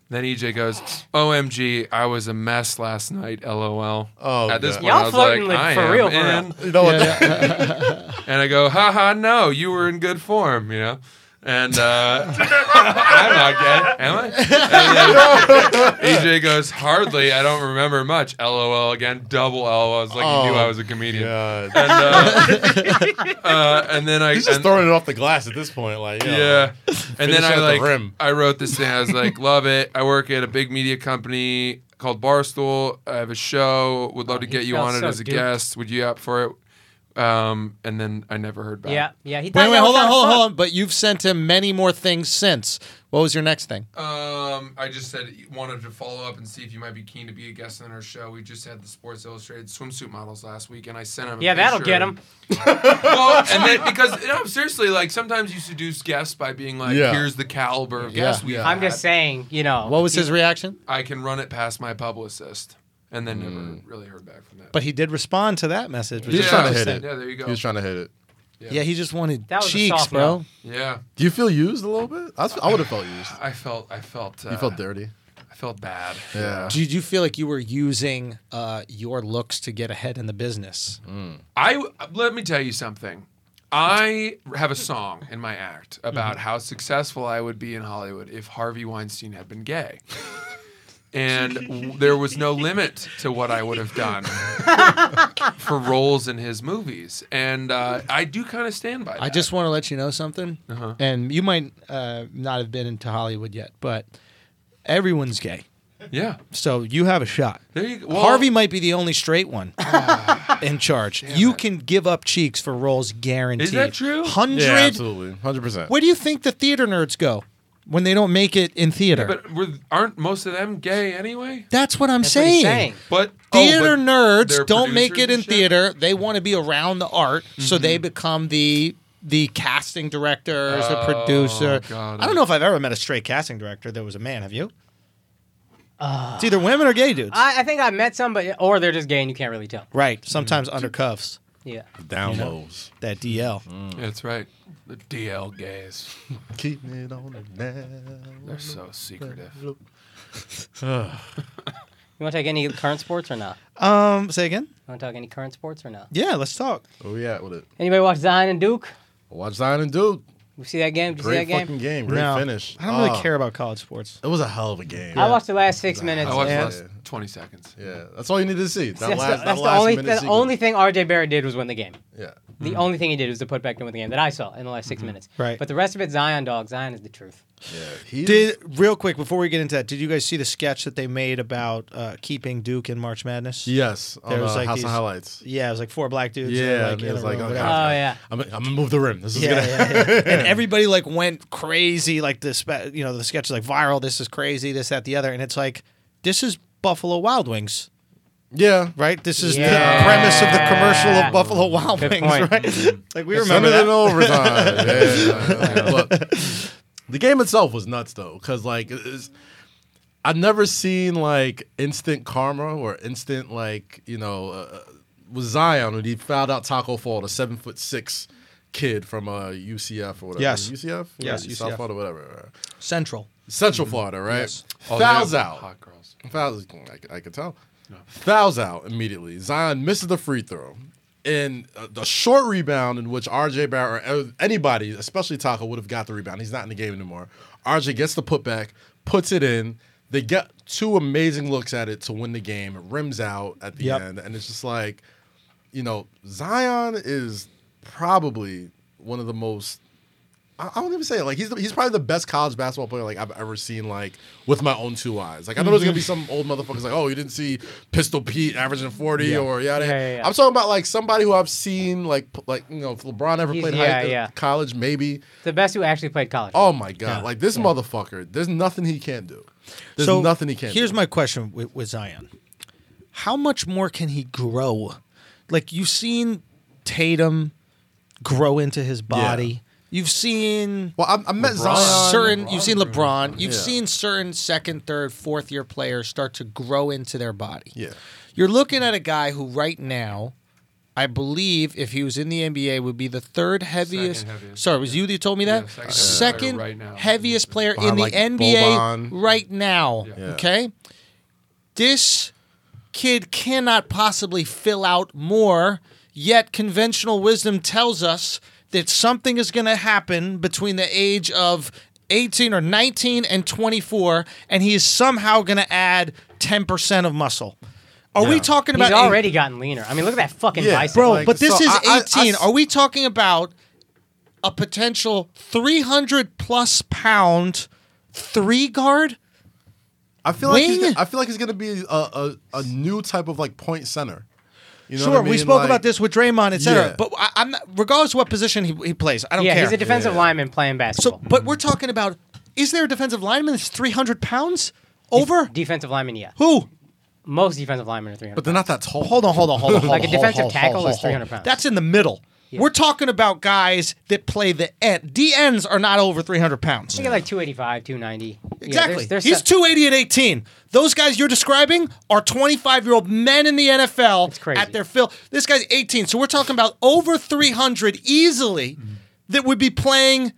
S5: Then EJ goes, "OMG, I was a mess last night. LOL."
S2: Oh,
S5: at this
S2: God.
S5: point,
S6: Y'all
S5: I was
S6: flirting,
S5: like,
S6: like,
S5: "I
S6: for
S5: am
S6: real, for real.
S5: in."
S2: You know what?
S5: And I go, haha, no, you were in good form, you know? And uh, I'm not gay, am I? And then EJ goes, hardly, I don't remember much. LOL again, double LOL. It's like you knew
S2: Oh,
S5: I was a comedian.
S2: God.
S5: And, uh, uh, and then I.
S2: He's just
S5: and-
S2: throwing it off the glass at this point. Like, yo.
S5: yeah. And
S2: Finish
S5: then
S2: it at
S5: I
S2: the
S5: like
S2: rim.
S5: I wrote this thing. I was like, love it. I work at a big media company called Barstool. I have a show. Would love to
S6: Oh, he
S5: get you
S6: felt
S5: on it
S6: so
S5: as a
S6: duped.
S5: guest. Would you up for it? Um, and then I never heard back.
S6: yeah, yeah. He
S1: Wait,
S6: thought
S1: wait,
S6: that
S1: hold on,
S6: was kinda
S1: hold on,
S6: fun.
S1: hold on. But you've sent him many more things since. What was your next thing?
S5: Um, I just said wanted to follow up and see if you might be keen to be a guest on our show. We just had the Sports Illustrated swimsuit models last week, and I sent him. A
S6: Yeah, that'll
S5: picture.
S6: get him.
S5: well, and then because you know, seriously, like sometimes you seduce guests by being like,
S2: Yeah.
S5: "Here's the caliber of
S1: Yeah.
S5: guest we."
S2: Yeah.
S6: I'm just saying, you know.
S1: What was his reaction?
S5: I can run it past my publicist, and
S2: Mm.
S5: then never really heard back from that.
S1: But he did respond to that message. which
S5: yeah,
S1: is-
S2: He's just trying to hit it.
S5: Yeah, there you go.
S2: He was trying to hit it.
S1: yeah, he just wanted
S6: That was a
S1: cheeks,
S6: soft
S1: bro.
S6: no.
S5: yeah,
S2: Do you feel used a little bit? I, was- I would have felt used.
S5: I felt, I felt, uh,
S2: You felt dirty.
S5: I felt bad.
S2: Yeah.
S1: Did you feel like you were using uh, your looks to get ahead in the business?
S5: I let me tell you something. I have a song in my act about
S1: Mm-hmm.
S5: how successful I would be in Hollywood if Harvey Weinstein had been gay. And w- there was no limit to what I would have done for roles in his movies. And uh, I do kind of stand by that.
S1: I
S2: Mm.
S1: just want to let you know something,
S2: Uh-huh.
S1: and you might uh, not have been into Hollywood yet, but everyone's gay,
S5: Yeah.
S1: so you have a shot.
S5: There you go. Well,
S1: Harvey might be the only straight one
S6: Ah.
S1: in charge. You
S5: it.
S1: can give up cheeks for roles guaranteed.
S5: Is that true?
S1: Hundred.
S2: Yeah, absolutely. 100%.
S1: Where do you think the theater nerds go when they don't make it in theater?
S5: But were, aren't most of them gay anyway?
S1: That's what I'm
S6: That's what
S1: saying.
S6: he's saying.
S5: But
S1: Theater
S5: oh, but they're
S1: nerds don't make
S5: producers
S1: it in
S5: and shit? Mm-hmm.
S1: theater. They want to be around the art, so they become the the casting directors,
S5: Oh,
S1: the producer.
S5: got
S1: I
S5: it.
S1: don't know if I've ever met a straight casting director that was a man. Have you? it's either women or gay dudes.
S6: Uh, I, I think I met some, but or they're just gay and you can't really tell.
S1: right. Sometimes
S5: Mm.
S1: under cuffs.
S6: Yeah.
S2: Down
S1: know?
S2: lows.
S1: That DL.
S5: That's right. The DL gays.
S2: Keeping it on the down.
S5: They're so secretive.
S6: You want to talk any current sports or not?
S1: Um, say again.
S6: You want to talk any current sports or not?
S1: Yeah, let's talk.
S2: Where we at with it?
S6: Anybody watch Zion and Duke?
S2: Watch Zion and Duke.
S6: You see that game? Did you see
S2: Great
S6: that game?
S2: fucking game. Great
S1: No,
S2: finish.
S1: I don't really
S2: Oh,
S1: care about college sports.
S2: It was a hell of a game.
S6: I watched the last six minutes.
S5: I watched
S1: Yeah.
S5: the last 20 seconds.
S2: Yeah, that's all you need to see. That last,
S6: That's, the,
S2: that
S6: that's the
S2: last
S6: only
S2: minute
S6: the
S2: sequence.
S6: only thing RJ Barrett did was win the game.
S2: Yeah,
S6: The only thing he did was to put back in with the game that I saw in the last 6 minutes.
S1: Mm-hmm. Right.
S6: But the rest of it, Zion dog. Zion is the truth.
S2: yeah. He
S1: Did real quick before we get into that, did you guys see the sketch that they made about uh, keeping Duke in March Madness?
S2: yes. On,
S1: There was,
S2: uh,
S1: like,
S2: House
S1: these-
S2: of Highlights.
S1: Yeah, it was like four black dudes.
S2: Yeah,
S1: like, in
S2: it was
S1: a
S2: like
S1: room,
S2: okay,
S1: whatever.
S6: Oh, yeah.
S2: I'm, I'm gonna move the rim. This is
S1: yeah,
S2: gonna,
S1: yeah, yeah. and everybody like went crazy. Like the spe- you know the sketch is like viral. This is crazy. This that the other, and it's like this is Buffalo Wild Wings.
S2: Yeah.
S1: right? This is the
S6: Yeah.
S1: premise of the commercial of Buffalo Wild
S6: Good
S1: Wings,
S6: point.
S1: right? like we
S2: Send
S1: remember
S2: it in
S1: that.
S2: overtime. Yeah. Look, the game itself was nuts though, because like it- it's- I've never seen like instant karma or instant like you know uh, was Zion when he fouled out Taco Fall, the seven foot six kid from uh, UCF or whatever.
S1: Yes.
S2: UCF.
S1: Yes,
S2: Yeah, South
S1: UCF.
S2: Florida, whatever.
S1: Central.
S2: Central Florida, right?
S1: Yes.
S5: Oh, they
S2: Fouls
S5: have
S2: out.
S5: Hot girls.
S2: Fouls, I, c- I could tell. Fouls out immediately. Zion misses the free throw. And uh, the short rebound in which RJ Barrett or uh, anybody, especially Taco, would have got the rebound. He's not in the game anymore. RJ gets the putback, puts it in. They get two amazing looks at it to win the game. It rims out at the
S1: Yep.
S2: end. And it's just like, you know, Zion is probably one of the most. I I don't even say it. Like he's the, he's probably the best college basketball player like I've ever seen. Like with my own two eyes. Like I know there's gonna be some old motherfuckers like, oh, you didn't see Pistol Pete averaging forty or yada.
S6: Yeah, yeah, yeah.
S2: I'm talking about like somebody who I've seen like p- like you know if LeBron ever
S6: He's-
S2: played
S6: yeah,
S2: high, uh,
S6: yeah.
S2: college maybe.
S6: The best who actually played college.
S2: Oh my god! Like this motherfucker. There's nothing he can't do. There's
S1: so
S2: nothing he can't.
S1: Here's
S2: do.
S1: my question with, with Zion: How much more can he grow? Like you've seen Tatum grow into his body. You've seen
S2: Well, I, I met Zion.
S1: certain. You've seen LeBron. You've
S2: Yeah.
S1: seen certain second, third, fourth year players start to grow into their body.
S2: Yeah.
S1: You're looking at a guy who right now, I believe, if he was in the NBA, would be the third heaviest.
S5: heaviest.
S1: Sorry, was you that told me that?
S5: Yeah, second
S1: second
S5: heaviest player right now.
S1: heaviest player in
S2: Behind,
S1: the
S2: like,
S1: NBA
S2: Boban.
S1: right now.
S5: Yeah.
S1: Okay, this kid cannot possibly fill out more. Yet conventional wisdom tells us that something is going to happen between the age of 18 or 19 and 24, and he is somehow going to add 10% of muscle. Are we talking
S6: He's
S1: about a-
S6: already gotten leaner. I mean, look at that fucking
S2: Yeah,
S6: bicep.
S1: bro?
S2: Like,
S1: but this
S2: so
S1: is
S2: I- I- I
S1: 18.
S2: s-
S1: Are we talking about a potential 300 plus pound three guard?
S2: I feel like he's,
S1: Wing?
S2: gonna- I feel like he's gonna be a, a, a new type of like point center. You know
S1: sure,
S2: what I
S1: we
S2: mean?
S1: spoke
S2: Like-
S1: about this with Draymond, et cetera.
S2: Yeah.
S1: But I, I'm not, regardless of what position he, he plays, I don't
S6: yeah,
S1: care.
S6: he's a defensive lineman playing
S1: so,
S6: basketball.
S1: but we're talking about is there a defensive lineman that's 300 pounds over?
S6: defensive lineman, yeah.
S1: Who?
S6: Most defensive linemen are 300.
S2: but they're not that tall.
S1: Hold on, hold on, hold on. Hold
S6: Like
S1: on,
S6: a defensive
S1: hold on,
S6: tackle
S1: hold on,
S6: is 300 pounds.
S1: That's in the middle. We're talking about guys that play the end. The ends are not over 300 pounds.
S6: I think like 285, 290. Yeah, there's-
S1: Exactly.
S6: there's
S1: He's
S6: some-
S1: 280 at 18. Those guys you're describing are 25 year old men in the NFL
S6: crazy.
S1: at their fill. This guy's 18. So we're talking about over 300 easily that would be playing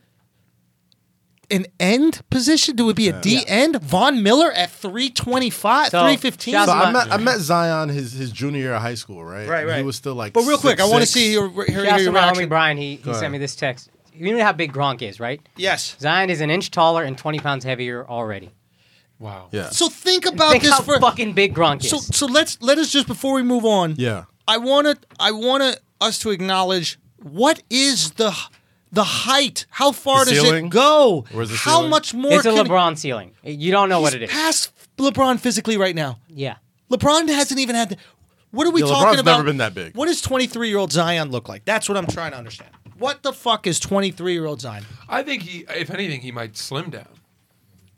S1: an end position. It would be a D end. Von Miller at 325,
S6: So,
S1: 315.
S6: shout
S2: So I
S6: Zion-
S2: met I met Zion his his junior year of high school, right?
S1: Right,
S2: And
S1: right.
S2: He was still like.
S1: but real quick, I want to
S2: 6'6".
S1: see your, hear
S6: Shouts
S1: your
S6: to my homie
S1: reaction.
S6: Brian. He, he
S2: ahead.
S6: sent me this text. You know how big Gronk is, right?
S1: Yes.
S6: Zion is an inch taller and 20 pounds heavier already.
S5: Wow.
S2: Yeah.
S1: So think about
S6: Think
S1: this
S6: how
S1: for.
S6: fucking big Gronk is.
S1: So, so let's let us just before we move on.
S2: Yeah.
S1: I want to I want to us to acknowledge what is the the height? How far
S2: The
S1: does
S2: ceiling?
S1: it go?
S2: Where's the
S1: How
S2: ceiling?
S1: much more
S6: it's a
S1: can
S6: LeBron ceiling. You don't know
S1: he's
S6: what it is.
S1: Past LeBron physically right now.
S6: yeah.
S1: LeBron hasn't even had the, What are we
S2: Yeah, LeBron's
S1: talking about?
S2: never been that big.
S1: What does 23-year-old Zion look like? That's what I'm trying to understand. What the fuck is 23-year-old Zion?
S5: I think he, if anything, he might slim down.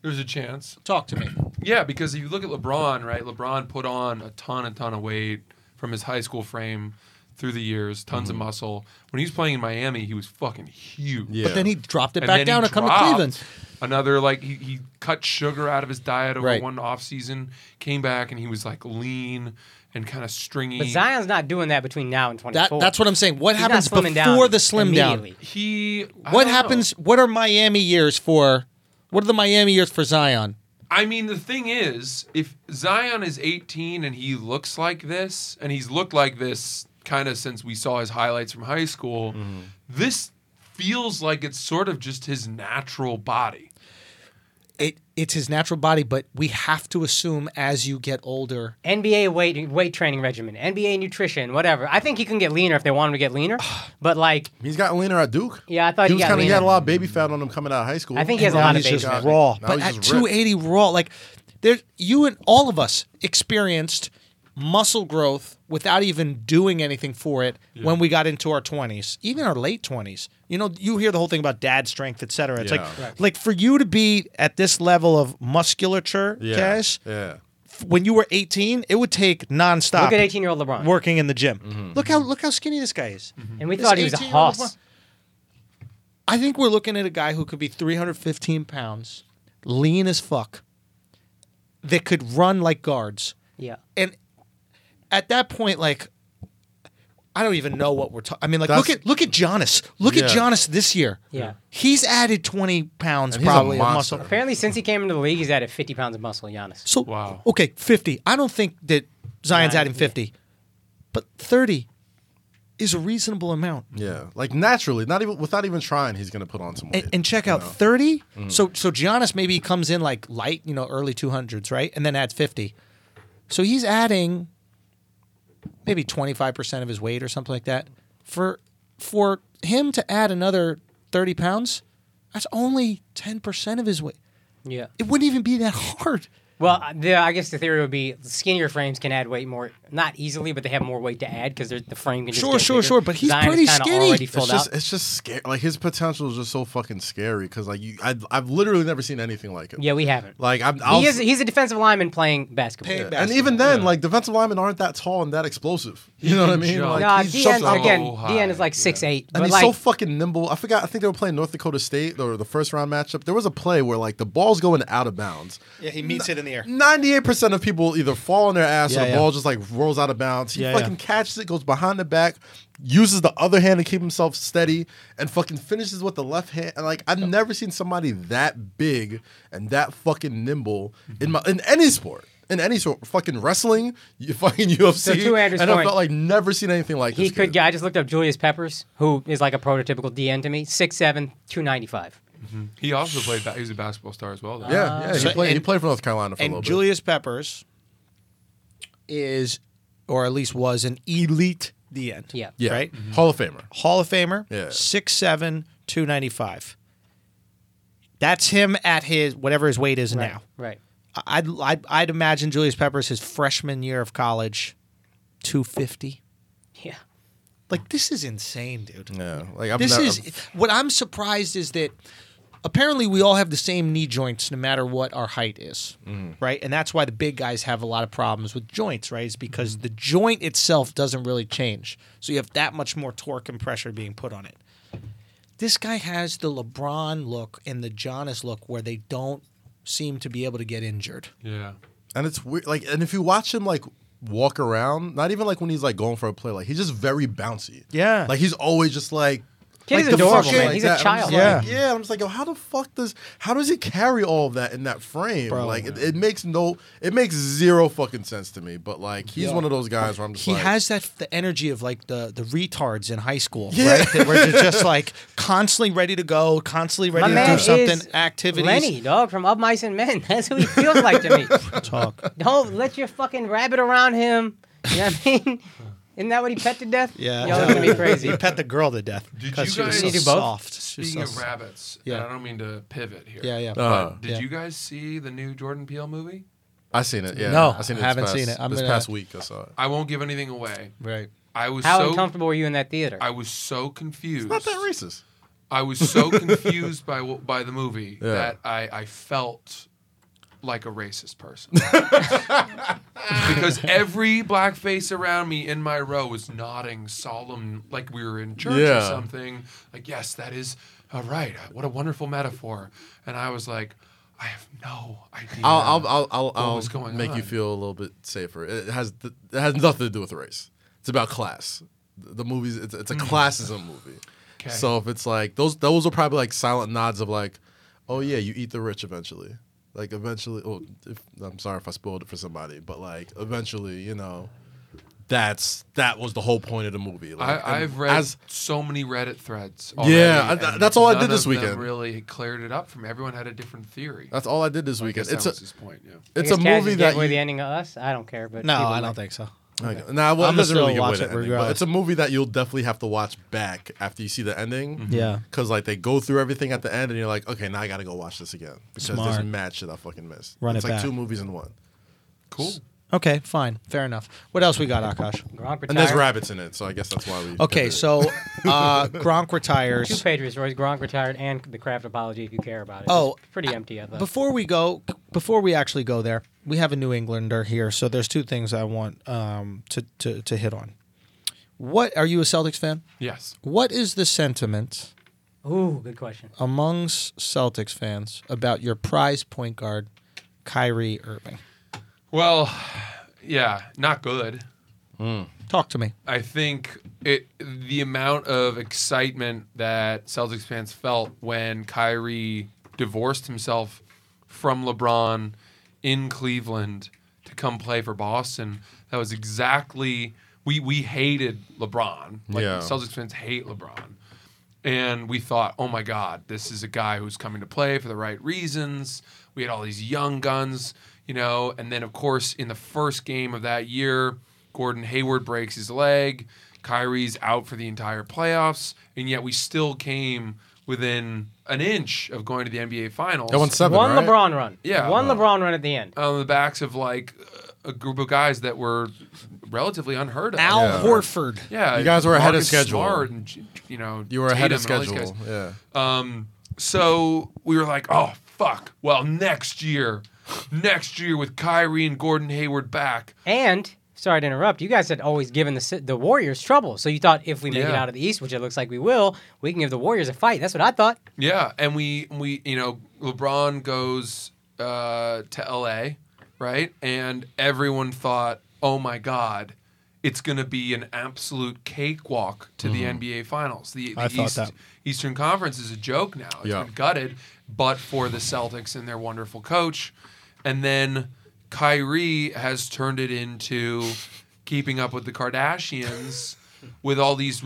S5: There's a chance.
S1: Talk to me.
S5: Yeah, because if you look at LeBron, right? LeBron put on a ton, a ton of weight from his high school frame through the years, tons of muscle. When he was playing in Miami, he was fucking huge.
S2: Yeah.
S1: But then he dropped it
S5: And
S1: back
S5: then
S1: down
S5: he
S1: to come to
S5: dropped
S1: Cleveland.
S5: Another like he, he cut sugar out of his diet over
S1: Right.
S5: one off season, came back and he was like lean and kind of stringy.
S6: But Zion's not doing that between now and
S1: That,
S6: 24.
S1: that's what I'm saying. What
S6: He's not
S1: happens
S6: slimming
S1: before
S6: down
S1: the slim down?
S6: immediately. Oh.
S5: he I
S1: What
S5: don't know.
S1: happens? What are Miami years for? What are the Miami years for Zion?
S5: I mean, the thing is, if Zion is 18 and he looks like this, and he's looked like this kind of since we saw his highlights from high school, this feels like it's sort of just his natural body.
S1: It it's his natural body, but we have to assume as you get older.
S6: NBA weight weight training regimen, NBA nutrition, whatever. I think he can get leaner if they want him to get leaner. But like,
S2: He's got leaner at Duke.
S6: Yeah, I thought he
S2: was
S6: got
S2: kinda- He
S6: leaner.
S2: had a lot of baby fat on him coming out of high school.
S6: I think he has a
S1: now
S6: lot of
S1: he's
S6: baby
S1: just
S6: fat.
S1: raw.
S2: Now
S1: but
S2: he's
S1: at
S2: just ripped.
S1: 280 raw, like there, you and all of us experienced muscle growth without even doing anything for it when we got into our 20s, even our late 20s. You know, you hear the whole thing about dad strength, et cetera. It's
S2: Yeah.
S1: like like for you to be at this level of musculature,
S2: Yeah.
S1: Cash,
S2: Yeah.
S1: when you were 18, it would take nonstop
S6: Look at 18 year old LeBron.
S1: working in the gym. Look how look how skinny this guy is.
S6: and we
S1: This
S6: thought he was a
S1: 18-year-old
S6: hoss.
S1: LeBron. I think we're looking at a guy who could be 315 pounds, lean as fuck, that could run like guards.
S6: Yeah.
S1: And at that point, like, I don't even know what we're talking. I mean, like,
S2: That's-
S1: look at look at Giannis. Look at
S2: Yeah.
S1: Giannis this year.
S6: Yeah.
S1: he's added 20 pounds
S2: And he's a
S1: probably of
S2: monster.
S1: muscle.
S6: Apparently, since he came into the league, he's added 50 pounds of muscle, Giannis.
S1: So
S5: Wow.
S1: okay, fifty. I don't think that Zion's
S6: Zion,
S1: adding fifty, but thirty is a reasonable amount.
S2: Yeah, like naturally, not even without even trying, he's gonna put on some weight.
S1: And, and check out thirty.
S2: Mm-hmm.
S1: So so Giannis maybe comes in like light, you know, early two hundreds, right, and then adds fifty. So he's adding maybe twenty five percent of his weight or something like that. For for him to add another thirty pounds, that's only ten percent of his weight.
S6: Yeah.
S1: It wouldn't even be that hard.
S6: Well, uh, the, I guess the theory would be skinnier frames can add weight more, not easily, but they have more weight to add because the frame can just
S1: Sure,
S6: get
S1: sure,
S6: bigger.
S1: sure, but he's
S6: Zion is
S1: pretty
S6: kinda
S1: skinny.
S6: Already
S2: it's
S6: filled
S2: just
S6: out.
S2: it's just scary. Like his potential is just so fucking scary because like you, I, I've literally never seen anything like it.
S6: Yeah, we haven't.
S2: Like I'm, I'll,
S6: He is, he's a defensive lineman playing basketball.
S1: Pay-
S2: and even then, like defensive linemen aren't that tall and that explosive. You know what I
S5: can
S2: mean? Like,
S5: jump.
S6: no,
S2: he's
S6: DN,
S2: jumping-
S6: again,
S5: so high.
S6: DN is like
S5: Yeah.
S6: 6'8".
S2: And
S6: But
S2: he's
S6: like,
S2: so fucking nimble. I forgot. I think they were playing North Dakota State or the first round matchup. There was a play where like the ball's going out of bounds.
S1: Yeah, he meets it in the air.
S2: Ninety-eight percent of people either fall on their ass
S1: Yeah,
S2: or the
S1: yeah.
S2: ball just like rolls out of bounds. He
S1: Yeah,
S2: fucking
S1: yeah.
S2: catches it, goes behind the back, uses the other hand to keep himself steady, and fucking finishes with the left hand. And like I've never seen somebody that big and that fucking nimble in my in any sport. In any sort, fucking wrestling, you fucking UFC,
S6: to Andrew's
S2: and I
S6: point,
S2: felt like never seen anything like
S6: he
S2: this.
S6: could
S2: kid.
S6: get. I just looked up Julius Peppers, who is like a prototypical DN to me, 6'7", 295.
S5: He also played. Ba- he was a basketball star as well. Though.
S2: Yeah, yeah. He,
S6: uh,
S1: So-
S2: played, he
S1: and-
S2: played for North Carolina for a
S1: and
S2: little bit.
S1: Julius Peppers is, or at least was, an elite the end.
S6: Yeah.
S2: Yeah,
S1: Right?
S2: Hall of Famer.
S1: Hall of Famer,
S2: Yeah.
S1: six seven, two ninety five. That's him at his, whatever his weight is now.
S6: Right.
S1: I- I'd, I'd, I'd imagine Julius Peppers his freshman year of college, 250.
S6: Yeah.
S1: Like, this is insane, dude.
S2: Yeah, like I've
S1: This
S2: never,
S1: is what I'm surprised is that apparently we all have the same knee joints no matter what our height is, right? And that's why the big guys have a lot of problems with joints, right? Is because the joint itself doesn't really change, so you have that much more torque and pressure being put on it. This guy has the LeBron look and the Giannis look where they don't seem to be able to get injured.
S5: Yeah.
S2: and it's weird. Like, and if you watch him like walk around, not even like when he's like going for a play, like he's just very bouncy.
S1: Yeah.
S2: like he's always just like.
S6: Kid
S2: like
S6: is
S2: the
S6: adorable,
S2: fucking-
S6: man. He's a
S2: that. I'm just
S6: child.
S2: like,
S1: Yeah.
S2: yeah. I'm just like, yo, how the fuck does how does he carry all of that in that frame? like, it, it makes no, it makes zero fucking sense to me. But like, he's one of those guys where I'm just
S1: He
S2: like,
S1: has that the energy of like the the retards in high school,
S2: Yeah.
S1: right? That where they're just like constantly ready to go, constantly
S6: My
S1: ready to
S6: man
S1: do something.
S6: is
S1: Activities.
S6: Lenny, dog, from Up Mice and Men. That's who he feels like to me.
S1: talk.
S6: Don't let your fucking rabbit around him. You know what I mean? Isn't that what he pet to death?
S1: Yeah.
S6: Y'all looking at me crazy.
S1: He pet the girl to death
S5: Did
S1: because she
S5: you
S1: was
S5: guys-
S1: so
S5: Did you do
S6: both?
S1: soft. She was so
S5: Speaking of
S1: soft.
S5: rabbits,
S1: Yeah.
S5: and I don't mean to pivot here.
S1: Yeah, yeah.
S2: Uh,
S5: Did
S1: Yeah.
S5: you guys see the new Jordan Peele movie?
S2: I seen it. Yeah,
S1: No,
S2: I seen it
S1: I haven't
S2: this past,
S1: seen it. I'm
S2: this
S1: gonna-
S2: past week, I saw it.
S5: I won't give anything away.
S1: right.
S5: I was
S6: How
S5: so
S6: uncomfortable were you in that theater?
S5: I was so confused.
S2: Not that racist.
S5: I was so confused by wh- by the movie
S2: Yeah.
S5: that I, I felt like a racist person because every black face around me in my row was nodding solemn like we were in church or
S2: Yeah.
S5: something like yes that is all right Uh, what a wonderful metaphor and i was like i have no idea
S2: I'll I'll I'll, I'll, I'll
S5: was going
S2: make
S5: on?
S2: you feel a little bit safer. It has th- it has nothing to do with race. It's about class. The the movies it's, it's a
S5: Mm.
S2: classism movie.
S5: 'Kay.
S2: So if it's like those those are probably like silent nods of like, oh yeah, you eat the rich eventually. Like eventually, oh, if, I'm sorry if I spoiled it for somebody, but like eventually, you know, that's that was the whole point of the movie. Like,
S5: I,
S2: and
S5: I've read
S2: as-
S5: so many Reddit threads.
S2: Yeah,
S5: already,
S2: I-
S5: and
S2: that's all I
S5: none
S2: did this
S5: of them
S2: weekend.
S5: Really cleared it up from everyone had a different theory.
S2: that's all I did this weekend.
S5: that
S2: It's a
S5: was his point. Yeah.
S2: it's a movie that
S6: where
S2: you-
S6: the ending of us. I don't care, but
S1: No,
S6: people
S1: I
S6: might.
S1: don't think so.
S2: Okay. Nah, well,
S1: I'm
S2: it doesn't
S1: gonna
S2: really
S1: still
S2: get
S1: watch
S2: with
S1: it
S2: it. Ending, but
S1: regardless.
S2: it's a movie that you'll definitely have to watch back after you see the ending.
S1: Yeah.
S2: Because like they go through everything at the end, and you're like, okay, now I gotta go watch this again because there's
S1: Smart.
S2: mad shit I fucking missed.
S1: Run
S2: it's
S1: it
S2: like
S1: back.
S2: two movies in one,
S5: Cool.
S1: Okay, fine, fair enough. What else we got, Akash?
S6: Gronk retired.
S2: and there's rabbits in it, so I guess that's why we.
S1: Okay,
S2: did it.
S1: so uh, Gronk
S6: Two
S1: retires.
S6: pages, Royce. Gronk retired and the Kraft apology, if you care about it.
S1: Oh,
S6: It's pretty empty. I thought.
S1: Before we go, before we actually go there, we have a New Englander here, so there's two things I want um, to, to to hit on. What are you a Celtics fan?
S5: Yes.
S1: What is the sentiment
S6: Ooh, good question.
S1: amongst Celtics fans about your prize point guard, Kyrie Irving?
S5: Well, yeah, not good.
S1: Talk to me.
S5: I think it the amount of excitement that Celtics fans felt when Kyrie divorced himself from LeBron in Cleveland to come play for Boston. That was exactly we we hated LeBron. Like
S2: Yeah.
S5: Celtics fans hate LeBron. And we thought, oh my God, this is a guy who's coming to play for the right reasons. We had all these young guns, you know. And then, of course, in the first game of that year, Gordon Hayward breaks his leg. Kyrie's out for the entire playoffs. And yet we still came within an inch of going to the NBA Finals.
S2: That one's seven.
S6: One
S2: right?
S6: LeBron run.
S5: Yeah.
S6: One LeBron run at the end.
S5: on the backs of like a group of guys that were relatively unheard of.
S1: Al
S2: Yeah.
S1: Horford.
S5: Yeah,
S2: You guys were ahead of
S5: Marcus
S2: schedule.
S5: Smart and, you know,
S2: You were ahead of
S5: Tatum and all these
S2: schedule.
S5: guys.
S2: Yeah.
S5: Um, so we were like, oh fuck. Well, next year, next year with Kyrie and Gordon Hayward back.
S6: And sorry to interrupt, you guys had always given the Si- the Warriors trouble. So you thought if we make it
S5: Yeah.
S6: out of the East, which it looks like we will, we can give the Warriors a fight. That's what I thought.
S5: Yeah, and we we you know LeBron goes uh, to L.A. right, and everyone thought, oh my god. It's going to be an absolute cakewalk to the NBA Finals. The, the
S1: Mm-hmm. I thought
S5: East,
S1: that.
S5: Eastern Conference is a joke now. It's
S2: Yeah.
S5: been gutted, but for the Celtics and their wonderful coach. And then Kyrie has turned it into keeping up with the Kardashians with all these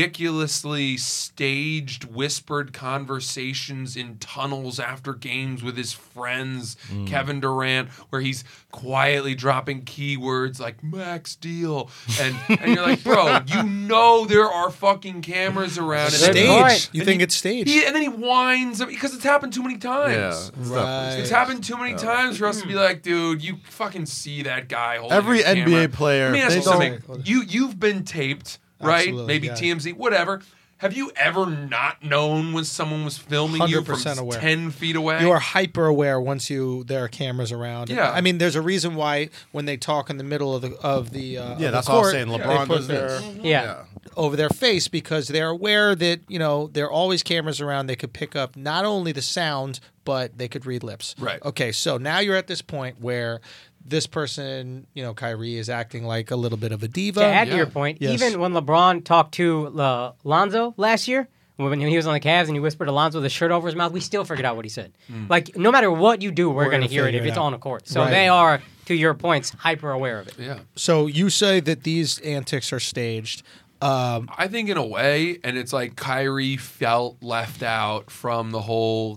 S5: ridiculously staged, whispered conversations in tunnels after games with his friends, Kevin Durant, where he's quietly dropping keywords like max deal. And, and you're like, bro, you know there are fucking cameras around. and
S1: Stage.
S5: then-
S6: point.
S1: You
S5: And
S1: think
S5: he-
S1: it's staged?
S5: he- and then he whines because it's happened too many times.
S2: Yeah. it's definitely-
S1: Right.
S5: It's happened too many times for us to be like, dude, you fucking see that guy holding
S2: Every
S5: his
S2: NBA
S5: camera.
S2: player,
S5: Let me ask
S2: they
S5: you something.
S2: don't-
S5: You you've been taped, right?
S1: Absolutely,
S5: Maybe
S1: yeah.
S5: TMZ, whatever. Have you ever not known when someone was filming you from
S1: 100% aware.
S5: ten feet away?
S1: You are hyper aware once you there are cameras around.
S5: Yeah.
S1: I mean, there's a reason why when they talk in the middle of the of the uh, of
S2: Yeah,
S1: the
S2: that's
S1: court,
S2: what I'm saying. LeBron
S1: they
S2: does
S1: put their
S2: this.
S6: Yeah.
S1: over their face because they're aware that you know there are always cameras around. They could pick up not only the sound but they could read lips.
S5: Right.
S1: Okay, so now you're at this point where this person, you know, Kyrie is acting like a little bit of a diva.
S6: To add
S5: yeah.
S6: to your point,
S1: Yes.
S6: even when LeBron talked to La- Lonzo last year, when he was on the Cavs and he whispered to Lonzo with his shirt over his mouth, we still figured out what he said. Like, no matter what you do, we're, going to
S1: Mm. gonna
S6: hear it
S1: figure
S6: if
S1: it
S6: it's
S1: out.
S6: on the court. So
S1: Right.
S6: they are, to your points, hyper aware of it.
S5: yeah.
S1: So you say that these antics are staged. Um,
S5: I think in a way, and it's like Kyrie felt left out from the whole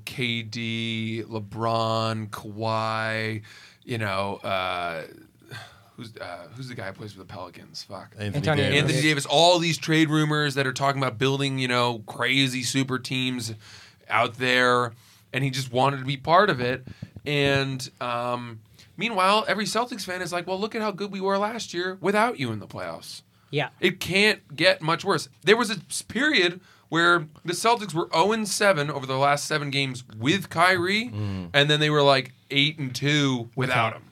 S5: KD, LeBron, Kawhi, you know, uh, who's uh, who's the guy who plays for the Pelicans? Fuck.
S2: Anthony,
S6: Antonio
S2: Davis.
S5: Anthony Davis, all these trade rumors that are talking about building, you know, crazy super teams out there, and he just wanted to be part of it. And um, meanwhile, every Celtics fan is like, "Well, look at how good we were last year without you in the playoffs."
S6: Yeah.
S5: It can't get much worse. There was a s- period where the Celtics were 0 7 over the last seven games with Kyrie, and then they were like 8 and 2 without him.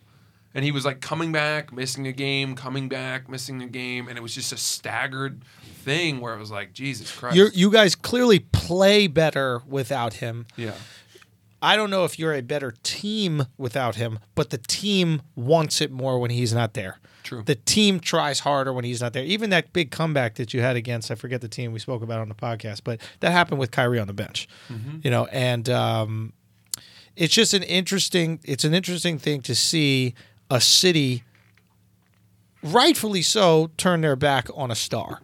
S5: And he was like coming back, missing a game, coming back, missing a game, and it was just a staggered thing where it was like, Jesus Christ.
S1: you you guys clearly play better without him.
S5: yeah.
S1: I don't know if you're a better team without him, but the team wants it more when he's not there.
S5: True.
S1: The team tries harder when he's not there. Even that big comeback that you had against, I forget the team we spoke about on the podcast, but that happened with Kyrie on the bench.
S5: Mm-hmm.
S1: You know, and um, it's just an interesting it's an interesting thing to see a city rightfully so turn their back on a star.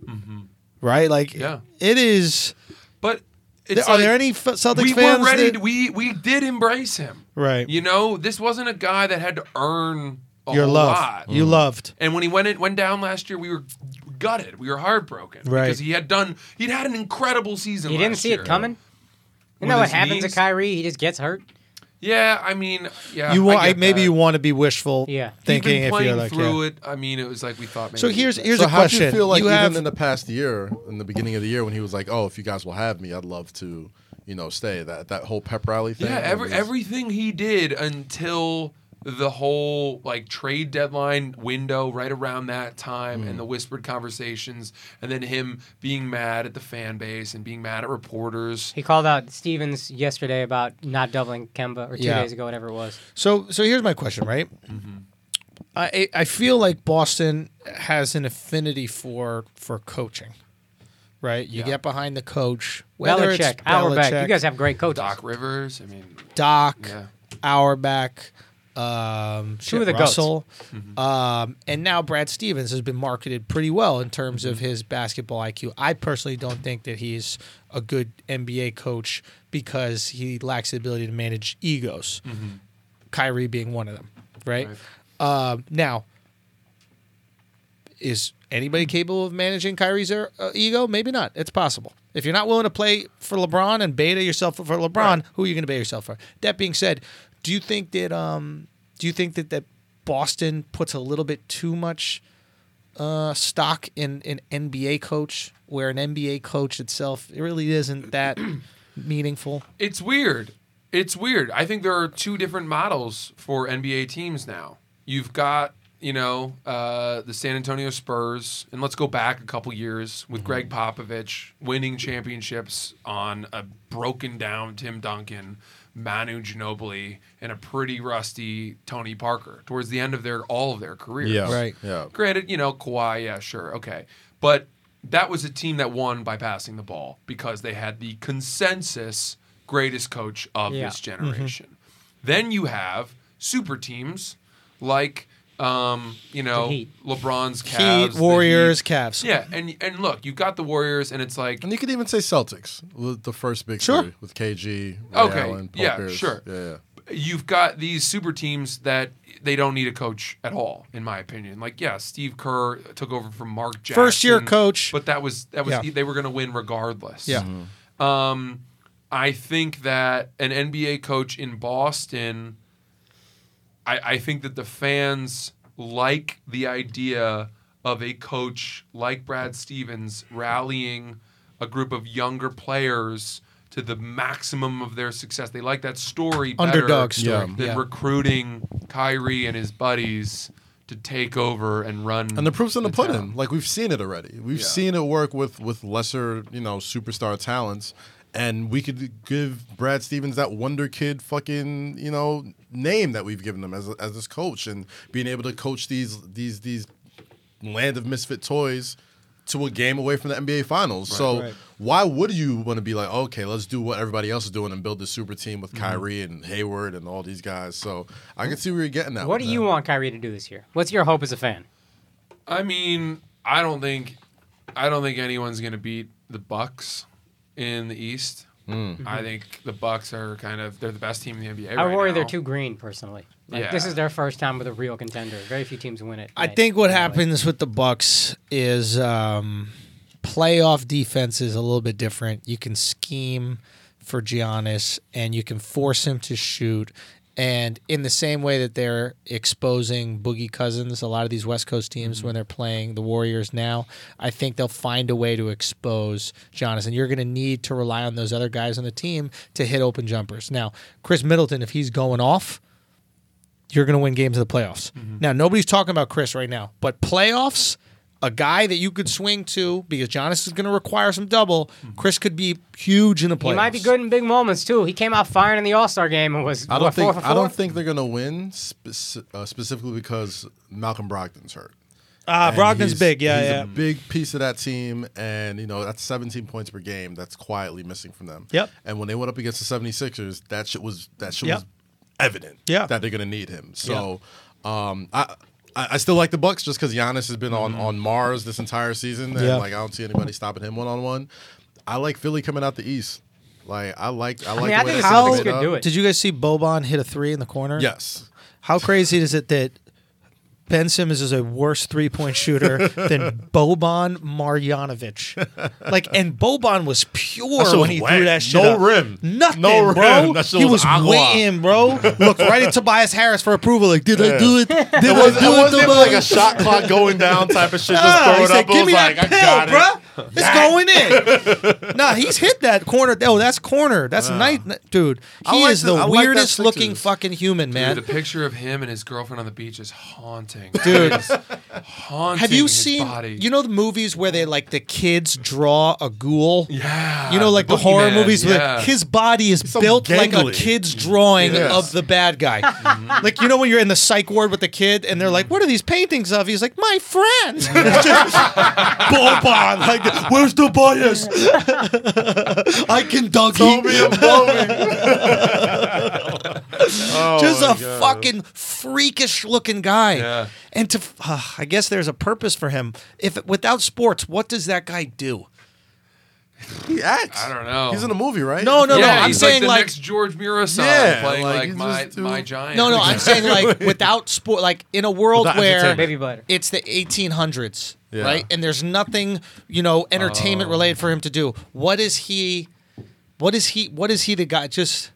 S1: Right? Like
S5: Mm-hmm. Yeah.
S1: it is
S5: But it's
S1: are there
S5: like-
S1: any f- Celtics
S5: we
S1: fans
S5: were ready.
S1: that-
S5: to- we we did embrace him.
S1: Right.
S5: You know, this wasn't a guy that had to earn a
S1: your
S5: whole
S1: love.
S5: lot.
S2: Mm-hmm.
S1: You loved.
S5: And when he went in, went down last year, we were gutted. We were heartbroken
S1: Right.
S5: because he had done he'd had an incredible season.
S6: He didn't
S5: last
S6: see
S5: year. uh,
S6: it coming. You
S5: With
S6: know what
S5: his
S6: happens
S5: knees?
S6: to Kyrie? He just gets hurt.
S5: Yeah, I mean, yeah.
S1: you want
S5: I get
S1: maybe
S5: that.
S1: you want to be wishful
S6: Yeah.
S5: He'd
S1: thinking
S5: been
S1: if
S5: playing
S1: you're like
S5: through
S1: yeah.
S5: it. I mean, it was like we thought. Maybe
S1: so here's here's
S2: So
S1: a
S2: how
S1: question
S2: do you feel like even
S1: have
S2: in the past year, in the beginning of the year, when he was like, "Oh, if you guys will have me, I'd love to, you know, stay that that whole pep rally thing.
S5: Yeah, every,
S2: was-
S5: everything he did until the whole like trade deadline window right around that time
S1: Mm.
S5: and the whispered conversations and then him being mad at the fan base and being mad at reporters.
S6: He called out Stevens yesterday about not doubling Kemba or two
S1: Yeah.
S6: days ago, whatever it was.
S1: So so here's my question, right?
S5: Mm-hmm.
S1: I I feel like Boston has an affinity for for coaching, right? You get behind the coach, whether it's
S6: Belichick, Auerbach, you guys have great coaches.
S5: Doc Rivers, I mean,
S1: Doc,
S5: Yeah.
S1: Auerbach, um,
S6: Two
S1: shit,
S6: of the goats. Mm-hmm.
S1: Russell, um, and now Brad Stevens has been marketed pretty well in terms
S6: Mm-hmm.
S1: of his basketball IQ. I personally don't think that he's a good NBA coach because he lacks the ability to manage egos.
S6: Mm-hmm.
S1: Kyrie being one of them, right? Um, now, is anybody capable of managing Kyrie's er- uh, ego? Maybe not. It's possible. If you're not willing to play for LeBron and beta yourself for LeBron, who are you going to beta yourself for? That being said, do you think that um, do you think that that Boston puts a little bit too much uh, stock in an NBA coach, where an NBA coach itself it really isn't that meaningful?
S5: it's weird. It's weird. I think there are two different models for NBA teams now. You've got, you know, uh, the San Antonio Spurs, and let's go back a couple years with Greg Popovich winning championships on a broken down Tim Duncan, Manu Ginobili, and a pretty rusty Tony Parker towards the end of their all of their careers.
S2: yeah,
S1: Right.
S2: Yeah,
S5: Granted, you know, Kawhi, yeah, sure, okay. But that was a team that won by passing the ball because they had the consensus greatest coach of
S6: Yeah.
S5: this generation. Then you have super teams like um, you know,
S6: Heat.
S5: LeBron's Cavs,
S1: Heat,
S5: the
S1: Warriors, Cavs.
S5: Yeah, and and look, you've got the Warriors and it's like
S2: and you could even say Celtics, the the first big
S1: Sure.
S2: three with KG, Ray
S5: Okay,
S2: Allen, Paul
S5: yeah,
S2: Pierce.
S5: sure.
S2: yeah, yeah.
S5: you've got these super teams that they don't need a coach at all, in my opinion. Like, yeah, Steve Kerr took over from Mark Jackson,
S1: First-year coach.
S5: but that was that was
S1: Yeah.
S5: they were going to win regardless.
S1: Yeah.
S5: Um, I think that an NBA coach in Boston, I, I think that the fans like the idea of a coach like Brad Stevens rallying a group of younger players to the maximum of their success. They like that story better
S1: Underdog story,
S5: than
S1: yeah.
S5: recruiting Kyrie and his buddies to take over and run.
S2: And the proof's in the, pudding.
S5: town.
S2: Like we've seen it already. We've
S5: Yeah.
S2: seen it work with with lesser, you know, superstar talents. And we could give Brad Stevens that wonder kid fucking, you know, name that we've given him as as this coach and being able to coach these these these land of misfit toys to a game away from the NBA finals. so why would you want to be like, okay, let's do what everybody else is doing and build this super team with Kyrie and Hayward and all these guys. So I can see where you're getting that.
S6: What
S2: with
S6: do
S2: that.
S6: you want Kyrie to do this year? What's your hope as a fan?
S5: I mean, I don't think, I don't think anyone's gonna beat the Bucks in the East.
S1: Hmm.
S6: Mm-hmm.
S5: I think the Bucks are kind of they're the best team in the NBA.
S6: I
S5: right
S6: worry
S5: now.
S6: they're too green personally. Like,
S5: Yeah.
S6: This is their first time with a real contender. Very few teams win it.
S1: I
S6: Like,
S1: think what
S6: anyway.
S1: happens with the Bucks is um, playoff defense is a little bit different. You can scheme for Giannis and you can force him to shoot. And in the same way that they're exposing Boogie Cousins, a lot of these West Coast teams
S6: Mm-hmm.
S1: when they're playing the Warriors now, I think they'll find a way to expose Giannis. And you're going to need to rely on those other guys on the team to hit open jumpers. Now, Chris Middleton, if he's going off, you're going to win games in the playoffs. Now, nobody's talking about Chris right now, but playoffs, a guy that you could swing to because Giannis is going to require some double. Chris could be huge in the playoffs.
S6: He might be good in big moments too. He came out firing in the All Star game and was
S2: I don't
S6: what,
S2: think
S6: four for
S2: I don't
S6: four?
S2: think they're gonna win speci- uh, specifically because Malcolm Brogdon's hurt.
S1: Ah,
S2: And
S1: Brogdon's
S2: he's-
S1: big. Yeah,
S2: he's
S1: yeah.
S2: a big piece of that team, and you know that's 17 points per game that's quietly missing from them.
S1: Yep.
S2: And when they went up against the 76ers, that shit was that shit
S1: Yep.
S2: was evident.
S1: Yeah.
S2: That they're gonna need him. So, um, I. I I still like the Bucks just because Giannis has been on, on Mars this entire season, and
S1: Mm-hmm. Yeah.
S2: like I don't see anybody stopping him one on one. I like Philly coming out the East. Like I like I like.
S6: mean, I
S2: the way
S6: think
S2: they
S6: the Celtics
S2: set
S6: could
S2: up.
S6: do it.
S1: Did you guys see Boban hit a three in the corner?
S2: Yes,
S1: How crazy is it that Ben Simmons is a worse three point shooter than Boban Marjanovic? Like, and Boban was pure
S2: shit was
S1: when he
S2: wet.
S1: threw that shit.
S2: No
S1: up.
S2: rim.
S1: Nothing,
S2: No
S1: bro.
S2: rim. That shit
S1: he was
S2: was agua.
S1: waiting, bro. Looked right at Tobias Harris for approval. Like, did I do it? Did I do
S2: It
S1: it,
S2: wasn't even
S1: Tobias?
S2: like a shot clock going down type of shit. Just
S1: Ah,
S2: throw
S1: he
S2: it
S1: said,
S2: up. It
S1: "Give
S2: was
S1: me
S2: like,
S1: that
S2: I got
S1: pill,
S2: it.
S1: bruh." It's going in. nah, he's hit that corner. Oh, that's corner. That's night, dude.
S2: Ah. I
S1: He
S2: like
S1: is
S2: the-
S1: the
S2: I like that
S1: weirdest looking
S2: pictures.
S1: fucking human, man.
S5: Dude, the picture of him and his girlfriend on the beach is haunting.
S1: Dude.
S5: It is haunting.
S1: Have you
S5: his
S1: seen
S5: Body.
S1: you know the movies where they like the kids draw a ghoul?
S5: Yeah.
S1: You know, like the, horror
S5: boogeyman,
S1: movies
S5: yeah.
S1: where his body is
S2: so
S1: built like a
S2: gangly.
S1: kid's drawing
S2: Yes.
S1: of the bad guy.
S5: Mm-hmm.
S1: like you know when you're in the psych ward with the kid and they're like, "What are these paintings of?" He's like, "My friend." It's just Boban, like, where's the bias? I can dunk
S2: a moment.
S5: Oh
S1: just
S2: my
S1: a
S2: God.
S1: fucking freakish looking guy.
S5: Yeah.
S1: And to, uh, I guess there's a purpose for him. If without sports, what does that guy do?
S2: He acts.
S5: I don't know.
S2: He's in a movie, right?
S1: No, no,
S5: yeah,
S1: no. I'm
S5: he's
S1: saying
S5: the
S1: like,
S5: next George Murasaki
S2: Yeah,
S5: playing
S2: like,
S5: like,
S2: he's
S5: my,
S2: just too-
S5: my giant.
S1: no, no. I'm saying like without sport, like in a world
S2: Without
S1: where
S2: entertainment.
S6: Baby butter.
S1: it's the 1800s,
S2: Yeah.
S1: right? And there's nothing, you know,
S5: Oh.
S1: entertainment related for him to do. What is he? What is he? What is he? The guy just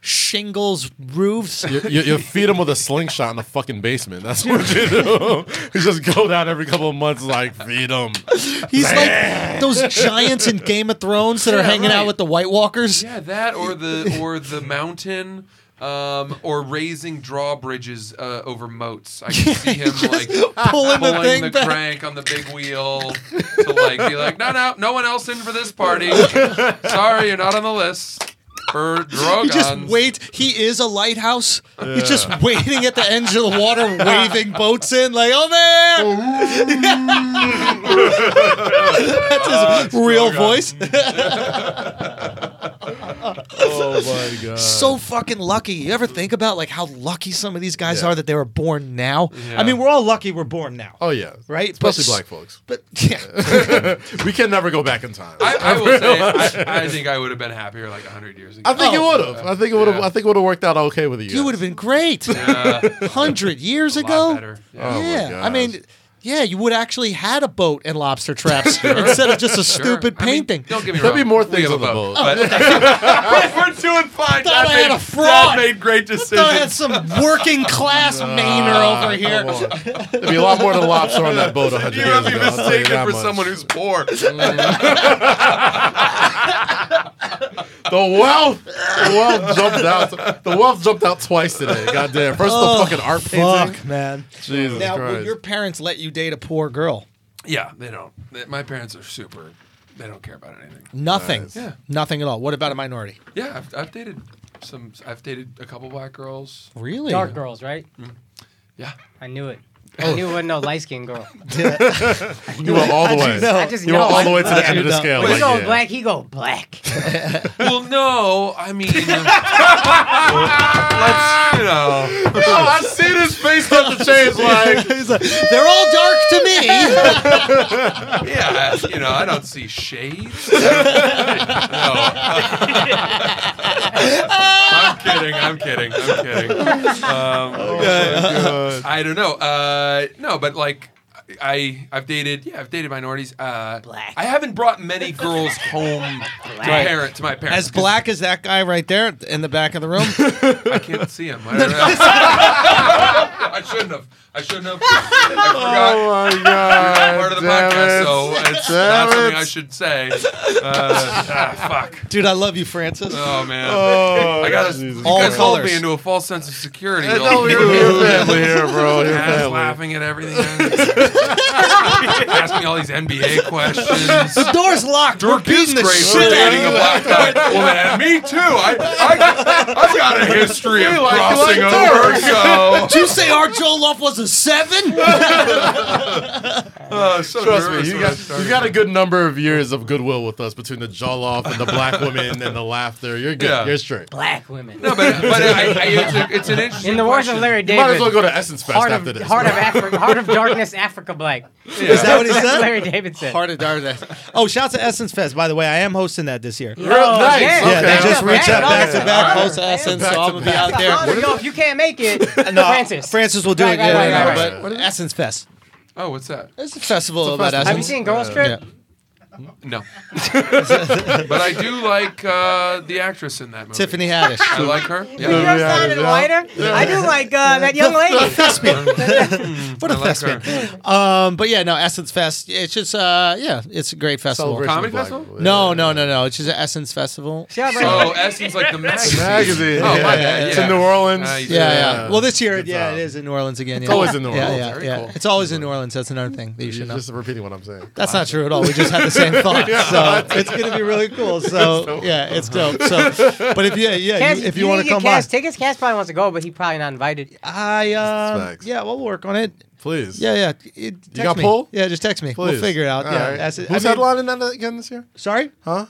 S1: shingles roofs.
S2: You, you, you feed him with a slingshot in the fucking basement. That's what you do. you just go down every couple of months, like feed him.
S1: He's like those giants in Game of Thrones that are hanging out
S5: right.
S1: with the White Walkers.
S5: Yeah, that or the or the mountain. Um, or raising drawbridges uh, over moats. I can see him like
S1: pulling the
S5: pulling
S1: thing
S5: the
S1: back.
S5: crank on the big wheel to like be like, no, no, no one else in for this party. Sorry, you're not on the list for drogons.
S1: He just waits. He is a lighthouse. He's just waiting at the edge of the water, waving boats in, like, oh man! That's his real voice.
S2: Oh my god.
S1: so fucking lucky. You ever think about like how lucky some of these guys
S2: Yeah.
S1: are that they were born now?
S5: Yeah.
S1: I mean, we're all lucky we're born now.
S2: Oh yeah.
S1: Right?
S2: Especially
S1: But-
S2: black folks.
S1: But yeah,
S2: we can never go back in time.
S5: I, I will say, I, I think I would have been happier like hundred years ago.
S2: I think
S1: Oh.
S2: it would have. I think it would have.
S5: Yeah.
S2: I think it would have worked out okay with you.
S1: you would have been great. Hundred years ago.
S5: Lot Uh, better. Yeah.
S2: Oh my
S1: yeah, I mean,
S2: gosh.
S1: yeah, you would actually had a boat and lobster traps instead of just a
S5: Sure.
S1: stupid
S5: I mean,
S1: painting.
S5: don't get me
S2: There'll
S5: wrong.
S2: be more
S5: we
S2: things
S5: have
S2: on the
S5: a
S2: boat.
S5: but- we're doing fine.
S1: Thought
S5: Dad
S1: I had
S5: made-
S1: a fraud.
S5: Dad made great
S1: Thought I had
S5: decisions.
S1: some working class Mainer over
S2: Ah, Come
S1: here.
S2: on. There'd be a lot more than lobster on that boat. 100
S5: You
S2: years
S5: would be
S2: ago, I'll tell you
S5: mistaken
S2: that
S5: for
S2: much.
S5: someone who's poor. Mm-hmm.
S2: The wealth, the wealth jumped out. The wealth jumped out twice today. Goddamn! First the fucking art painting.
S1: Fuck, man.
S2: Jesus
S1: Now, will
S2: Christ.
S1: your parents let you date a poor girl?
S5: yeah, they don't. They- my parents are super. They don't care about anything.
S1: Nothing.
S5: Yeah.
S1: Nothing at all. What about a minority?
S5: Yeah, I've, I've dated some. I've dated a couple black girls.
S1: Really?
S6: Dark girls, right?
S5: Yeah,
S6: I knew it.
S1: Oh.
S6: I knew it wasn't no light skinned girl.
S2: you went all the way.
S1: know?
S6: I just
S2: You
S6: know.
S2: went all the way to
S1: Yeah,
S2: the end of the
S1: no.
S2: scale.
S6: When he
S2: like,
S6: go
S2: yeah.
S6: black, he go black.
S5: Well, no, I mean, let's you know.
S2: Yo, I see this face start to change. Like,
S1: He's like, They're all dark to me.
S5: Yeah, you know, I don't see shades. no, I'm kidding. I'm kidding. I'm kidding. Um,
S2: Oh, God.
S5: I don't know. Uh, no, but like. I I've dated yeah I've dated minorities. Uh,
S6: Black.
S5: I haven't brought many girls home to,
S6: Black.
S5: parent, to my parents.
S1: As black as that guy right there in the back of the room.
S5: I can't see him. I, don't know. I shouldn't have. I shouldn't have. I forgot.
S2: Oh my god!
S5: part of the
S2: damn
S5: podcast,
S2: it.
S5: so it's
S2: Damn
S5: not something
S2: it.
S5: I should say. Uh, ah, fuck.
S1: Dude, I love you, Francis.
S5: Oh man.
S2: Oh,
S5: I got
S2: Jesus.
S5: you
S1: All
S5: guys called
S1: colours.
S5: me into a false sense of security.
S2: I
S5: You're
S2: know
S5: all-
S2: you're your family here, bro. Oh, Your
S5: Ass
S2: family.
S5: laughing at everything. Ask me all these NBA questions.
S1: The door's locked. We're
S5: Dirk is
S1: beating the
S5: great for
S1: shit out of
S5: dating
S1: you.
S5: a black guy. Well, then, me too. I, I, I've got a history of
S2: like-
S5: crossing
S2: like
S5: over. So,
S1: Did you say our Joe Luff was a seven?
S5: uh, so
S2: Trust
S5: nervous
S2: me, you
S5: when I
S2: got,
S5: started.
S2: you got a good number of years of goodwill with us between the jaw off and the black women and the laughter. You're good.
S5: Yeah.
S2: You're straight.
S6: Black women.
S5: No, but, but I, I, it's, a, it's an interesting.
S6: In the words of
S5: question.
S6: Larry
S2: You might as well
S6: David,
S2: go to Essence Fest
S6: heart
S2: after
S6: of,
S2: this.
S6: heart, of
S2: bro.
S6: Africa, heart of darkness, Africa black.
S5: Yeah.
S1: Is that what he
S6: That's
S1: said?
S6: Larry David said.
S1: Heart of Darkness. Oh, shout out to Essence Fest. By the way, I am hosting that this year.
S2: Real nice.
S6: Oh, yeah.
S2: Okay.
S1: Yeah, they just
S6: Yeah,
S1: reached out
S6: yeah,
S1: back
S6: yeah.
S1: to back,
S6: Yeah.
S1: host Essence,
S2: Back
S1: so
S2: to
S1: I'm gonna be
S2: back.
S1: out
S6: Oh,
S1: there.
S6: no, if you can't make it,
S1: No,
S6: Francis.
S1: Francis will do
S6: Right,
S1: it.
S6: right,
S1: yeah,
S6: right,
S1: yeah,
S6: right,
S1: but
S2: right.
S1: Essence Fest.
S5: Oh, what's that?
S1: It's a festival about
S2: festival.
S1: Essence. uh,
S6: Have you seen Girls Trip?
S1: Yeah.
S5: No. but I do like uh, the actress in that movie.
S1: Tiffany Haddish.
S5: I like her.
S6: You
S5: Yeah.
S6: know, sounded whiter. I do like uh, that young lady.
S1: What a
S5: Mm-hmm. I like
S1: fest,
S5: her.
S1: man. Um, but yeah, no, Essence Fest. It's just, uh, yeah, it's a great festival.
S2: Celebration
S5: Comedy
S2: of Black
S5: festival?
S2: People.
S1: No,
S2: Yeah.
S1: no, no, no. It's just an Essence Festival.
S6: She had like-
S5: Oh, Essence like the magazine.
S2: Magazine.
S5: Oh, my
S2: yeah.
S5: bad.
S2: It's
S5: yeah.
S2: in New Orleans.
S5: Nice.
S1: Yeah, yeah,
S2: Yeah.
S1: Well, this year,
S2: Good
S1: yeah,
S2: time.
S1: it is in New Orleans again. Yeah.
S2: always in New Orleans.
S1: Yeah, yeah,
S5: Very
S1: yeah.
S5: cool.
S1: It's always in New Orleans. That's another thing that you should
S2: You're
S1: know.
S2: just repeating what I'm saying.
S1: That's not true at all. We just had the same thought. So it's gonna be really cool. So yeah, it's dope. So, but if yeah, yeah,
S6: Cass,
S1: you, if you want
S6: need
S1: to
S6: get
S1: come on,
S6: Cass tickets, Cass probably wants to go, but he probably not invited.
S1: I um,
S2: Facts.
S1: yeah, we'll work on it.
S2: Please.
S1: Yeah, yeah. It, text
S2: got
S1: me.
S2: pull?
S1: Yeah, just text me. We'll
S2: Please.
S1: figure it out.
S2: All
S1: yeah,
S2: right.
S1: that's it.
S2: Who's
S1: I mean-
S2: headlining that again this year?
S1: Sorry.
S2: Huh?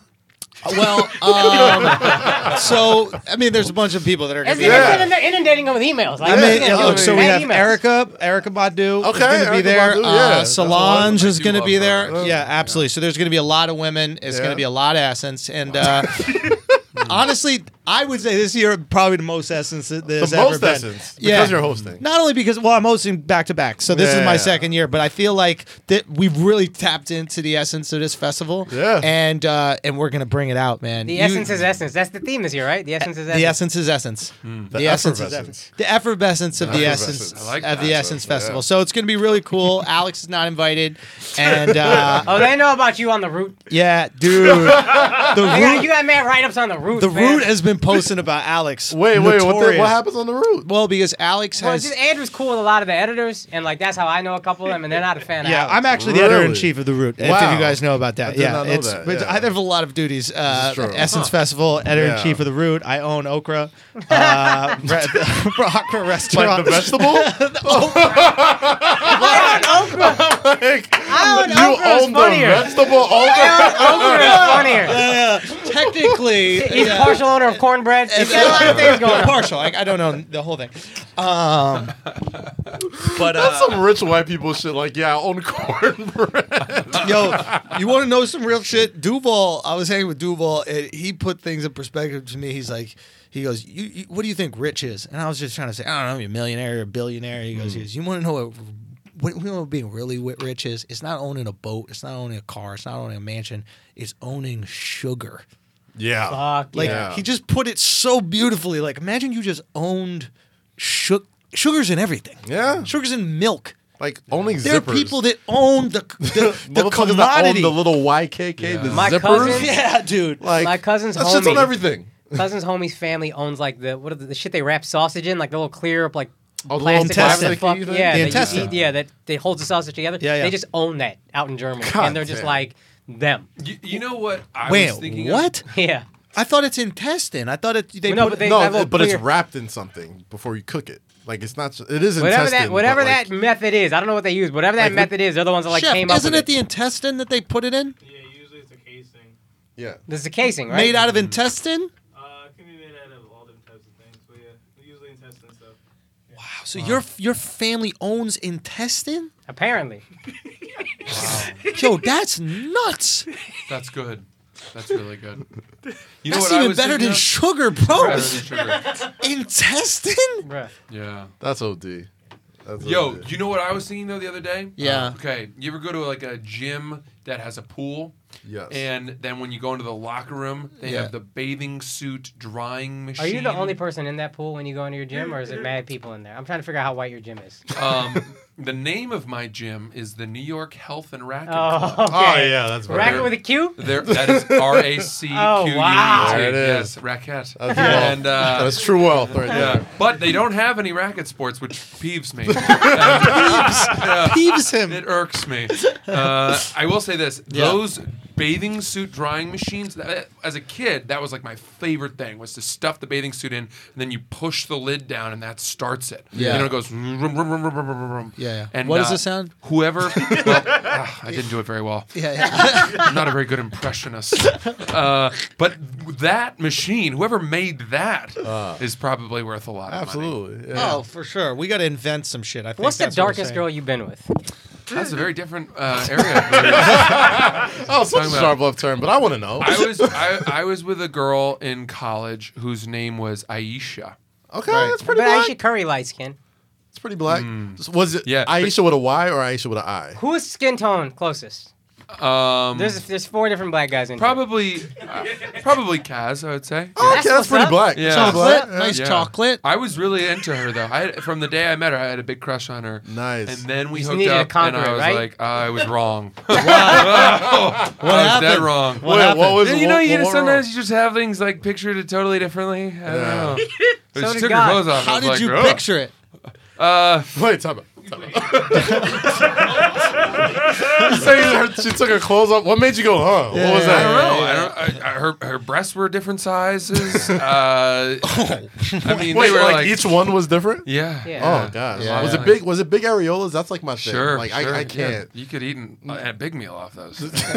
S1: Well, um, so I mean, there's a bunch of people that are gonna
S6: It's
S1: be.
S2: Yeah.
S6: it's in there inundating him with emails. Like,
S1: I
S6: it's
S1: mean,
S6: gonna
S1: yeah,
S6: be
S1: look, so we
S6: mad
S1: have
S6: emails.
S1: Erica, Erica Badu is
S2: Okay,
S1: going to be
S2: Erykah
S1: there.
S2: Badu,
S1: uh,
S2: yeah, that's
S1: Solange
S5: awesome. I
S1: is
S5: do
S1: going to
S5: love
S1: be there.
S5: her.
S1: Yeah, absolutely. So there's going to be a lot of women. It's going
S2: Yeah.
S1: to be a lot of essence. And uh, honestly, I would say this year probably the most essence that
S2: The
S1: there's ever
S2: most
S1: been.
S2: essence.
S1: Yeah.
S2: Because you're hosting.
S1: Not only because well, I'm hosting back to back, so this is my
S2: Yeah.
S1: second year, but I feel like that we've really tapped into the essence of this festival.
S2: Yeah.
S1: and uh, and we're gonna bring it out, man.
S6: The
S1: You-
S6: essence is essence. That's the theme this year, right? The essence is essence.
S1: the essence is essence. The, essence is
S2: Hmm. effervescence.
S1: essence. The effervescence of the
S2: Effervescence.
S1: essence
S5: I like
S1: of the
S5: that.
S1: essence
S2: Yeah.
S1: festival. So it's going to be really cool. Alex is not invited, and uh,
S6: Oh, they know about you on the route.
S1: yeah, dude,
S6: You
S1: the
S6: got,
S1: root,
S6: you got mad write-ups on the route.
S1: the
S6: man.
S1: root has been posting about Alex.
S2: Wait, wait. What, the, what
S1: Notorious.
S2: happens on the route?
S1: Well, because Alex
S6: Well, it's
S1: has.
S6: just Andrew's cool with a lot of the editors, and like that's how I know a couple of them, and they're not a fan.
S1: Yeah,
S6: of
S1: I'm
S6: Alex.
S1: actually the
S2: Really?
S1: editor in chief of the Root. If
S2: Wow.
S1: you guys know about that,
S2: I did
S1: yeah,
S2: not know
S1: it's.
S2: that,
S1: but
S2: yeah.
S1: I have a lot of duties. Uh,
S2: true.
S1: Essence Festival, editor in chief
S2: Yeah.
S1: of the Root. I own Okra, uh, Bre- Okra
S2: Like
S1: Restaurant.
S2: the vegetable? like,
S6: I own
S2: you
S6: okra is
S2: own the
S6: funnier.
S2: vegetable okra?
S6: I own okra is funnier.
S1: technically,
S6: He's
S1: yeah.
S6: partial owner of cornbread. He's got a lot of things going on.
S1: partial. Like, I don't know the whole thing. Um, but
S2: That's
S1: uh,
S2: some rich white people shit. Like, yeah, I own cornbread.
S1: yo, you want to know some real shit? Duval. I was hanging with Duval, and he put things in perspective to me. He's like. He goes, you, you, what do you think rich is? And I was just trying to say, I don't know, you're a millionaire or a billionaire. He
S2: Hmm.
S1: goes, he goes you want to know what, what, you know what being really wi- rich is? It's not owning a boat. It's not owning a car. It's not owning a mansion. It's owning sugar.
S2: yeah.
S6: Fuck
S1: Like
S6: yeah.
S2: Yeah.
S1: he just put it so beautifully. Like imagine you just owned sugar. Sugar's in everything.
S2: Yeah.
S1: Sugar's in milk.
S2: Like, owning
S1: There
S2: zippers.
S1: are people that own the the, the
S2: Motherfuckers that own
S1: commodity.
S2: the little YKK, the
S6: My
S2: zippers.
S6: cousin-
S1: yeah, dude.
S2: Like,
S6: My cousin's
S2: That shit's
S6: homie.
S2: on everything.
S6: Cousin's homie's family owns like the what are the, the shit they wrap sausage in, like the little clear like
S2: Oh, the little
S6: plastic, whatever the
S1: intestine.
S6: fuck.
S2: You
S6: Yeah,
S2: think?
S6: that you
S1: intestine.
S6: eat- yeah, that they hold the sausage together.
S1: Yeah, yeah.
S6: They just own that out in Germany,
S2: God
S6: and they're just
S2: damn.
S6: like them.
S5: You, you know what I
S1: Wait,
S5: was thinking? of?
S1: what?
S6: Yeah.
S1: I thought it's intestine. I thought it. They
S6: No,
S1: put
S6: but
S1: it-
S6: they- that
S2: No,
S6: little
S2: it- but it's
S6: clear-
S2: wrapped in something before you cook it. Like it's not. It is
S6: Whatever
S2: intestine,
S6: that whatever
S2: but, like,
S6: that method is, I don't know what they use. Whatever that
S2: Like,
S6: method is, they're the ones that like
S1: Chef,
S6: came up
S1: isn't
S6: with
S1: it the intestine that they put it in?
S7: Yeah, usually it's a casing.
S2: Yeah.
S6: This is a casing, right?
S1: Made out of intestine.
S7: Uh, it can be made out of all different types of things, but yeah, usually intestine stuff.
S1: So your your family owns intestine?
S6: Apparently.
S1: Yo, that's nuts.
S5: That's good. That's really good. You know
S1: That's
S5: what I
S1: even
S5: was
S1: better
S5: thinking
S1: than
S5: of?
S1: sugar, bro.
S5: Better than sugar.
S1: intestine?
S6: Bruh.
S5: Yeah.
S2: That's OD. That's
S5: Yo,
S2: OD.
S5: you know what I was thinking though the other day? Uh,
S1: Yeah.
S5: okay. You ever go to like a gym that has a pool?
S2: Yes.
S5: And then when you go into the locker room, they
S1: Yeah.
S5: have the bathing suit drying machine.
S6: Are you the only person in that pool when you go into your gym, or is it mad people in there? I'm trying to figure out how white your gym is.
S5: Um, the name of my gym is the New York Health and Racket
S6: Oh,
S5: Club.
S6: okay.
S2: Oh yeah, that's right.
S6: Racket with a Q?
S5: There, that is R A C Q U E T.
S6: Oh, wow.
S2: There it is.
S5: Yes, racket.
S2: That's wealth.
S5: and uh,
S2: that's true wealth right
S5: yeah,
S2: there.
S5: but they don't have any racket sports, which peeves me. peeves.
S1: Peeves him.
S5: It irks me. Uh, I will say this: those bathing suit drying machines. That, as a kid, that was like my favorite thing was to stuff the bathing suit in, and then you push the lid down, and that starts it.
S1: Yeah.
S5: you know, it goes. Vroom, vroom, vroom, vroom, vroom, vroom, vroom.
S1: Yeah, yeah.
S5: And
S1: What is
S5: uh,
S1: the sound?
S5: Whoever. well, ah, I didn't do it very well.
S1: Yeah, yeah.
S5: I'm not a very good impressionist. Uh, but that machine, whoever made that, is
S1: Uh.
S5: probably worth a lot. Of money.
S2: Absolutely. Yeah.
S1: oh, for sure. We got to invent some shit. I think
S6: What's the
S1: that's what we're
S6: darkest
S1: saying.
S6: girl you've been with?
S5: That's
S6: Mm.
S5: a very different uh, area.
S2: Oh, such a
S5: about-
S2: sharp left turn, but I want to know.
S5: I was I, I was with a girl in college whose name was Aisha.
S2: Okay, that's
S6: But
S2: pretty black.
S6: Aisha Curry light skin.
S2: It's pretty black. Was it
S5: Hmm. Yeah, but-
S2: Aisha with a Y or Aisha with an I?
S6: Who's skin tone
S2: Hmm.
S6: closest?
S5: Um,
S6: There's there's four different black guys in here.
S5: probably, uh, probably Kaz. I would say.
S2: Okay,
S6: That's
S2: that's
S6: what's
S2: pretty
S6: up.
S2: black.
S5: Yeah.
S2: Pretty
S1: Chocolate,
S2: black, yeah.
S1: nice
S5: Yeah.
S1: chocolate.
S5: I was really into her though. I from the day I met her, I had a big crush on her.
S2: Nice.
S5: And then we
S6: You just
S5: hooked
S6: needed to
S5: up, and
S6: conquer
S5: I
S6: it,
S5: was
S6: right?
S5: like, I was wrong. I was dead
S1: happened?
S5: wrong.
S1: What happened?
S2: was
S5: you
S2: what- what
S5: know, you just,
S2: went wrong?
S5: sometimes you just have things like pictured it totally differently. I don't
S2: Yeah.
S5: know. But
S6: So
S5: she
S6: did
S5: took
S6: God.
S5: her clothes off. I
S1: How
S5: was
S1: did
S5: like,
S1: you
S5: "Ugh."
S1: picture it?
S5: Uh,
S2: Wait, time out. Time out. You say her- she took her clothes off. What made you go, huh? What was
S5: I don't
S2: that?
S5: know. I don't, I, I, her her breasts were different sizes. Uh, I mean,
S2: Oh. Wait,
S5: they were
S2: like, each one was different?
S5: Yeah.
S6: Yeah.
S2: Oh gosh.
S5: Yeah.
S2: Was it
S5: Yeah.
S2: big was it big areolas? That's like my thing.
S5: Sure.
S2: Like
S5: sure,
S2: I, I
S5: yeah.
S2: can't.
S5: You could eat an, a big meal off those.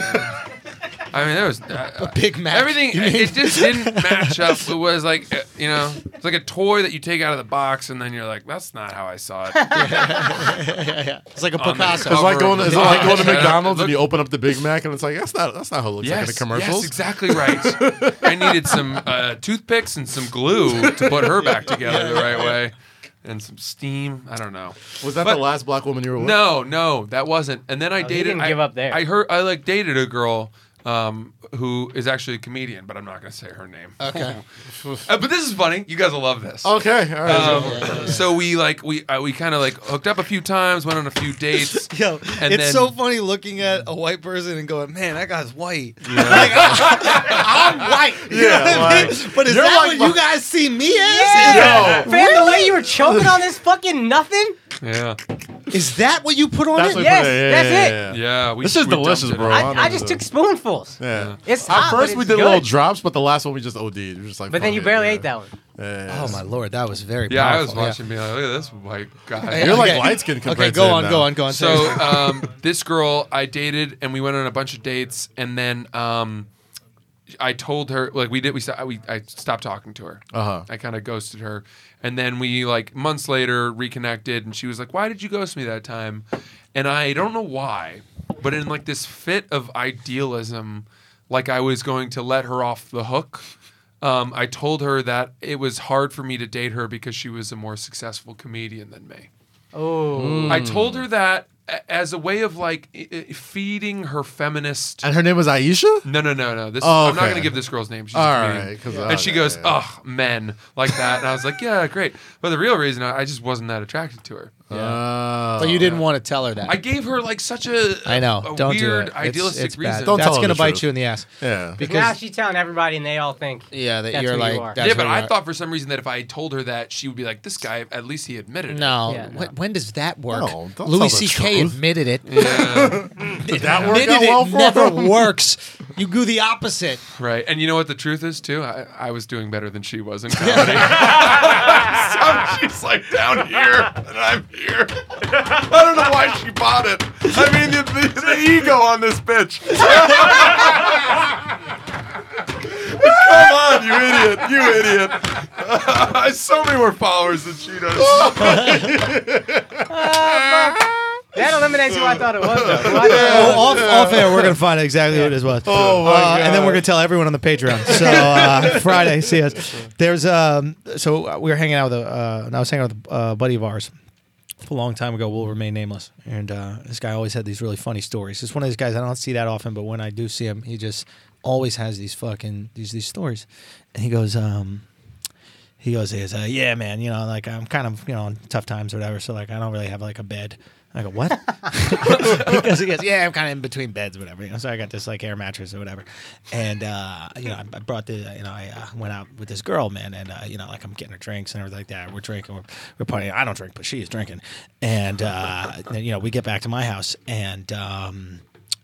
S5: I mean, that was uh,
S1: Big Mac.
S5: everything.
S1: You mean-
S5: It just didn't match up. It was like uh, you know, it's like a toy that you take out of the box, and then you're like, that's not how I saw it.
S1: It's like a
S5: On the
S1: Picasso.
S5: cover
S2: It's like
S5: of
S2: going.
S5: the
S2: It's like going to
S5: box. Yeah.
S2: McDonald's
S5: It
S2: and you open up the Big Mac and it's like that's not that's not how it looks like in the commercials.
S5: Yes, exactly right. I needed some uh, toothpicks and some glue to put her back together the right way, and some steam. I don't know.
S2: Was that
S5: But-
S2: the last black woman you were with?
S5: No, no, that wasn't. And then I
S6: he
S5: dated.
S6: didn't
S5: I,
S6: give up there.
S5: I heard. I like dated a girl um, who is actually a comedian, but I'm not going to say her name.
S1: Okay.
S5: Uh, but this is funny. You guys will love this.
S2: Okay. All right.
S5: Um, so we like we uh, we kind of like hooked up a few times, went on a few dates.
S1: Yo,
S5: And
S1: it's
S5: then-
S1: so funny looking at a white person and going, "Man, that guy's white." You know
S2: yeah.
S1: what I
S2: Like,
S1: mean? But is
S2: You're
S1: that
S2: like
S1: what
S2: my-
S1: you guys see me as?
S6: Yeah.
S2: Yo.
S6: Fam, the way you were choking on this fucking nothing.
S5: Yeah,
S1: Is that what you put on
S2: that's
S1: it?
S2: what
S6: Yes,
S2: yeah, yeah,
S6: that's
S2: yeah,
S6: it.
S2: yeah, yeah.
S5: yeah. We,
S2: This is
S5: we dumped
S2: delicious,
S5: it.
S2: bro.
S5: I-
S2: Oh,
S6: I, I
S2: no,
S6: just
S2: no.
S6: took spoonfuls.
S2: Yeah.
S6: It's
S2: At
S6: hot,
S2: first
S6: but
S2: we
S6: it's
S2: did little
S6: good.
S2: drops, but the last one we just OD'd. We were just like.
S6: But then
S2: fuck
S6: you
S2: it,
S6: barely
S2: yeah.
S6: ate that one.
S2: Yeah, yeah,
S1: Oh my lord, that was very.
S5: Yeah, I was
S1: powerful.
S5: watching. Be like, look at this white guy.
S1: Yeah.
S2: You're like
S1: Okay.
S2: light skinned compared
S1: Okay,
S2: to
S1: go
S2: him
S1: on,
S2: now.
S1: go on, go on.
S5: So um, this girl I dated, and we went on a bunch of dates, and then um, I told her like we did. We, sto- we I stopped talking to her.
S2: Uh-huh.
S5: I kind of ghosted her, and then we like months later reconnected, and she was like, "Why did you ghost me that time?" And I don't know why, but in like this fit of idealism, like I was going to let her off the hook. Um, I told her that it was hard for me to date her because she was a more successful comedian than me.
S6: Oh.
S2: Hmm.
S5: I told her that a- as a way of like i- i- feeding her feminist.
S2: And her name was Aisha.
S5: No, no, no, no. This
S2: Oh,
S5: I'm not
S2: okay.
S5: going to give this girl's name. She's
S2: All
S5: a comedian.
S2: right, 'cause- uh,
S5: and she
S2: okay,
S5: goes, "Oh."
S2: yeah.
S1: Oh,
S5: "Ugh, men like that," and I was like, "Yeah, great." But the real reason I, I just wasn't that attracted to her.
S2: Oh.
S1: but you didn't want to tell her that.
S5: I gave her like such a
S1: I know.
S5: a
S1: don't
S5: weird
S1: do it.
S5: idealistic
S1: it's, it's
S5: reason.
S1: Bad.
S2: Don't tell
S1: That's
S2: her
S1: gonna
S2: the
S1: bite
S2: truth.
S1: you in the ass.
S2: Yeah.
S1: Because
S6: Now she's telling everybody, and they all think.
S1: yeah, that
S6: That's
S1: you're
S6: who you
S1: like.
S6: are.
S1: that's
S5: yeah, but
S1: who you
S5: I
S1: are.
S5: thought for some reason that if I told her that, she would be like, "This guy, at least he admitted it."
S1: No.
S6: Yeah.
S1: What, when does that work?
S2: No, don't
S1: Louis
S2: tell the
S1: C.K.
S2: truth.
S1: admitted it.
S5: Yeah,
S2: Did that work
S1: Admitted
S2: out
S1: it
S2: well for
S1: never
S2: him?
S1: works. You do the opposite.
S5: right. And you know what the truth is too? I, I was doing better than she was in comedy. so she's like down here, and I'm here. I don't know why she bought it. I mean, the, the, the ego on this bitch. Come on, you idiot! You idiot! so many more followers than she
S1: Oh,
S5: does.
S6: That eliminates who I thought it was, though. Who I
S1: Oh,
S6: thought
S1: off, off air, we're gonna find out exactly who it is was.
S2: Oh, my
S1: Uh, And then
S2: God.
S1: we're gonna tell everyone on the Patreon. So uh, Friday, see us. There's um, so uh, we were hanging out with a, uh, and I was hanging out with a uh, buddy of ours a long time ago. Will remain nameless, and uh, this guy always had these really funny stories. It's one of these guys I don't see that often, but when I do see him, he just always has these fucking these these stories. And he goes, um, he goes, he goes, uh, yeah, man, you know, like I'm kind of, you know, in tough times or whatever. So like, I don't really have like a bed. I go, what? because he goes, yeah, I'm kind of in between beds, or whatever. You know, so I got this like air mattress or whatever. And, uh, you know, I, I brought the, you know, I uh, went out with this girl, man. And, uh, you know, like I'm getting her drinks and everything like that. We're drinking, we're, we're partying. I don't drink, but she is drinking. And, uh, then, you know, we get back to my house and, um,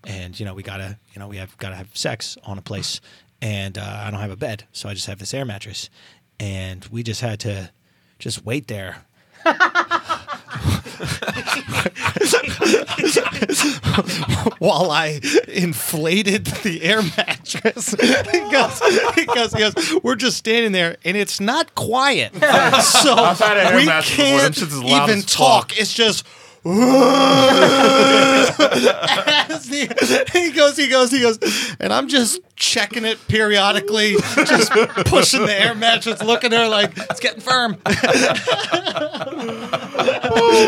S1: and you know we gotta you know we have gotta have sex on a place and uh, i don't have a bed so i just have this air mattress and we just had to just wait there while I inflated the air mattress. he goes, he goes, he goes, we're just standing there and it's not quiet. So
S2: Outside of air
S1: we
S2: mattresses, boy, them
S1: can't
S2: shits is loud
S1: even
S2: as fuck.
S1: talk. It's just as the- he goes, he goes, he goes, and I'm just checking it periodically, just pushing the air mattress, looking at her like it's getting firm.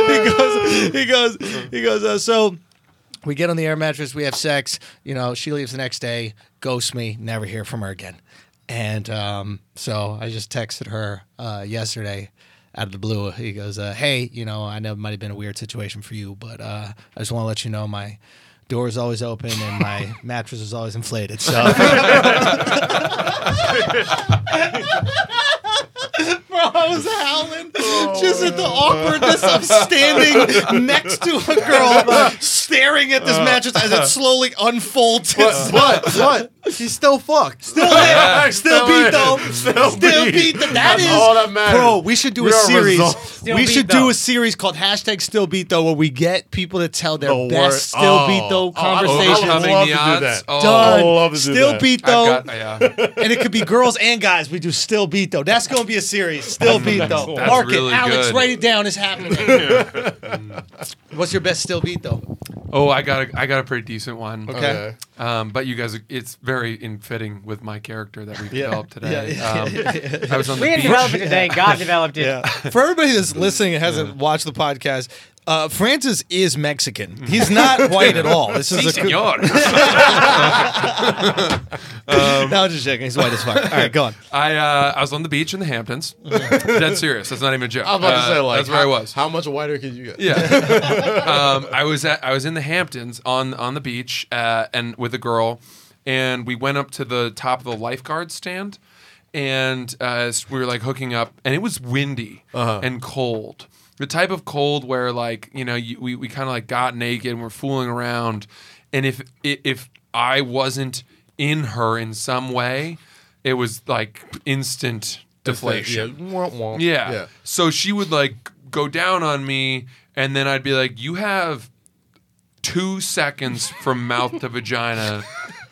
S1: he goes, he goes, he goes. Uh, so We get on the air mattress, we have sex. You know, she leaves the next day, ghosts me, never hear from her again. And um, so I just texted her uh, yesterday out of the blue. He goes, uh, Hey, you know, I know it might have been a weird situation for you, but uh, I just want to let you know my door is always open and my mattress is always inflated. So, bro, I was howling
S2: Oh.
S1: just at the awkwardness of standing next to a girl, staring at this mattress as it slowly unfolds.
S2: Uh. But, but, but, she's still fucked.
S1: still there, still
S2: Still
S1: beat though,
S2: in.
S1: still,
S2: Still beat.
S1: beat. though. That
S2: That's
S1: is-
S2: all that matters.
S1: bro. We should do
S2: We
S1: a
S2: are
S1: series.
S2: resolved.
S6: Still
S1: we
S6: beat
S1: should do
S6: though.
S1: a series called hashtag Still Beat Though, where we get people to tell their
S2: The wor-
S1: best Still
S2: Oh.
S1: Beat Though
S2: Oh, I would
S1: conversation.
S2: love to
S5: Overcoming
S2: do
S5: the odds.
S2: that.
S5: Oh,
S1: Done.
S2: I would love to do
S1: still
S2: that.
S1: beat
S5: I've
S1: though,
S5: got, yeah.
S1: and it could be girls and guys. We do still beat though. That's gonna be a series. Still beat though.
S5: That's
S1: Mark
S5: really
S1: it, Alex.
S5: good.
S1: Write it down. It's happening. What's your best still beat though?
S5: Oh, I got a, I got a pretty decent one.
S1: Okay.
S5: Um, but you guys, it's very in fitting with my character that we've
S1: Yeah.
S5: developed today.
S1: Yeah.
S5: Um, I was on the
S6: We didn't
S5: beach.
S6: develop it today. God developed it.
S1: For everybody that's listening and hasn't watched the podcast, uh, Francis is Mexican. He's not white at all. This is a
S5: Mm-hmm. Senor.
S1: Um, no, I'm just joking. He's white as fuck. All right, go on.
S5: I uh, I was on the beach in the Hamptons. Dead serious. That's not even a joke.
S2: I was about to
S5: Uh,
S2: say, like,
S5: that's where
S2: how,
S5: I was.
S2: How much whiter could you get?
S5: Yeah, um, I was at I was in the Hamptons on on the beach uh, and with a girl, and we went up to the top of the lifeguard stand, and uh, s- we were like hooking up, and it was windy and cold. The type of cold where like you know you, we we kind of like got naked and we're fooling around, and if i- if I wasn't in her in some way, it was like instant deflation.
S2: Yeah. Womp womp.
S5: Yeah.
S2: yeah.
S5: So she would like go down on me, and then I'd be like, "You have two seconds from mouth to vagina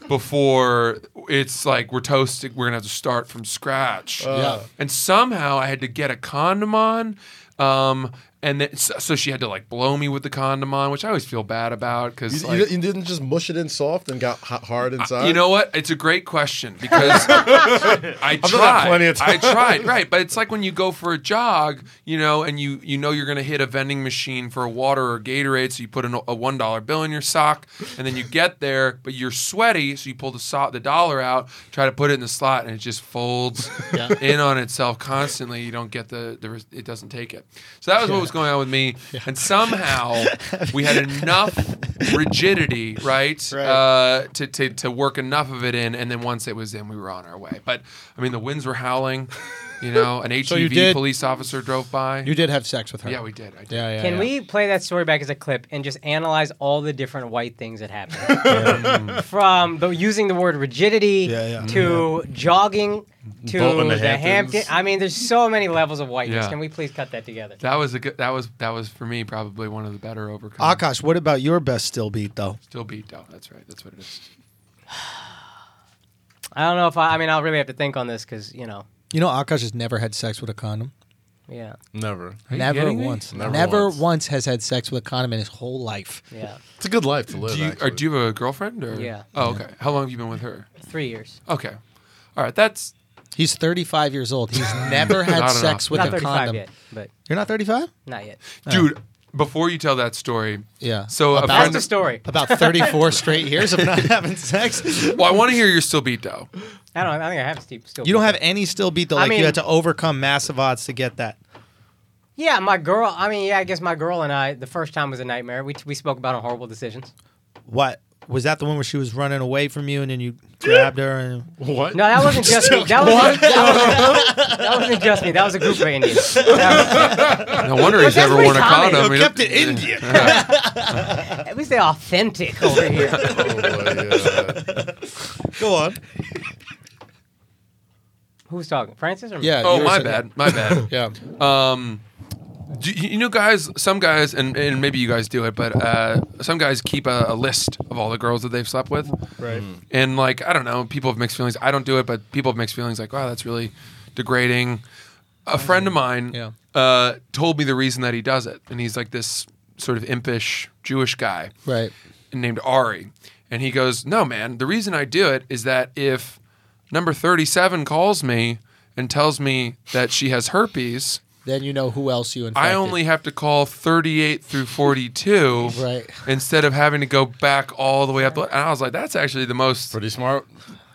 S5: before it's like we're toasted. We're gonna have to start from scratch."
S2: Uh.
S1: Yeah.
S5: And somehow I had to get a condom on. Um, and then, so, so she had to like blow me with the condom on, which I always feel bad about
S2: You,
S5: because
S2: you
S5: like,
S2: di- you didn't just mush it in soft and got hot, hard inside.
S5: Uh, you know what? It's a great question because I
S2: done that
S5: tried.
S2: plenty of
S5: I
S2: times.
S5: tried, right? But it's like when you go for a jog, you know, and you you know you're going to hit a vending machine for a water or Gatorade, so you put an, a one dollar bill in your sock, and then you get there, but you're sweaty, so you pull the sock, the dollar out, try to put it in the slot, and it just folds in on itself constantly. You don't get the the res- it doesn't take it. So that was what was going on with me, and somehow we had enough rigidity, right?
S1: Right.
S5: uh, to, to, to work enough of it in, and then once it was in, we were on our way. But I mean, the winds were howling. You know, an ATV
S1: So you did-
S5: police officer drove by.
S1: You did have sex with her.
S5: yeah, we did. I did.
S1: Yeah, yeah.
S6: Can
S1: yeah.
S6: we play that story back as a clip and just analyze all the different white things that happened? From the, using the word rigidity
S1: Yeah, yeah.
S6: to jogging to
S2: Vote in the
S6: the, Hampton.
S2: Hamptons.
S6: I mean, there's so many levels of whiteness.
S5: Yeah.
S6: Can we please cut that together?
S5: That was a good. That was that was for me probably one of the better overcoming.
S1: Akash, what about your best still beat though?
S5: Still beat though. That's right. That's what it is.
S6: I don't know if I, I mean, I'll really have to think on this because, you know,
S1: You know, Akash has never had sex with a condom.
S6: yeah,
S2: Never.
S5: Are you
S1: Never
S5: kidding me?
S1: once.
S2: Never
S1: once.
S2: once.
S1: has had sex with a condom in his whole life.
S6: yeah.
S2: It's a good life to live.
S5: Do you
S2: actually.
S5: or do you have a girlfriend or?
S6: Yeah.
S5: Oh, okay. How long have you been with her?
S6: Three years.
S5: Okay. All right. That's
S1: He's 35 years old. He's never had
S5: Not
S1: sex
S5: enough.
S1: with
S6: Not
S1: a
S6: 35
S1: condom.
S6: yet, but
S1: You're not 35?
S6: not yet.
S5: dude. Before you tell that story,
S1: Yeah.
S5: So a
S1: About-
S6: That's
S5: friend
S6: the story.
S1: About 34 straight years of not having sex. You
S5: Well, I want to hear your still beat though.
S6: I don't. I think I have Steve still.
S1: don't have any still beat though.
S6: I
S1: Like you
S6: mean-
S1: had to overcome massive odds to get that.
S6: Yeah, my girl. I mean, yeah, I guess my girl and I. The first time was a nightmare. We we spoke about our horrible decisions.
S1: What was that? The one where she was running away from you and then you grabbed her and
S2: what?
S6: No, that wasn't just me. That wasn't, that, wasn't, that wasn't just me. That was a group of Indians. That
S5: No wonder he's
S6: that's
S5: never
S6: pretty
S5: worn a
S6: common.
S5: condom.
S1: They
S5: He
S1: kept
S5: don't-
S1: it Indian.
S6: was- at least they're authentic over here.
S2: Oh, my God.
S1: go on.
S6: Who's talking? Francis or me?
S1: Yeah.
S5: Oh,
S1: you were
S5: my
S1: saying-
S5: bad. My bad.
S1: Yeah.
S5: Um, do, you you know, guys, some guys, and, and maybe you guys do it, but uh, some guys keep a, a list of all the girls that they've slept with.
S1: Right.
S5: And, like, I don't know, people have mixed feelings. I don't do it, but people have mixed feelings like, wow, that's really degrading. A friend of mine
S1: Yeah.
S5: uh, told me the reason that he does it. And he's like this sort of impish Jewish guy
S1: Right.
S5: named Ari. And he goes, No, man, the reason I do it is that if number 37 calls me and tells me that she has herpes,
S1: then you know who else you infected.
S5: I only have to call 38 through 42
S1: Right.
S5: instead of having to go back all the way up. the- And I was like, that's actually the most
S2: Pretty smart.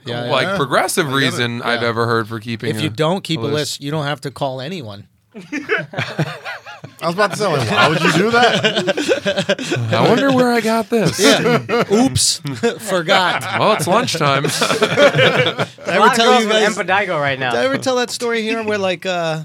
S1: Yeah, yeah.
S5: like
S2: yeah.
S5: progressive
S2: get it.
S5: reason I've
S1: Yeah.
S5: ever heard for keeping.
S1: if
S5: a-
S1: you don't keep a
S5: a
S1: list,
S5: list.
S1: you don't have to call anyone.
S2: I was about to say, like, why would you do that?
S5: I wonder where I got this.
S1: Yeah. Oops. Forgot.
S5: Well, it's lunchtime.
S1: I
S6: a lot
S1: ever
S6: of
S1: tell
S6: girls
S1: you
S6: with
S1: guys? Did
S6: Empedigo
S1: I
S6: right now.
S1: ever tell that story here where like uh,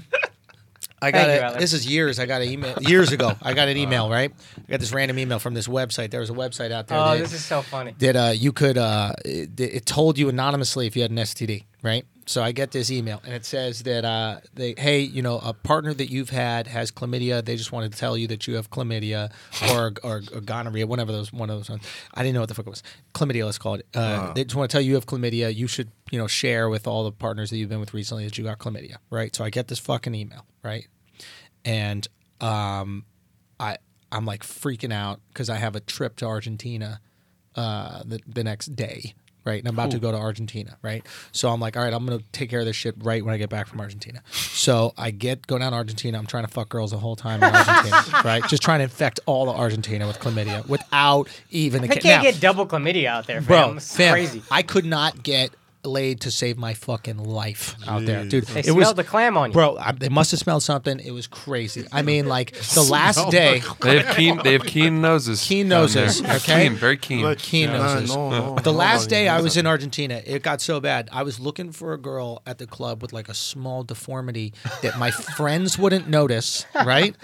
S1: I got
S6: Thank you,
S1: a,
S6: Alex.
S1: this is years. I got an email years ago. I got an email right. I got this random email from this website. There was a website out there.
S6: Oh,
S1: that,
S6: this is so funny.
S1: that uh, you could uh, it, it told you anonymously if you had an STD, right? So I get this email and it says that uh, they hey you know a partner that you've had has chlamydia. They just wanted to tell you that you have chlamydia or or, or gonorrhea, whatever those one of those ones. I didn't know what the fuck it was. Chlamydia, let's call it. Uh, They just want to tell you you have chlamydia. You should you know share with all the partners that you've been with recently that you got chlamydia, right? So I get this fucking email, right? and um, I I'm like freaking out because I have a trip to Argentina uh, the, the next day, right? And I'm about to go to Argentina, right? So I'm like, all right, I'm gonna take care of this shit right when I get back from Argentina. So I get go down to Argentina. I'm trying to fuck girls the whole time in Argentina, right? Just trying to infect all of Argentina with chlamydia without even.
S6: They can't get double chlamydia out there, fam.
S1: bro.
S6: This is
S1: fam,
S6: crazy.
S1: I could not get laid to save my fucking life out there, dude.
S6: They
S1: it
S6: smelled
S1: was
S6: the clam on you.
S1: Bro, I, they must have smelled something. It was crazy. I mean, like the last day,
S5: they have keen. They have keen noses.
S1: Keen
S5: down
S1: noses,
S5: there.
S1: okay?
S5: Keen, very keen.
S2: Like,
S1: Keen
S2: nah,
S1: noses.
S2: no, no,
S1: the
S2: no,
S1: last
S2: no,
S1: day
S2: no,
S1: I
S2: no.
S1: was in Argentina, it got so bad. I was looking for a girl at the club with like a small deformity that my friends wouldn't notice, right?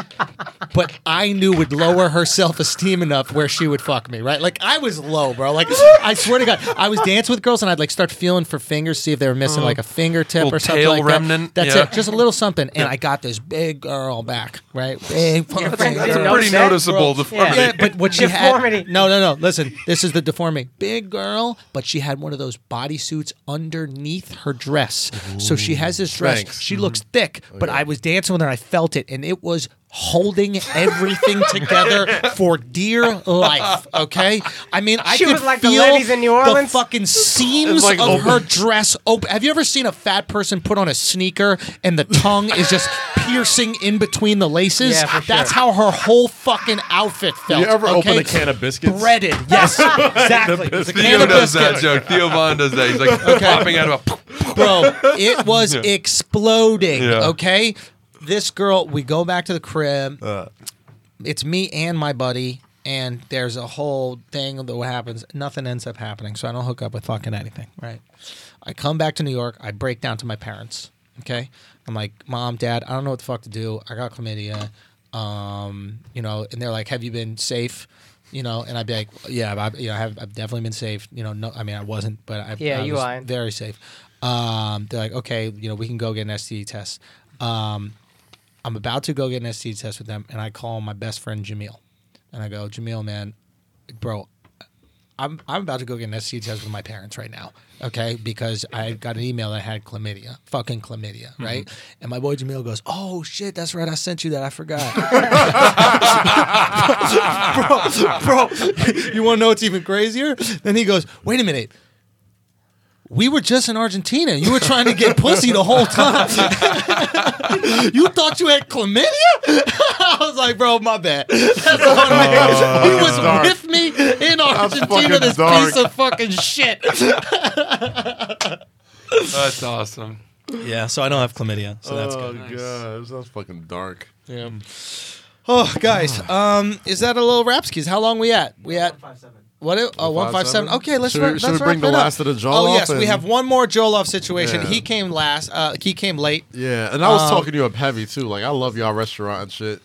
S1: But I knew would lower her self esteem enough where she would fuck me, right? Like I was low, bro. Like I swear to God, I was dancing with girls and I'd like start feeling for fingers, see if they were missing like a fingertip
S5: Uh, Little
S1: or something
S5: tail
S1: like
S5: remnant,
S1: that. That's
S5: yeah.
S1: it, just a little something. And I got this big girl back, right? Big fucking girl.
S6: friends didn't
S5: That's
S6: notice
S5: pretty
S6: that,
S5: noticeable.
S6: bro.
S5: The firmity.
S1: Yeah, but what she had.
S6: Deformity.
S1: No, no, no. Listen, this is the deformity. Big girl, but she had one of those bodysuits underneath her dress. So she has this dress.
S2: Thanks.
S1: She looks
S6: Mm-hmm.
S1: thick, but I was dancing with her and I felt it, and it was holding everything together for dear life. Okay? I mean, I
S6: She
S1: could
S6: was like the
S1: feel
S6: ladies in New
S1: the
S6: Orleans.
S1: fucking seams
S2: It's like
S1: of
S2: open.
S1: her dress open. Have you ever seen a fat person put on a sneaker and the tongue is just piercing in between the laces?
S6: Yeah, for
S1: That's how
S6: sure.
S1: her whole fucking outfit felt.
S2: You ever
S1: okay?
S2: open a can of biscuits?
S1: breaded. Yes, exactly. It's a can
S5: Theo
S1: of
S5: does
S1: biscuits.
S5: that joke. Theo Vaughn does that. He's like popping out of a.
S1: Bro, it was exploding.
S5: Yeah.
S1: Okay. This girl, we go back to the crib.
S2: Uh,
S1: It's me and my buddy, and there's a whole thing that what happens. Nothing ends up happening, so I don't hook up with fucking anything. Right. I come back to New York. I break down to my parents. Okay. I'm like, Mom, Dad, I don't know what the fuck to do. I got chlamydia. Um, you know, and they're like, Have you been safe? You know, and I'd be like, Yeah, I've, you know, I have, I've definitely been safe. You know, no, I mean, I wasn't, but I,
S6: Yeah,
S1: I
S6: you
S1: was
S6: lying.
S1: very safe. Um, they're like, okay, you know, we can go get an STD test. Um, I'm about to go get an STD test with them, and I call my best friend Jamil, and I go, Jamil, man, bro, I'm I'm about to go get an STD test with my parents right now, okay? Because I got an email that had chlamydia, fucking chlamydia, right? And my boy Jamil goes, "Oh shit, that's right, I sent you that, I forgot." bro, bro, you want to know what's even crazier? Then he goes, "Wait a minute." We were just in Argentina. You were trying to get pussy the whole time. you thought you had chlamydia? I was like, bro, my bad. That's all I'm like, he was
S2: dark.
S1: with me in Argentina.
S2: fucking
S1: This
S2: dark.
S1: piece of fucking shit.
S5: That's awesome.
S10: Yeah, so I don't have chlamydia, so that's
S2: oh
S10: good.
S2: god, that sounds fucking dark.
S1: Yeah. Oh, guys, um, is that a little rapskis? How long we at? We at
S7: Five seven.
S1: What? It, oh, 157.
S2: 157?
S1: Okay, let's
S2: Should
S1: wrap-
S2: we- should
S1: let's
S2: we bring
S1: wrap
S2: the
S1: it up.
S2: last of the
S1: Oh
S2: Joloff
S1: yes, we
S2: and-
S1: have one more Joloff situation.
S2: Yeah.
S1: He came last. Uh, he came late.
S2: Yeah, and I was
S1: Um,
S2: talking to you up heavy too. Like I love y'all restaurant and shit.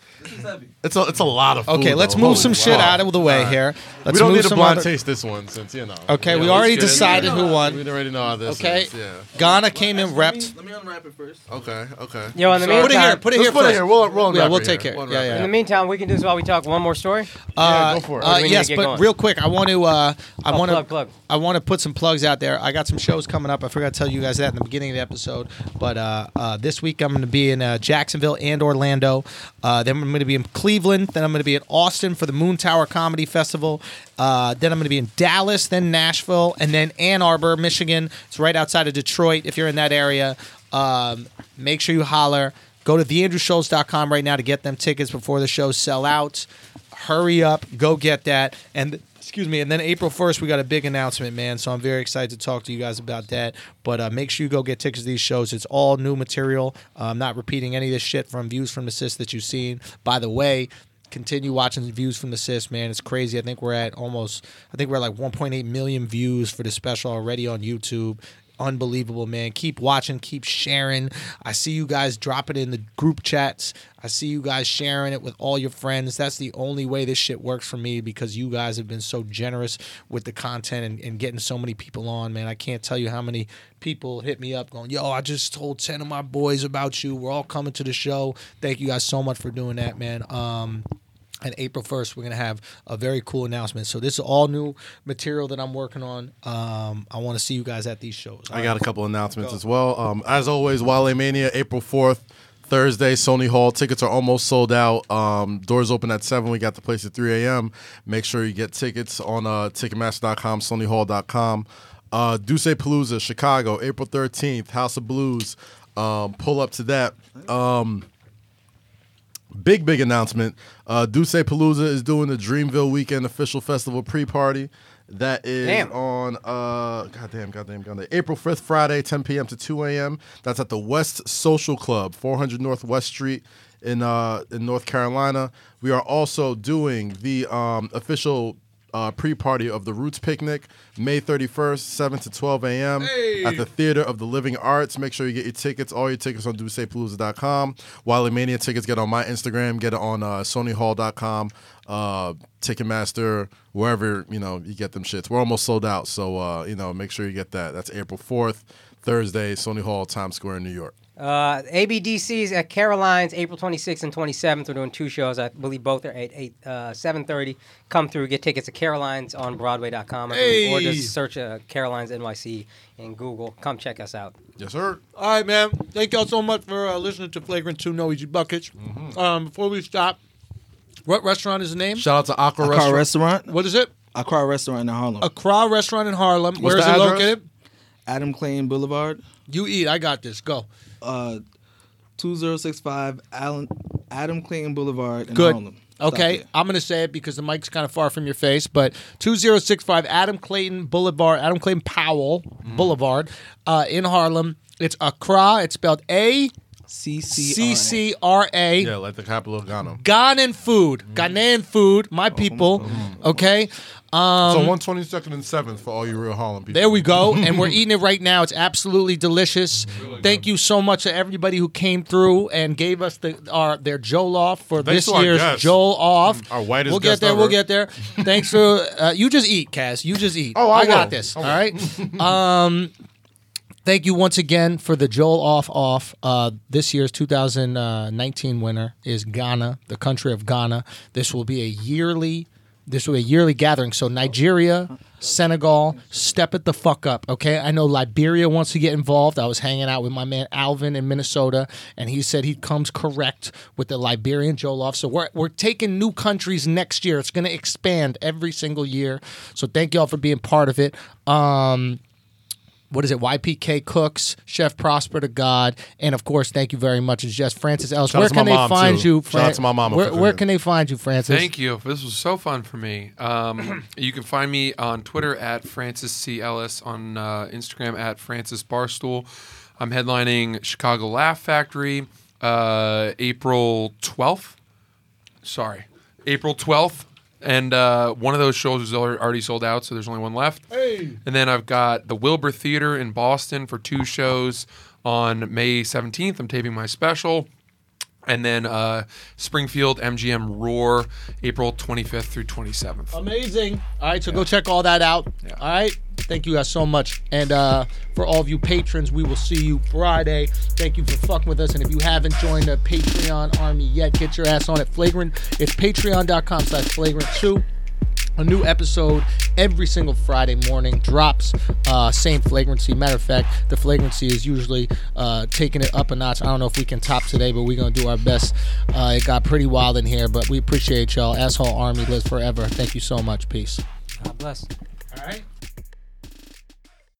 S2: It's a it's a lot of food.
S1: Okay, let's
S2: though.
S1: move
S2: Holy
S1: some shit
S2: wow.
S1: out of the way here. Let's
S2: we don't
S1: move
S2: need to
S1: some
S2: blind
S1: other-
S2: taste this one since you know.
S1: Okay, we
S5: let's
S1: already
S5: get it.
S1: decided who
S2: We
S1: won.
S2: already know how this
S1: Okay.
S2: is. Yeah.
S1: Ghana came in
S7: Let me,
S1: repped.
S7: let me unwrap it first.
S2: Okay. Okay.
S6: Yo, in the
S1: Put it
S6: meantime,
S1: here. Put it
S2: Let's
S1: here.
S2: put it
S1: first.
S2: here. We'll roll.
S1: yeah,
S2: wrapper
S1: we'll
S2: here.
S1: take care.
S2: We'll
S1: Yeah,
S2: wrapper
S1: yeah.
S6: in the meantime, we can do this while we talk. One more story.
S1: Uh,
S2: Yeah, go for it.
S1: uh,
S6: We need to
S1: yes,
S6: get
S1: but
S6: going.
S1: real quick, I want to. Uh, I
S6: Oh,
S1: want
S6: plug,
S1: to.
S6: plug.
S1: I want to put some plugs out there. I got some shows coming up. I forgot to tell you guys that in the beginning of the episode. But uh, uh, this week I'm going to be in uh, Jacksonville and Orlando. Uh, then I'm going to be in Cleveland. Then I'm going to be in Austin for the Moon Tower Comedy Festival. Uh, then I'm going to be in Dallas. Then Nashville, and then Ann Arbor, Michigan. It's right outside of Detroit. If you're in that area, um, make sure you holler. Go to theandrewschultz.com right now to get them tickets before the show sell out. Hurry up, go get that. And excuse me, and then April 1st, we got a big announcement, man. So I'm very excited to talk to you guys about that. But uh, make sure you go get tickets to these shows. It's all new material. Uh, I'm not repeating any of this shit from views from assists that you've seen. By the way, continue watching views from the sis man it's crazy i think we're at almost i think we're at like 1.8 million views for the special already on youtube unbelievable man keep watching keep sharing i see you guys drop it in the group chats i see you guys sharing it with all your friends that's the only way this shit works for me because you guys have been so generous with the content and, and getting so many people on man i can't tell you how many people hit me up going yo i just told 10 of my boys about you we're all coming to the show thank you guys so much for doing that man um and April 1st, we're going to have a very cool announcement. So, this is all new material that I'm working on. Um, I want to see you guys at these shows.
S2: I got a couple announcements as well. Um, as always, Wale Mania, April 4th, Thursday, Sony Hall. Tickets are almost sold out. Um, doors open at 7. We got the place at 3 a.m. Make sure you get tickets on uh, Ticketmaster.com, SonyHall.com. Uh, Duce Palooza, Chicago, April 13th, House of Blues. Um, pull up to that. Um, big, big announcement. Uh, Duce Palooza is doing the Dreamville Weekend Official Festival pre party. That is
S6: Damn.
S2: on uh goddamn, goddamn, goddamn. April 5th, Friday, 10 p.m. to 2 a.m. That's at the West Social Club, 400 Northwest Street in uh in North Carolina. We are also doing the um official uh, pre-party of the Roots Picnic, May 31st, 7 to 12 a.m. at the Theater of the Living Arts. Make sure you get your tickets, all your tickets on DucePalooza.com. Wally Mania tickets get on my Instagram, get it on uh, SonyHall.com, uh, Ticketmaster, wherever you know you get them shits. We're almost sold out, so uh, you know make sure you get that. That's April 4th, Thursday, Sony Hall, Times Square in New York.
S6: Uh, ABDC's at Caroline's April 26th and 27th. We're doing two shows. I believe both are at 8, uh, 7.30. Come through. Get tickets at Caroline's on Broadway.com. I believe, Or just search uh, Caroline's NYC in Google. Come check us out.
S2: Yes, sir.
S1: All right, man. Thank y'all so much for uh, listening to Flagrant 2 No Easy Buckets. Um, before we stop, what restaurant is the name?
S2: Shout out to Aqua
S11: Accra
S2: Restaurant.
S11: restaurant.
S1: What is it?
S11: Accra restaurant in Harlem.
S1: Accra Restaurant in Harlem. Where is
S2: the
S1: it
S2: address?
S1: located?
S11: Adam Clayton Boulevard.
S1: You eat. I got this. Go.
S11: Uh, two zero six five Allen Adam Clayton Boulevard in
S1: Good.
S11: Harlem. Stop
S1: Okay,
S11: there.
S1: I'm going to say it because the mic's kind of far from your face, but 2065 Adam Clayton Boulevard, Adam Clayton Powell Boulevard uh, in Harlem. It's Accra. It's spelled A
S11: C C
S1: C
S11: R.
S1: C R A.
S2: Yeah, like the capital of Ghana.
S1: Ghanaian food, Ghanaian food, my people. Okay,
S2: so 122nd and 7th for all you real Harlem people.
S1: there we go, and we're eating it right now. It's absolutely delicious. Thank you so much to everybody who came through and gave us the our their Joel off for
S2: Thanks to
S1: this
S2: our
S1: year's
S2: guests. Mm,
S1: Joel off.
S2: Our whitest
S1: We'll get
S2: guest
S1: there. We'll
S2: ever.
S1: get there. Thanks for uh, you. Just eat, Cass. You just eat.
S2: Oh, I
S1: got
S2: will.
S1: this.
S2: I
S1: All right. um, thank you once again for the Joel off off. Uh, this year's 2019 winner is Ghana, the country of Ghana. This will be a yearly. This will be a yearly gathering. So Nigeria, Senegal, step it the fuck up, okay? I know Liberia wants to get involved. I was hanging out with my man Alvin in Minnesota, and he said he comes correct with the Liberian Joloff. So we're, we're taking new countries next year. It's going to expand every single year. So thank y'all for being part of it. Um, what is it? YPK Cooks, Chef Prosper to God, and of course, thank you very much. It's just Francis Ellis.
S2: Shout out
S1: where
S2: to
S1: can
S2: my
S1: they
S2: mom,
S1: find
S2: too.
S1: you?
S2: Shout out to my mama
S1: Where,
S2: for
S1: where
S2: cooking.
S1: can they find you, Francis?
S5: Thank you. This was so fun for me. Um, you can find me on Twitter at Francis C. Ellis, on uh, Instagram at Francis Barstool. I'm headlining Chicago Laugh Factory uh, April 12th. Sorry, April 12th. And uh, one of those shows is al- already sold out, so there's only one left. And then I've got the Wilbur Theater in Boston for two shows on May 17th. I'm taping my special. And then uh, Springfield MGM Roar, April 25th through 27th.
S1: Amazing. All right, so go check all that out.
S5: Yeah.
S1: All right. Thank you guys so much. And uh, for all of you patrons, we will see you Friday. Thank you for fucking with us. And if you haven't joined the Patreon army yet, get your ass on it. Flagrant. It's patreon.com slash flagrant 2. A new episode every single Friday morning drops. Uh, same flagrancy. Matter of fact, the flagrancy is usually uh, taking it up a notch. I don't know if we can top today, but we're going to do our best. Uh, it got pretty wild in here, but we appreciate y'all. Asshole Army lives forever. Thank you so much. Peace.
S6: God bless.
S1: All right.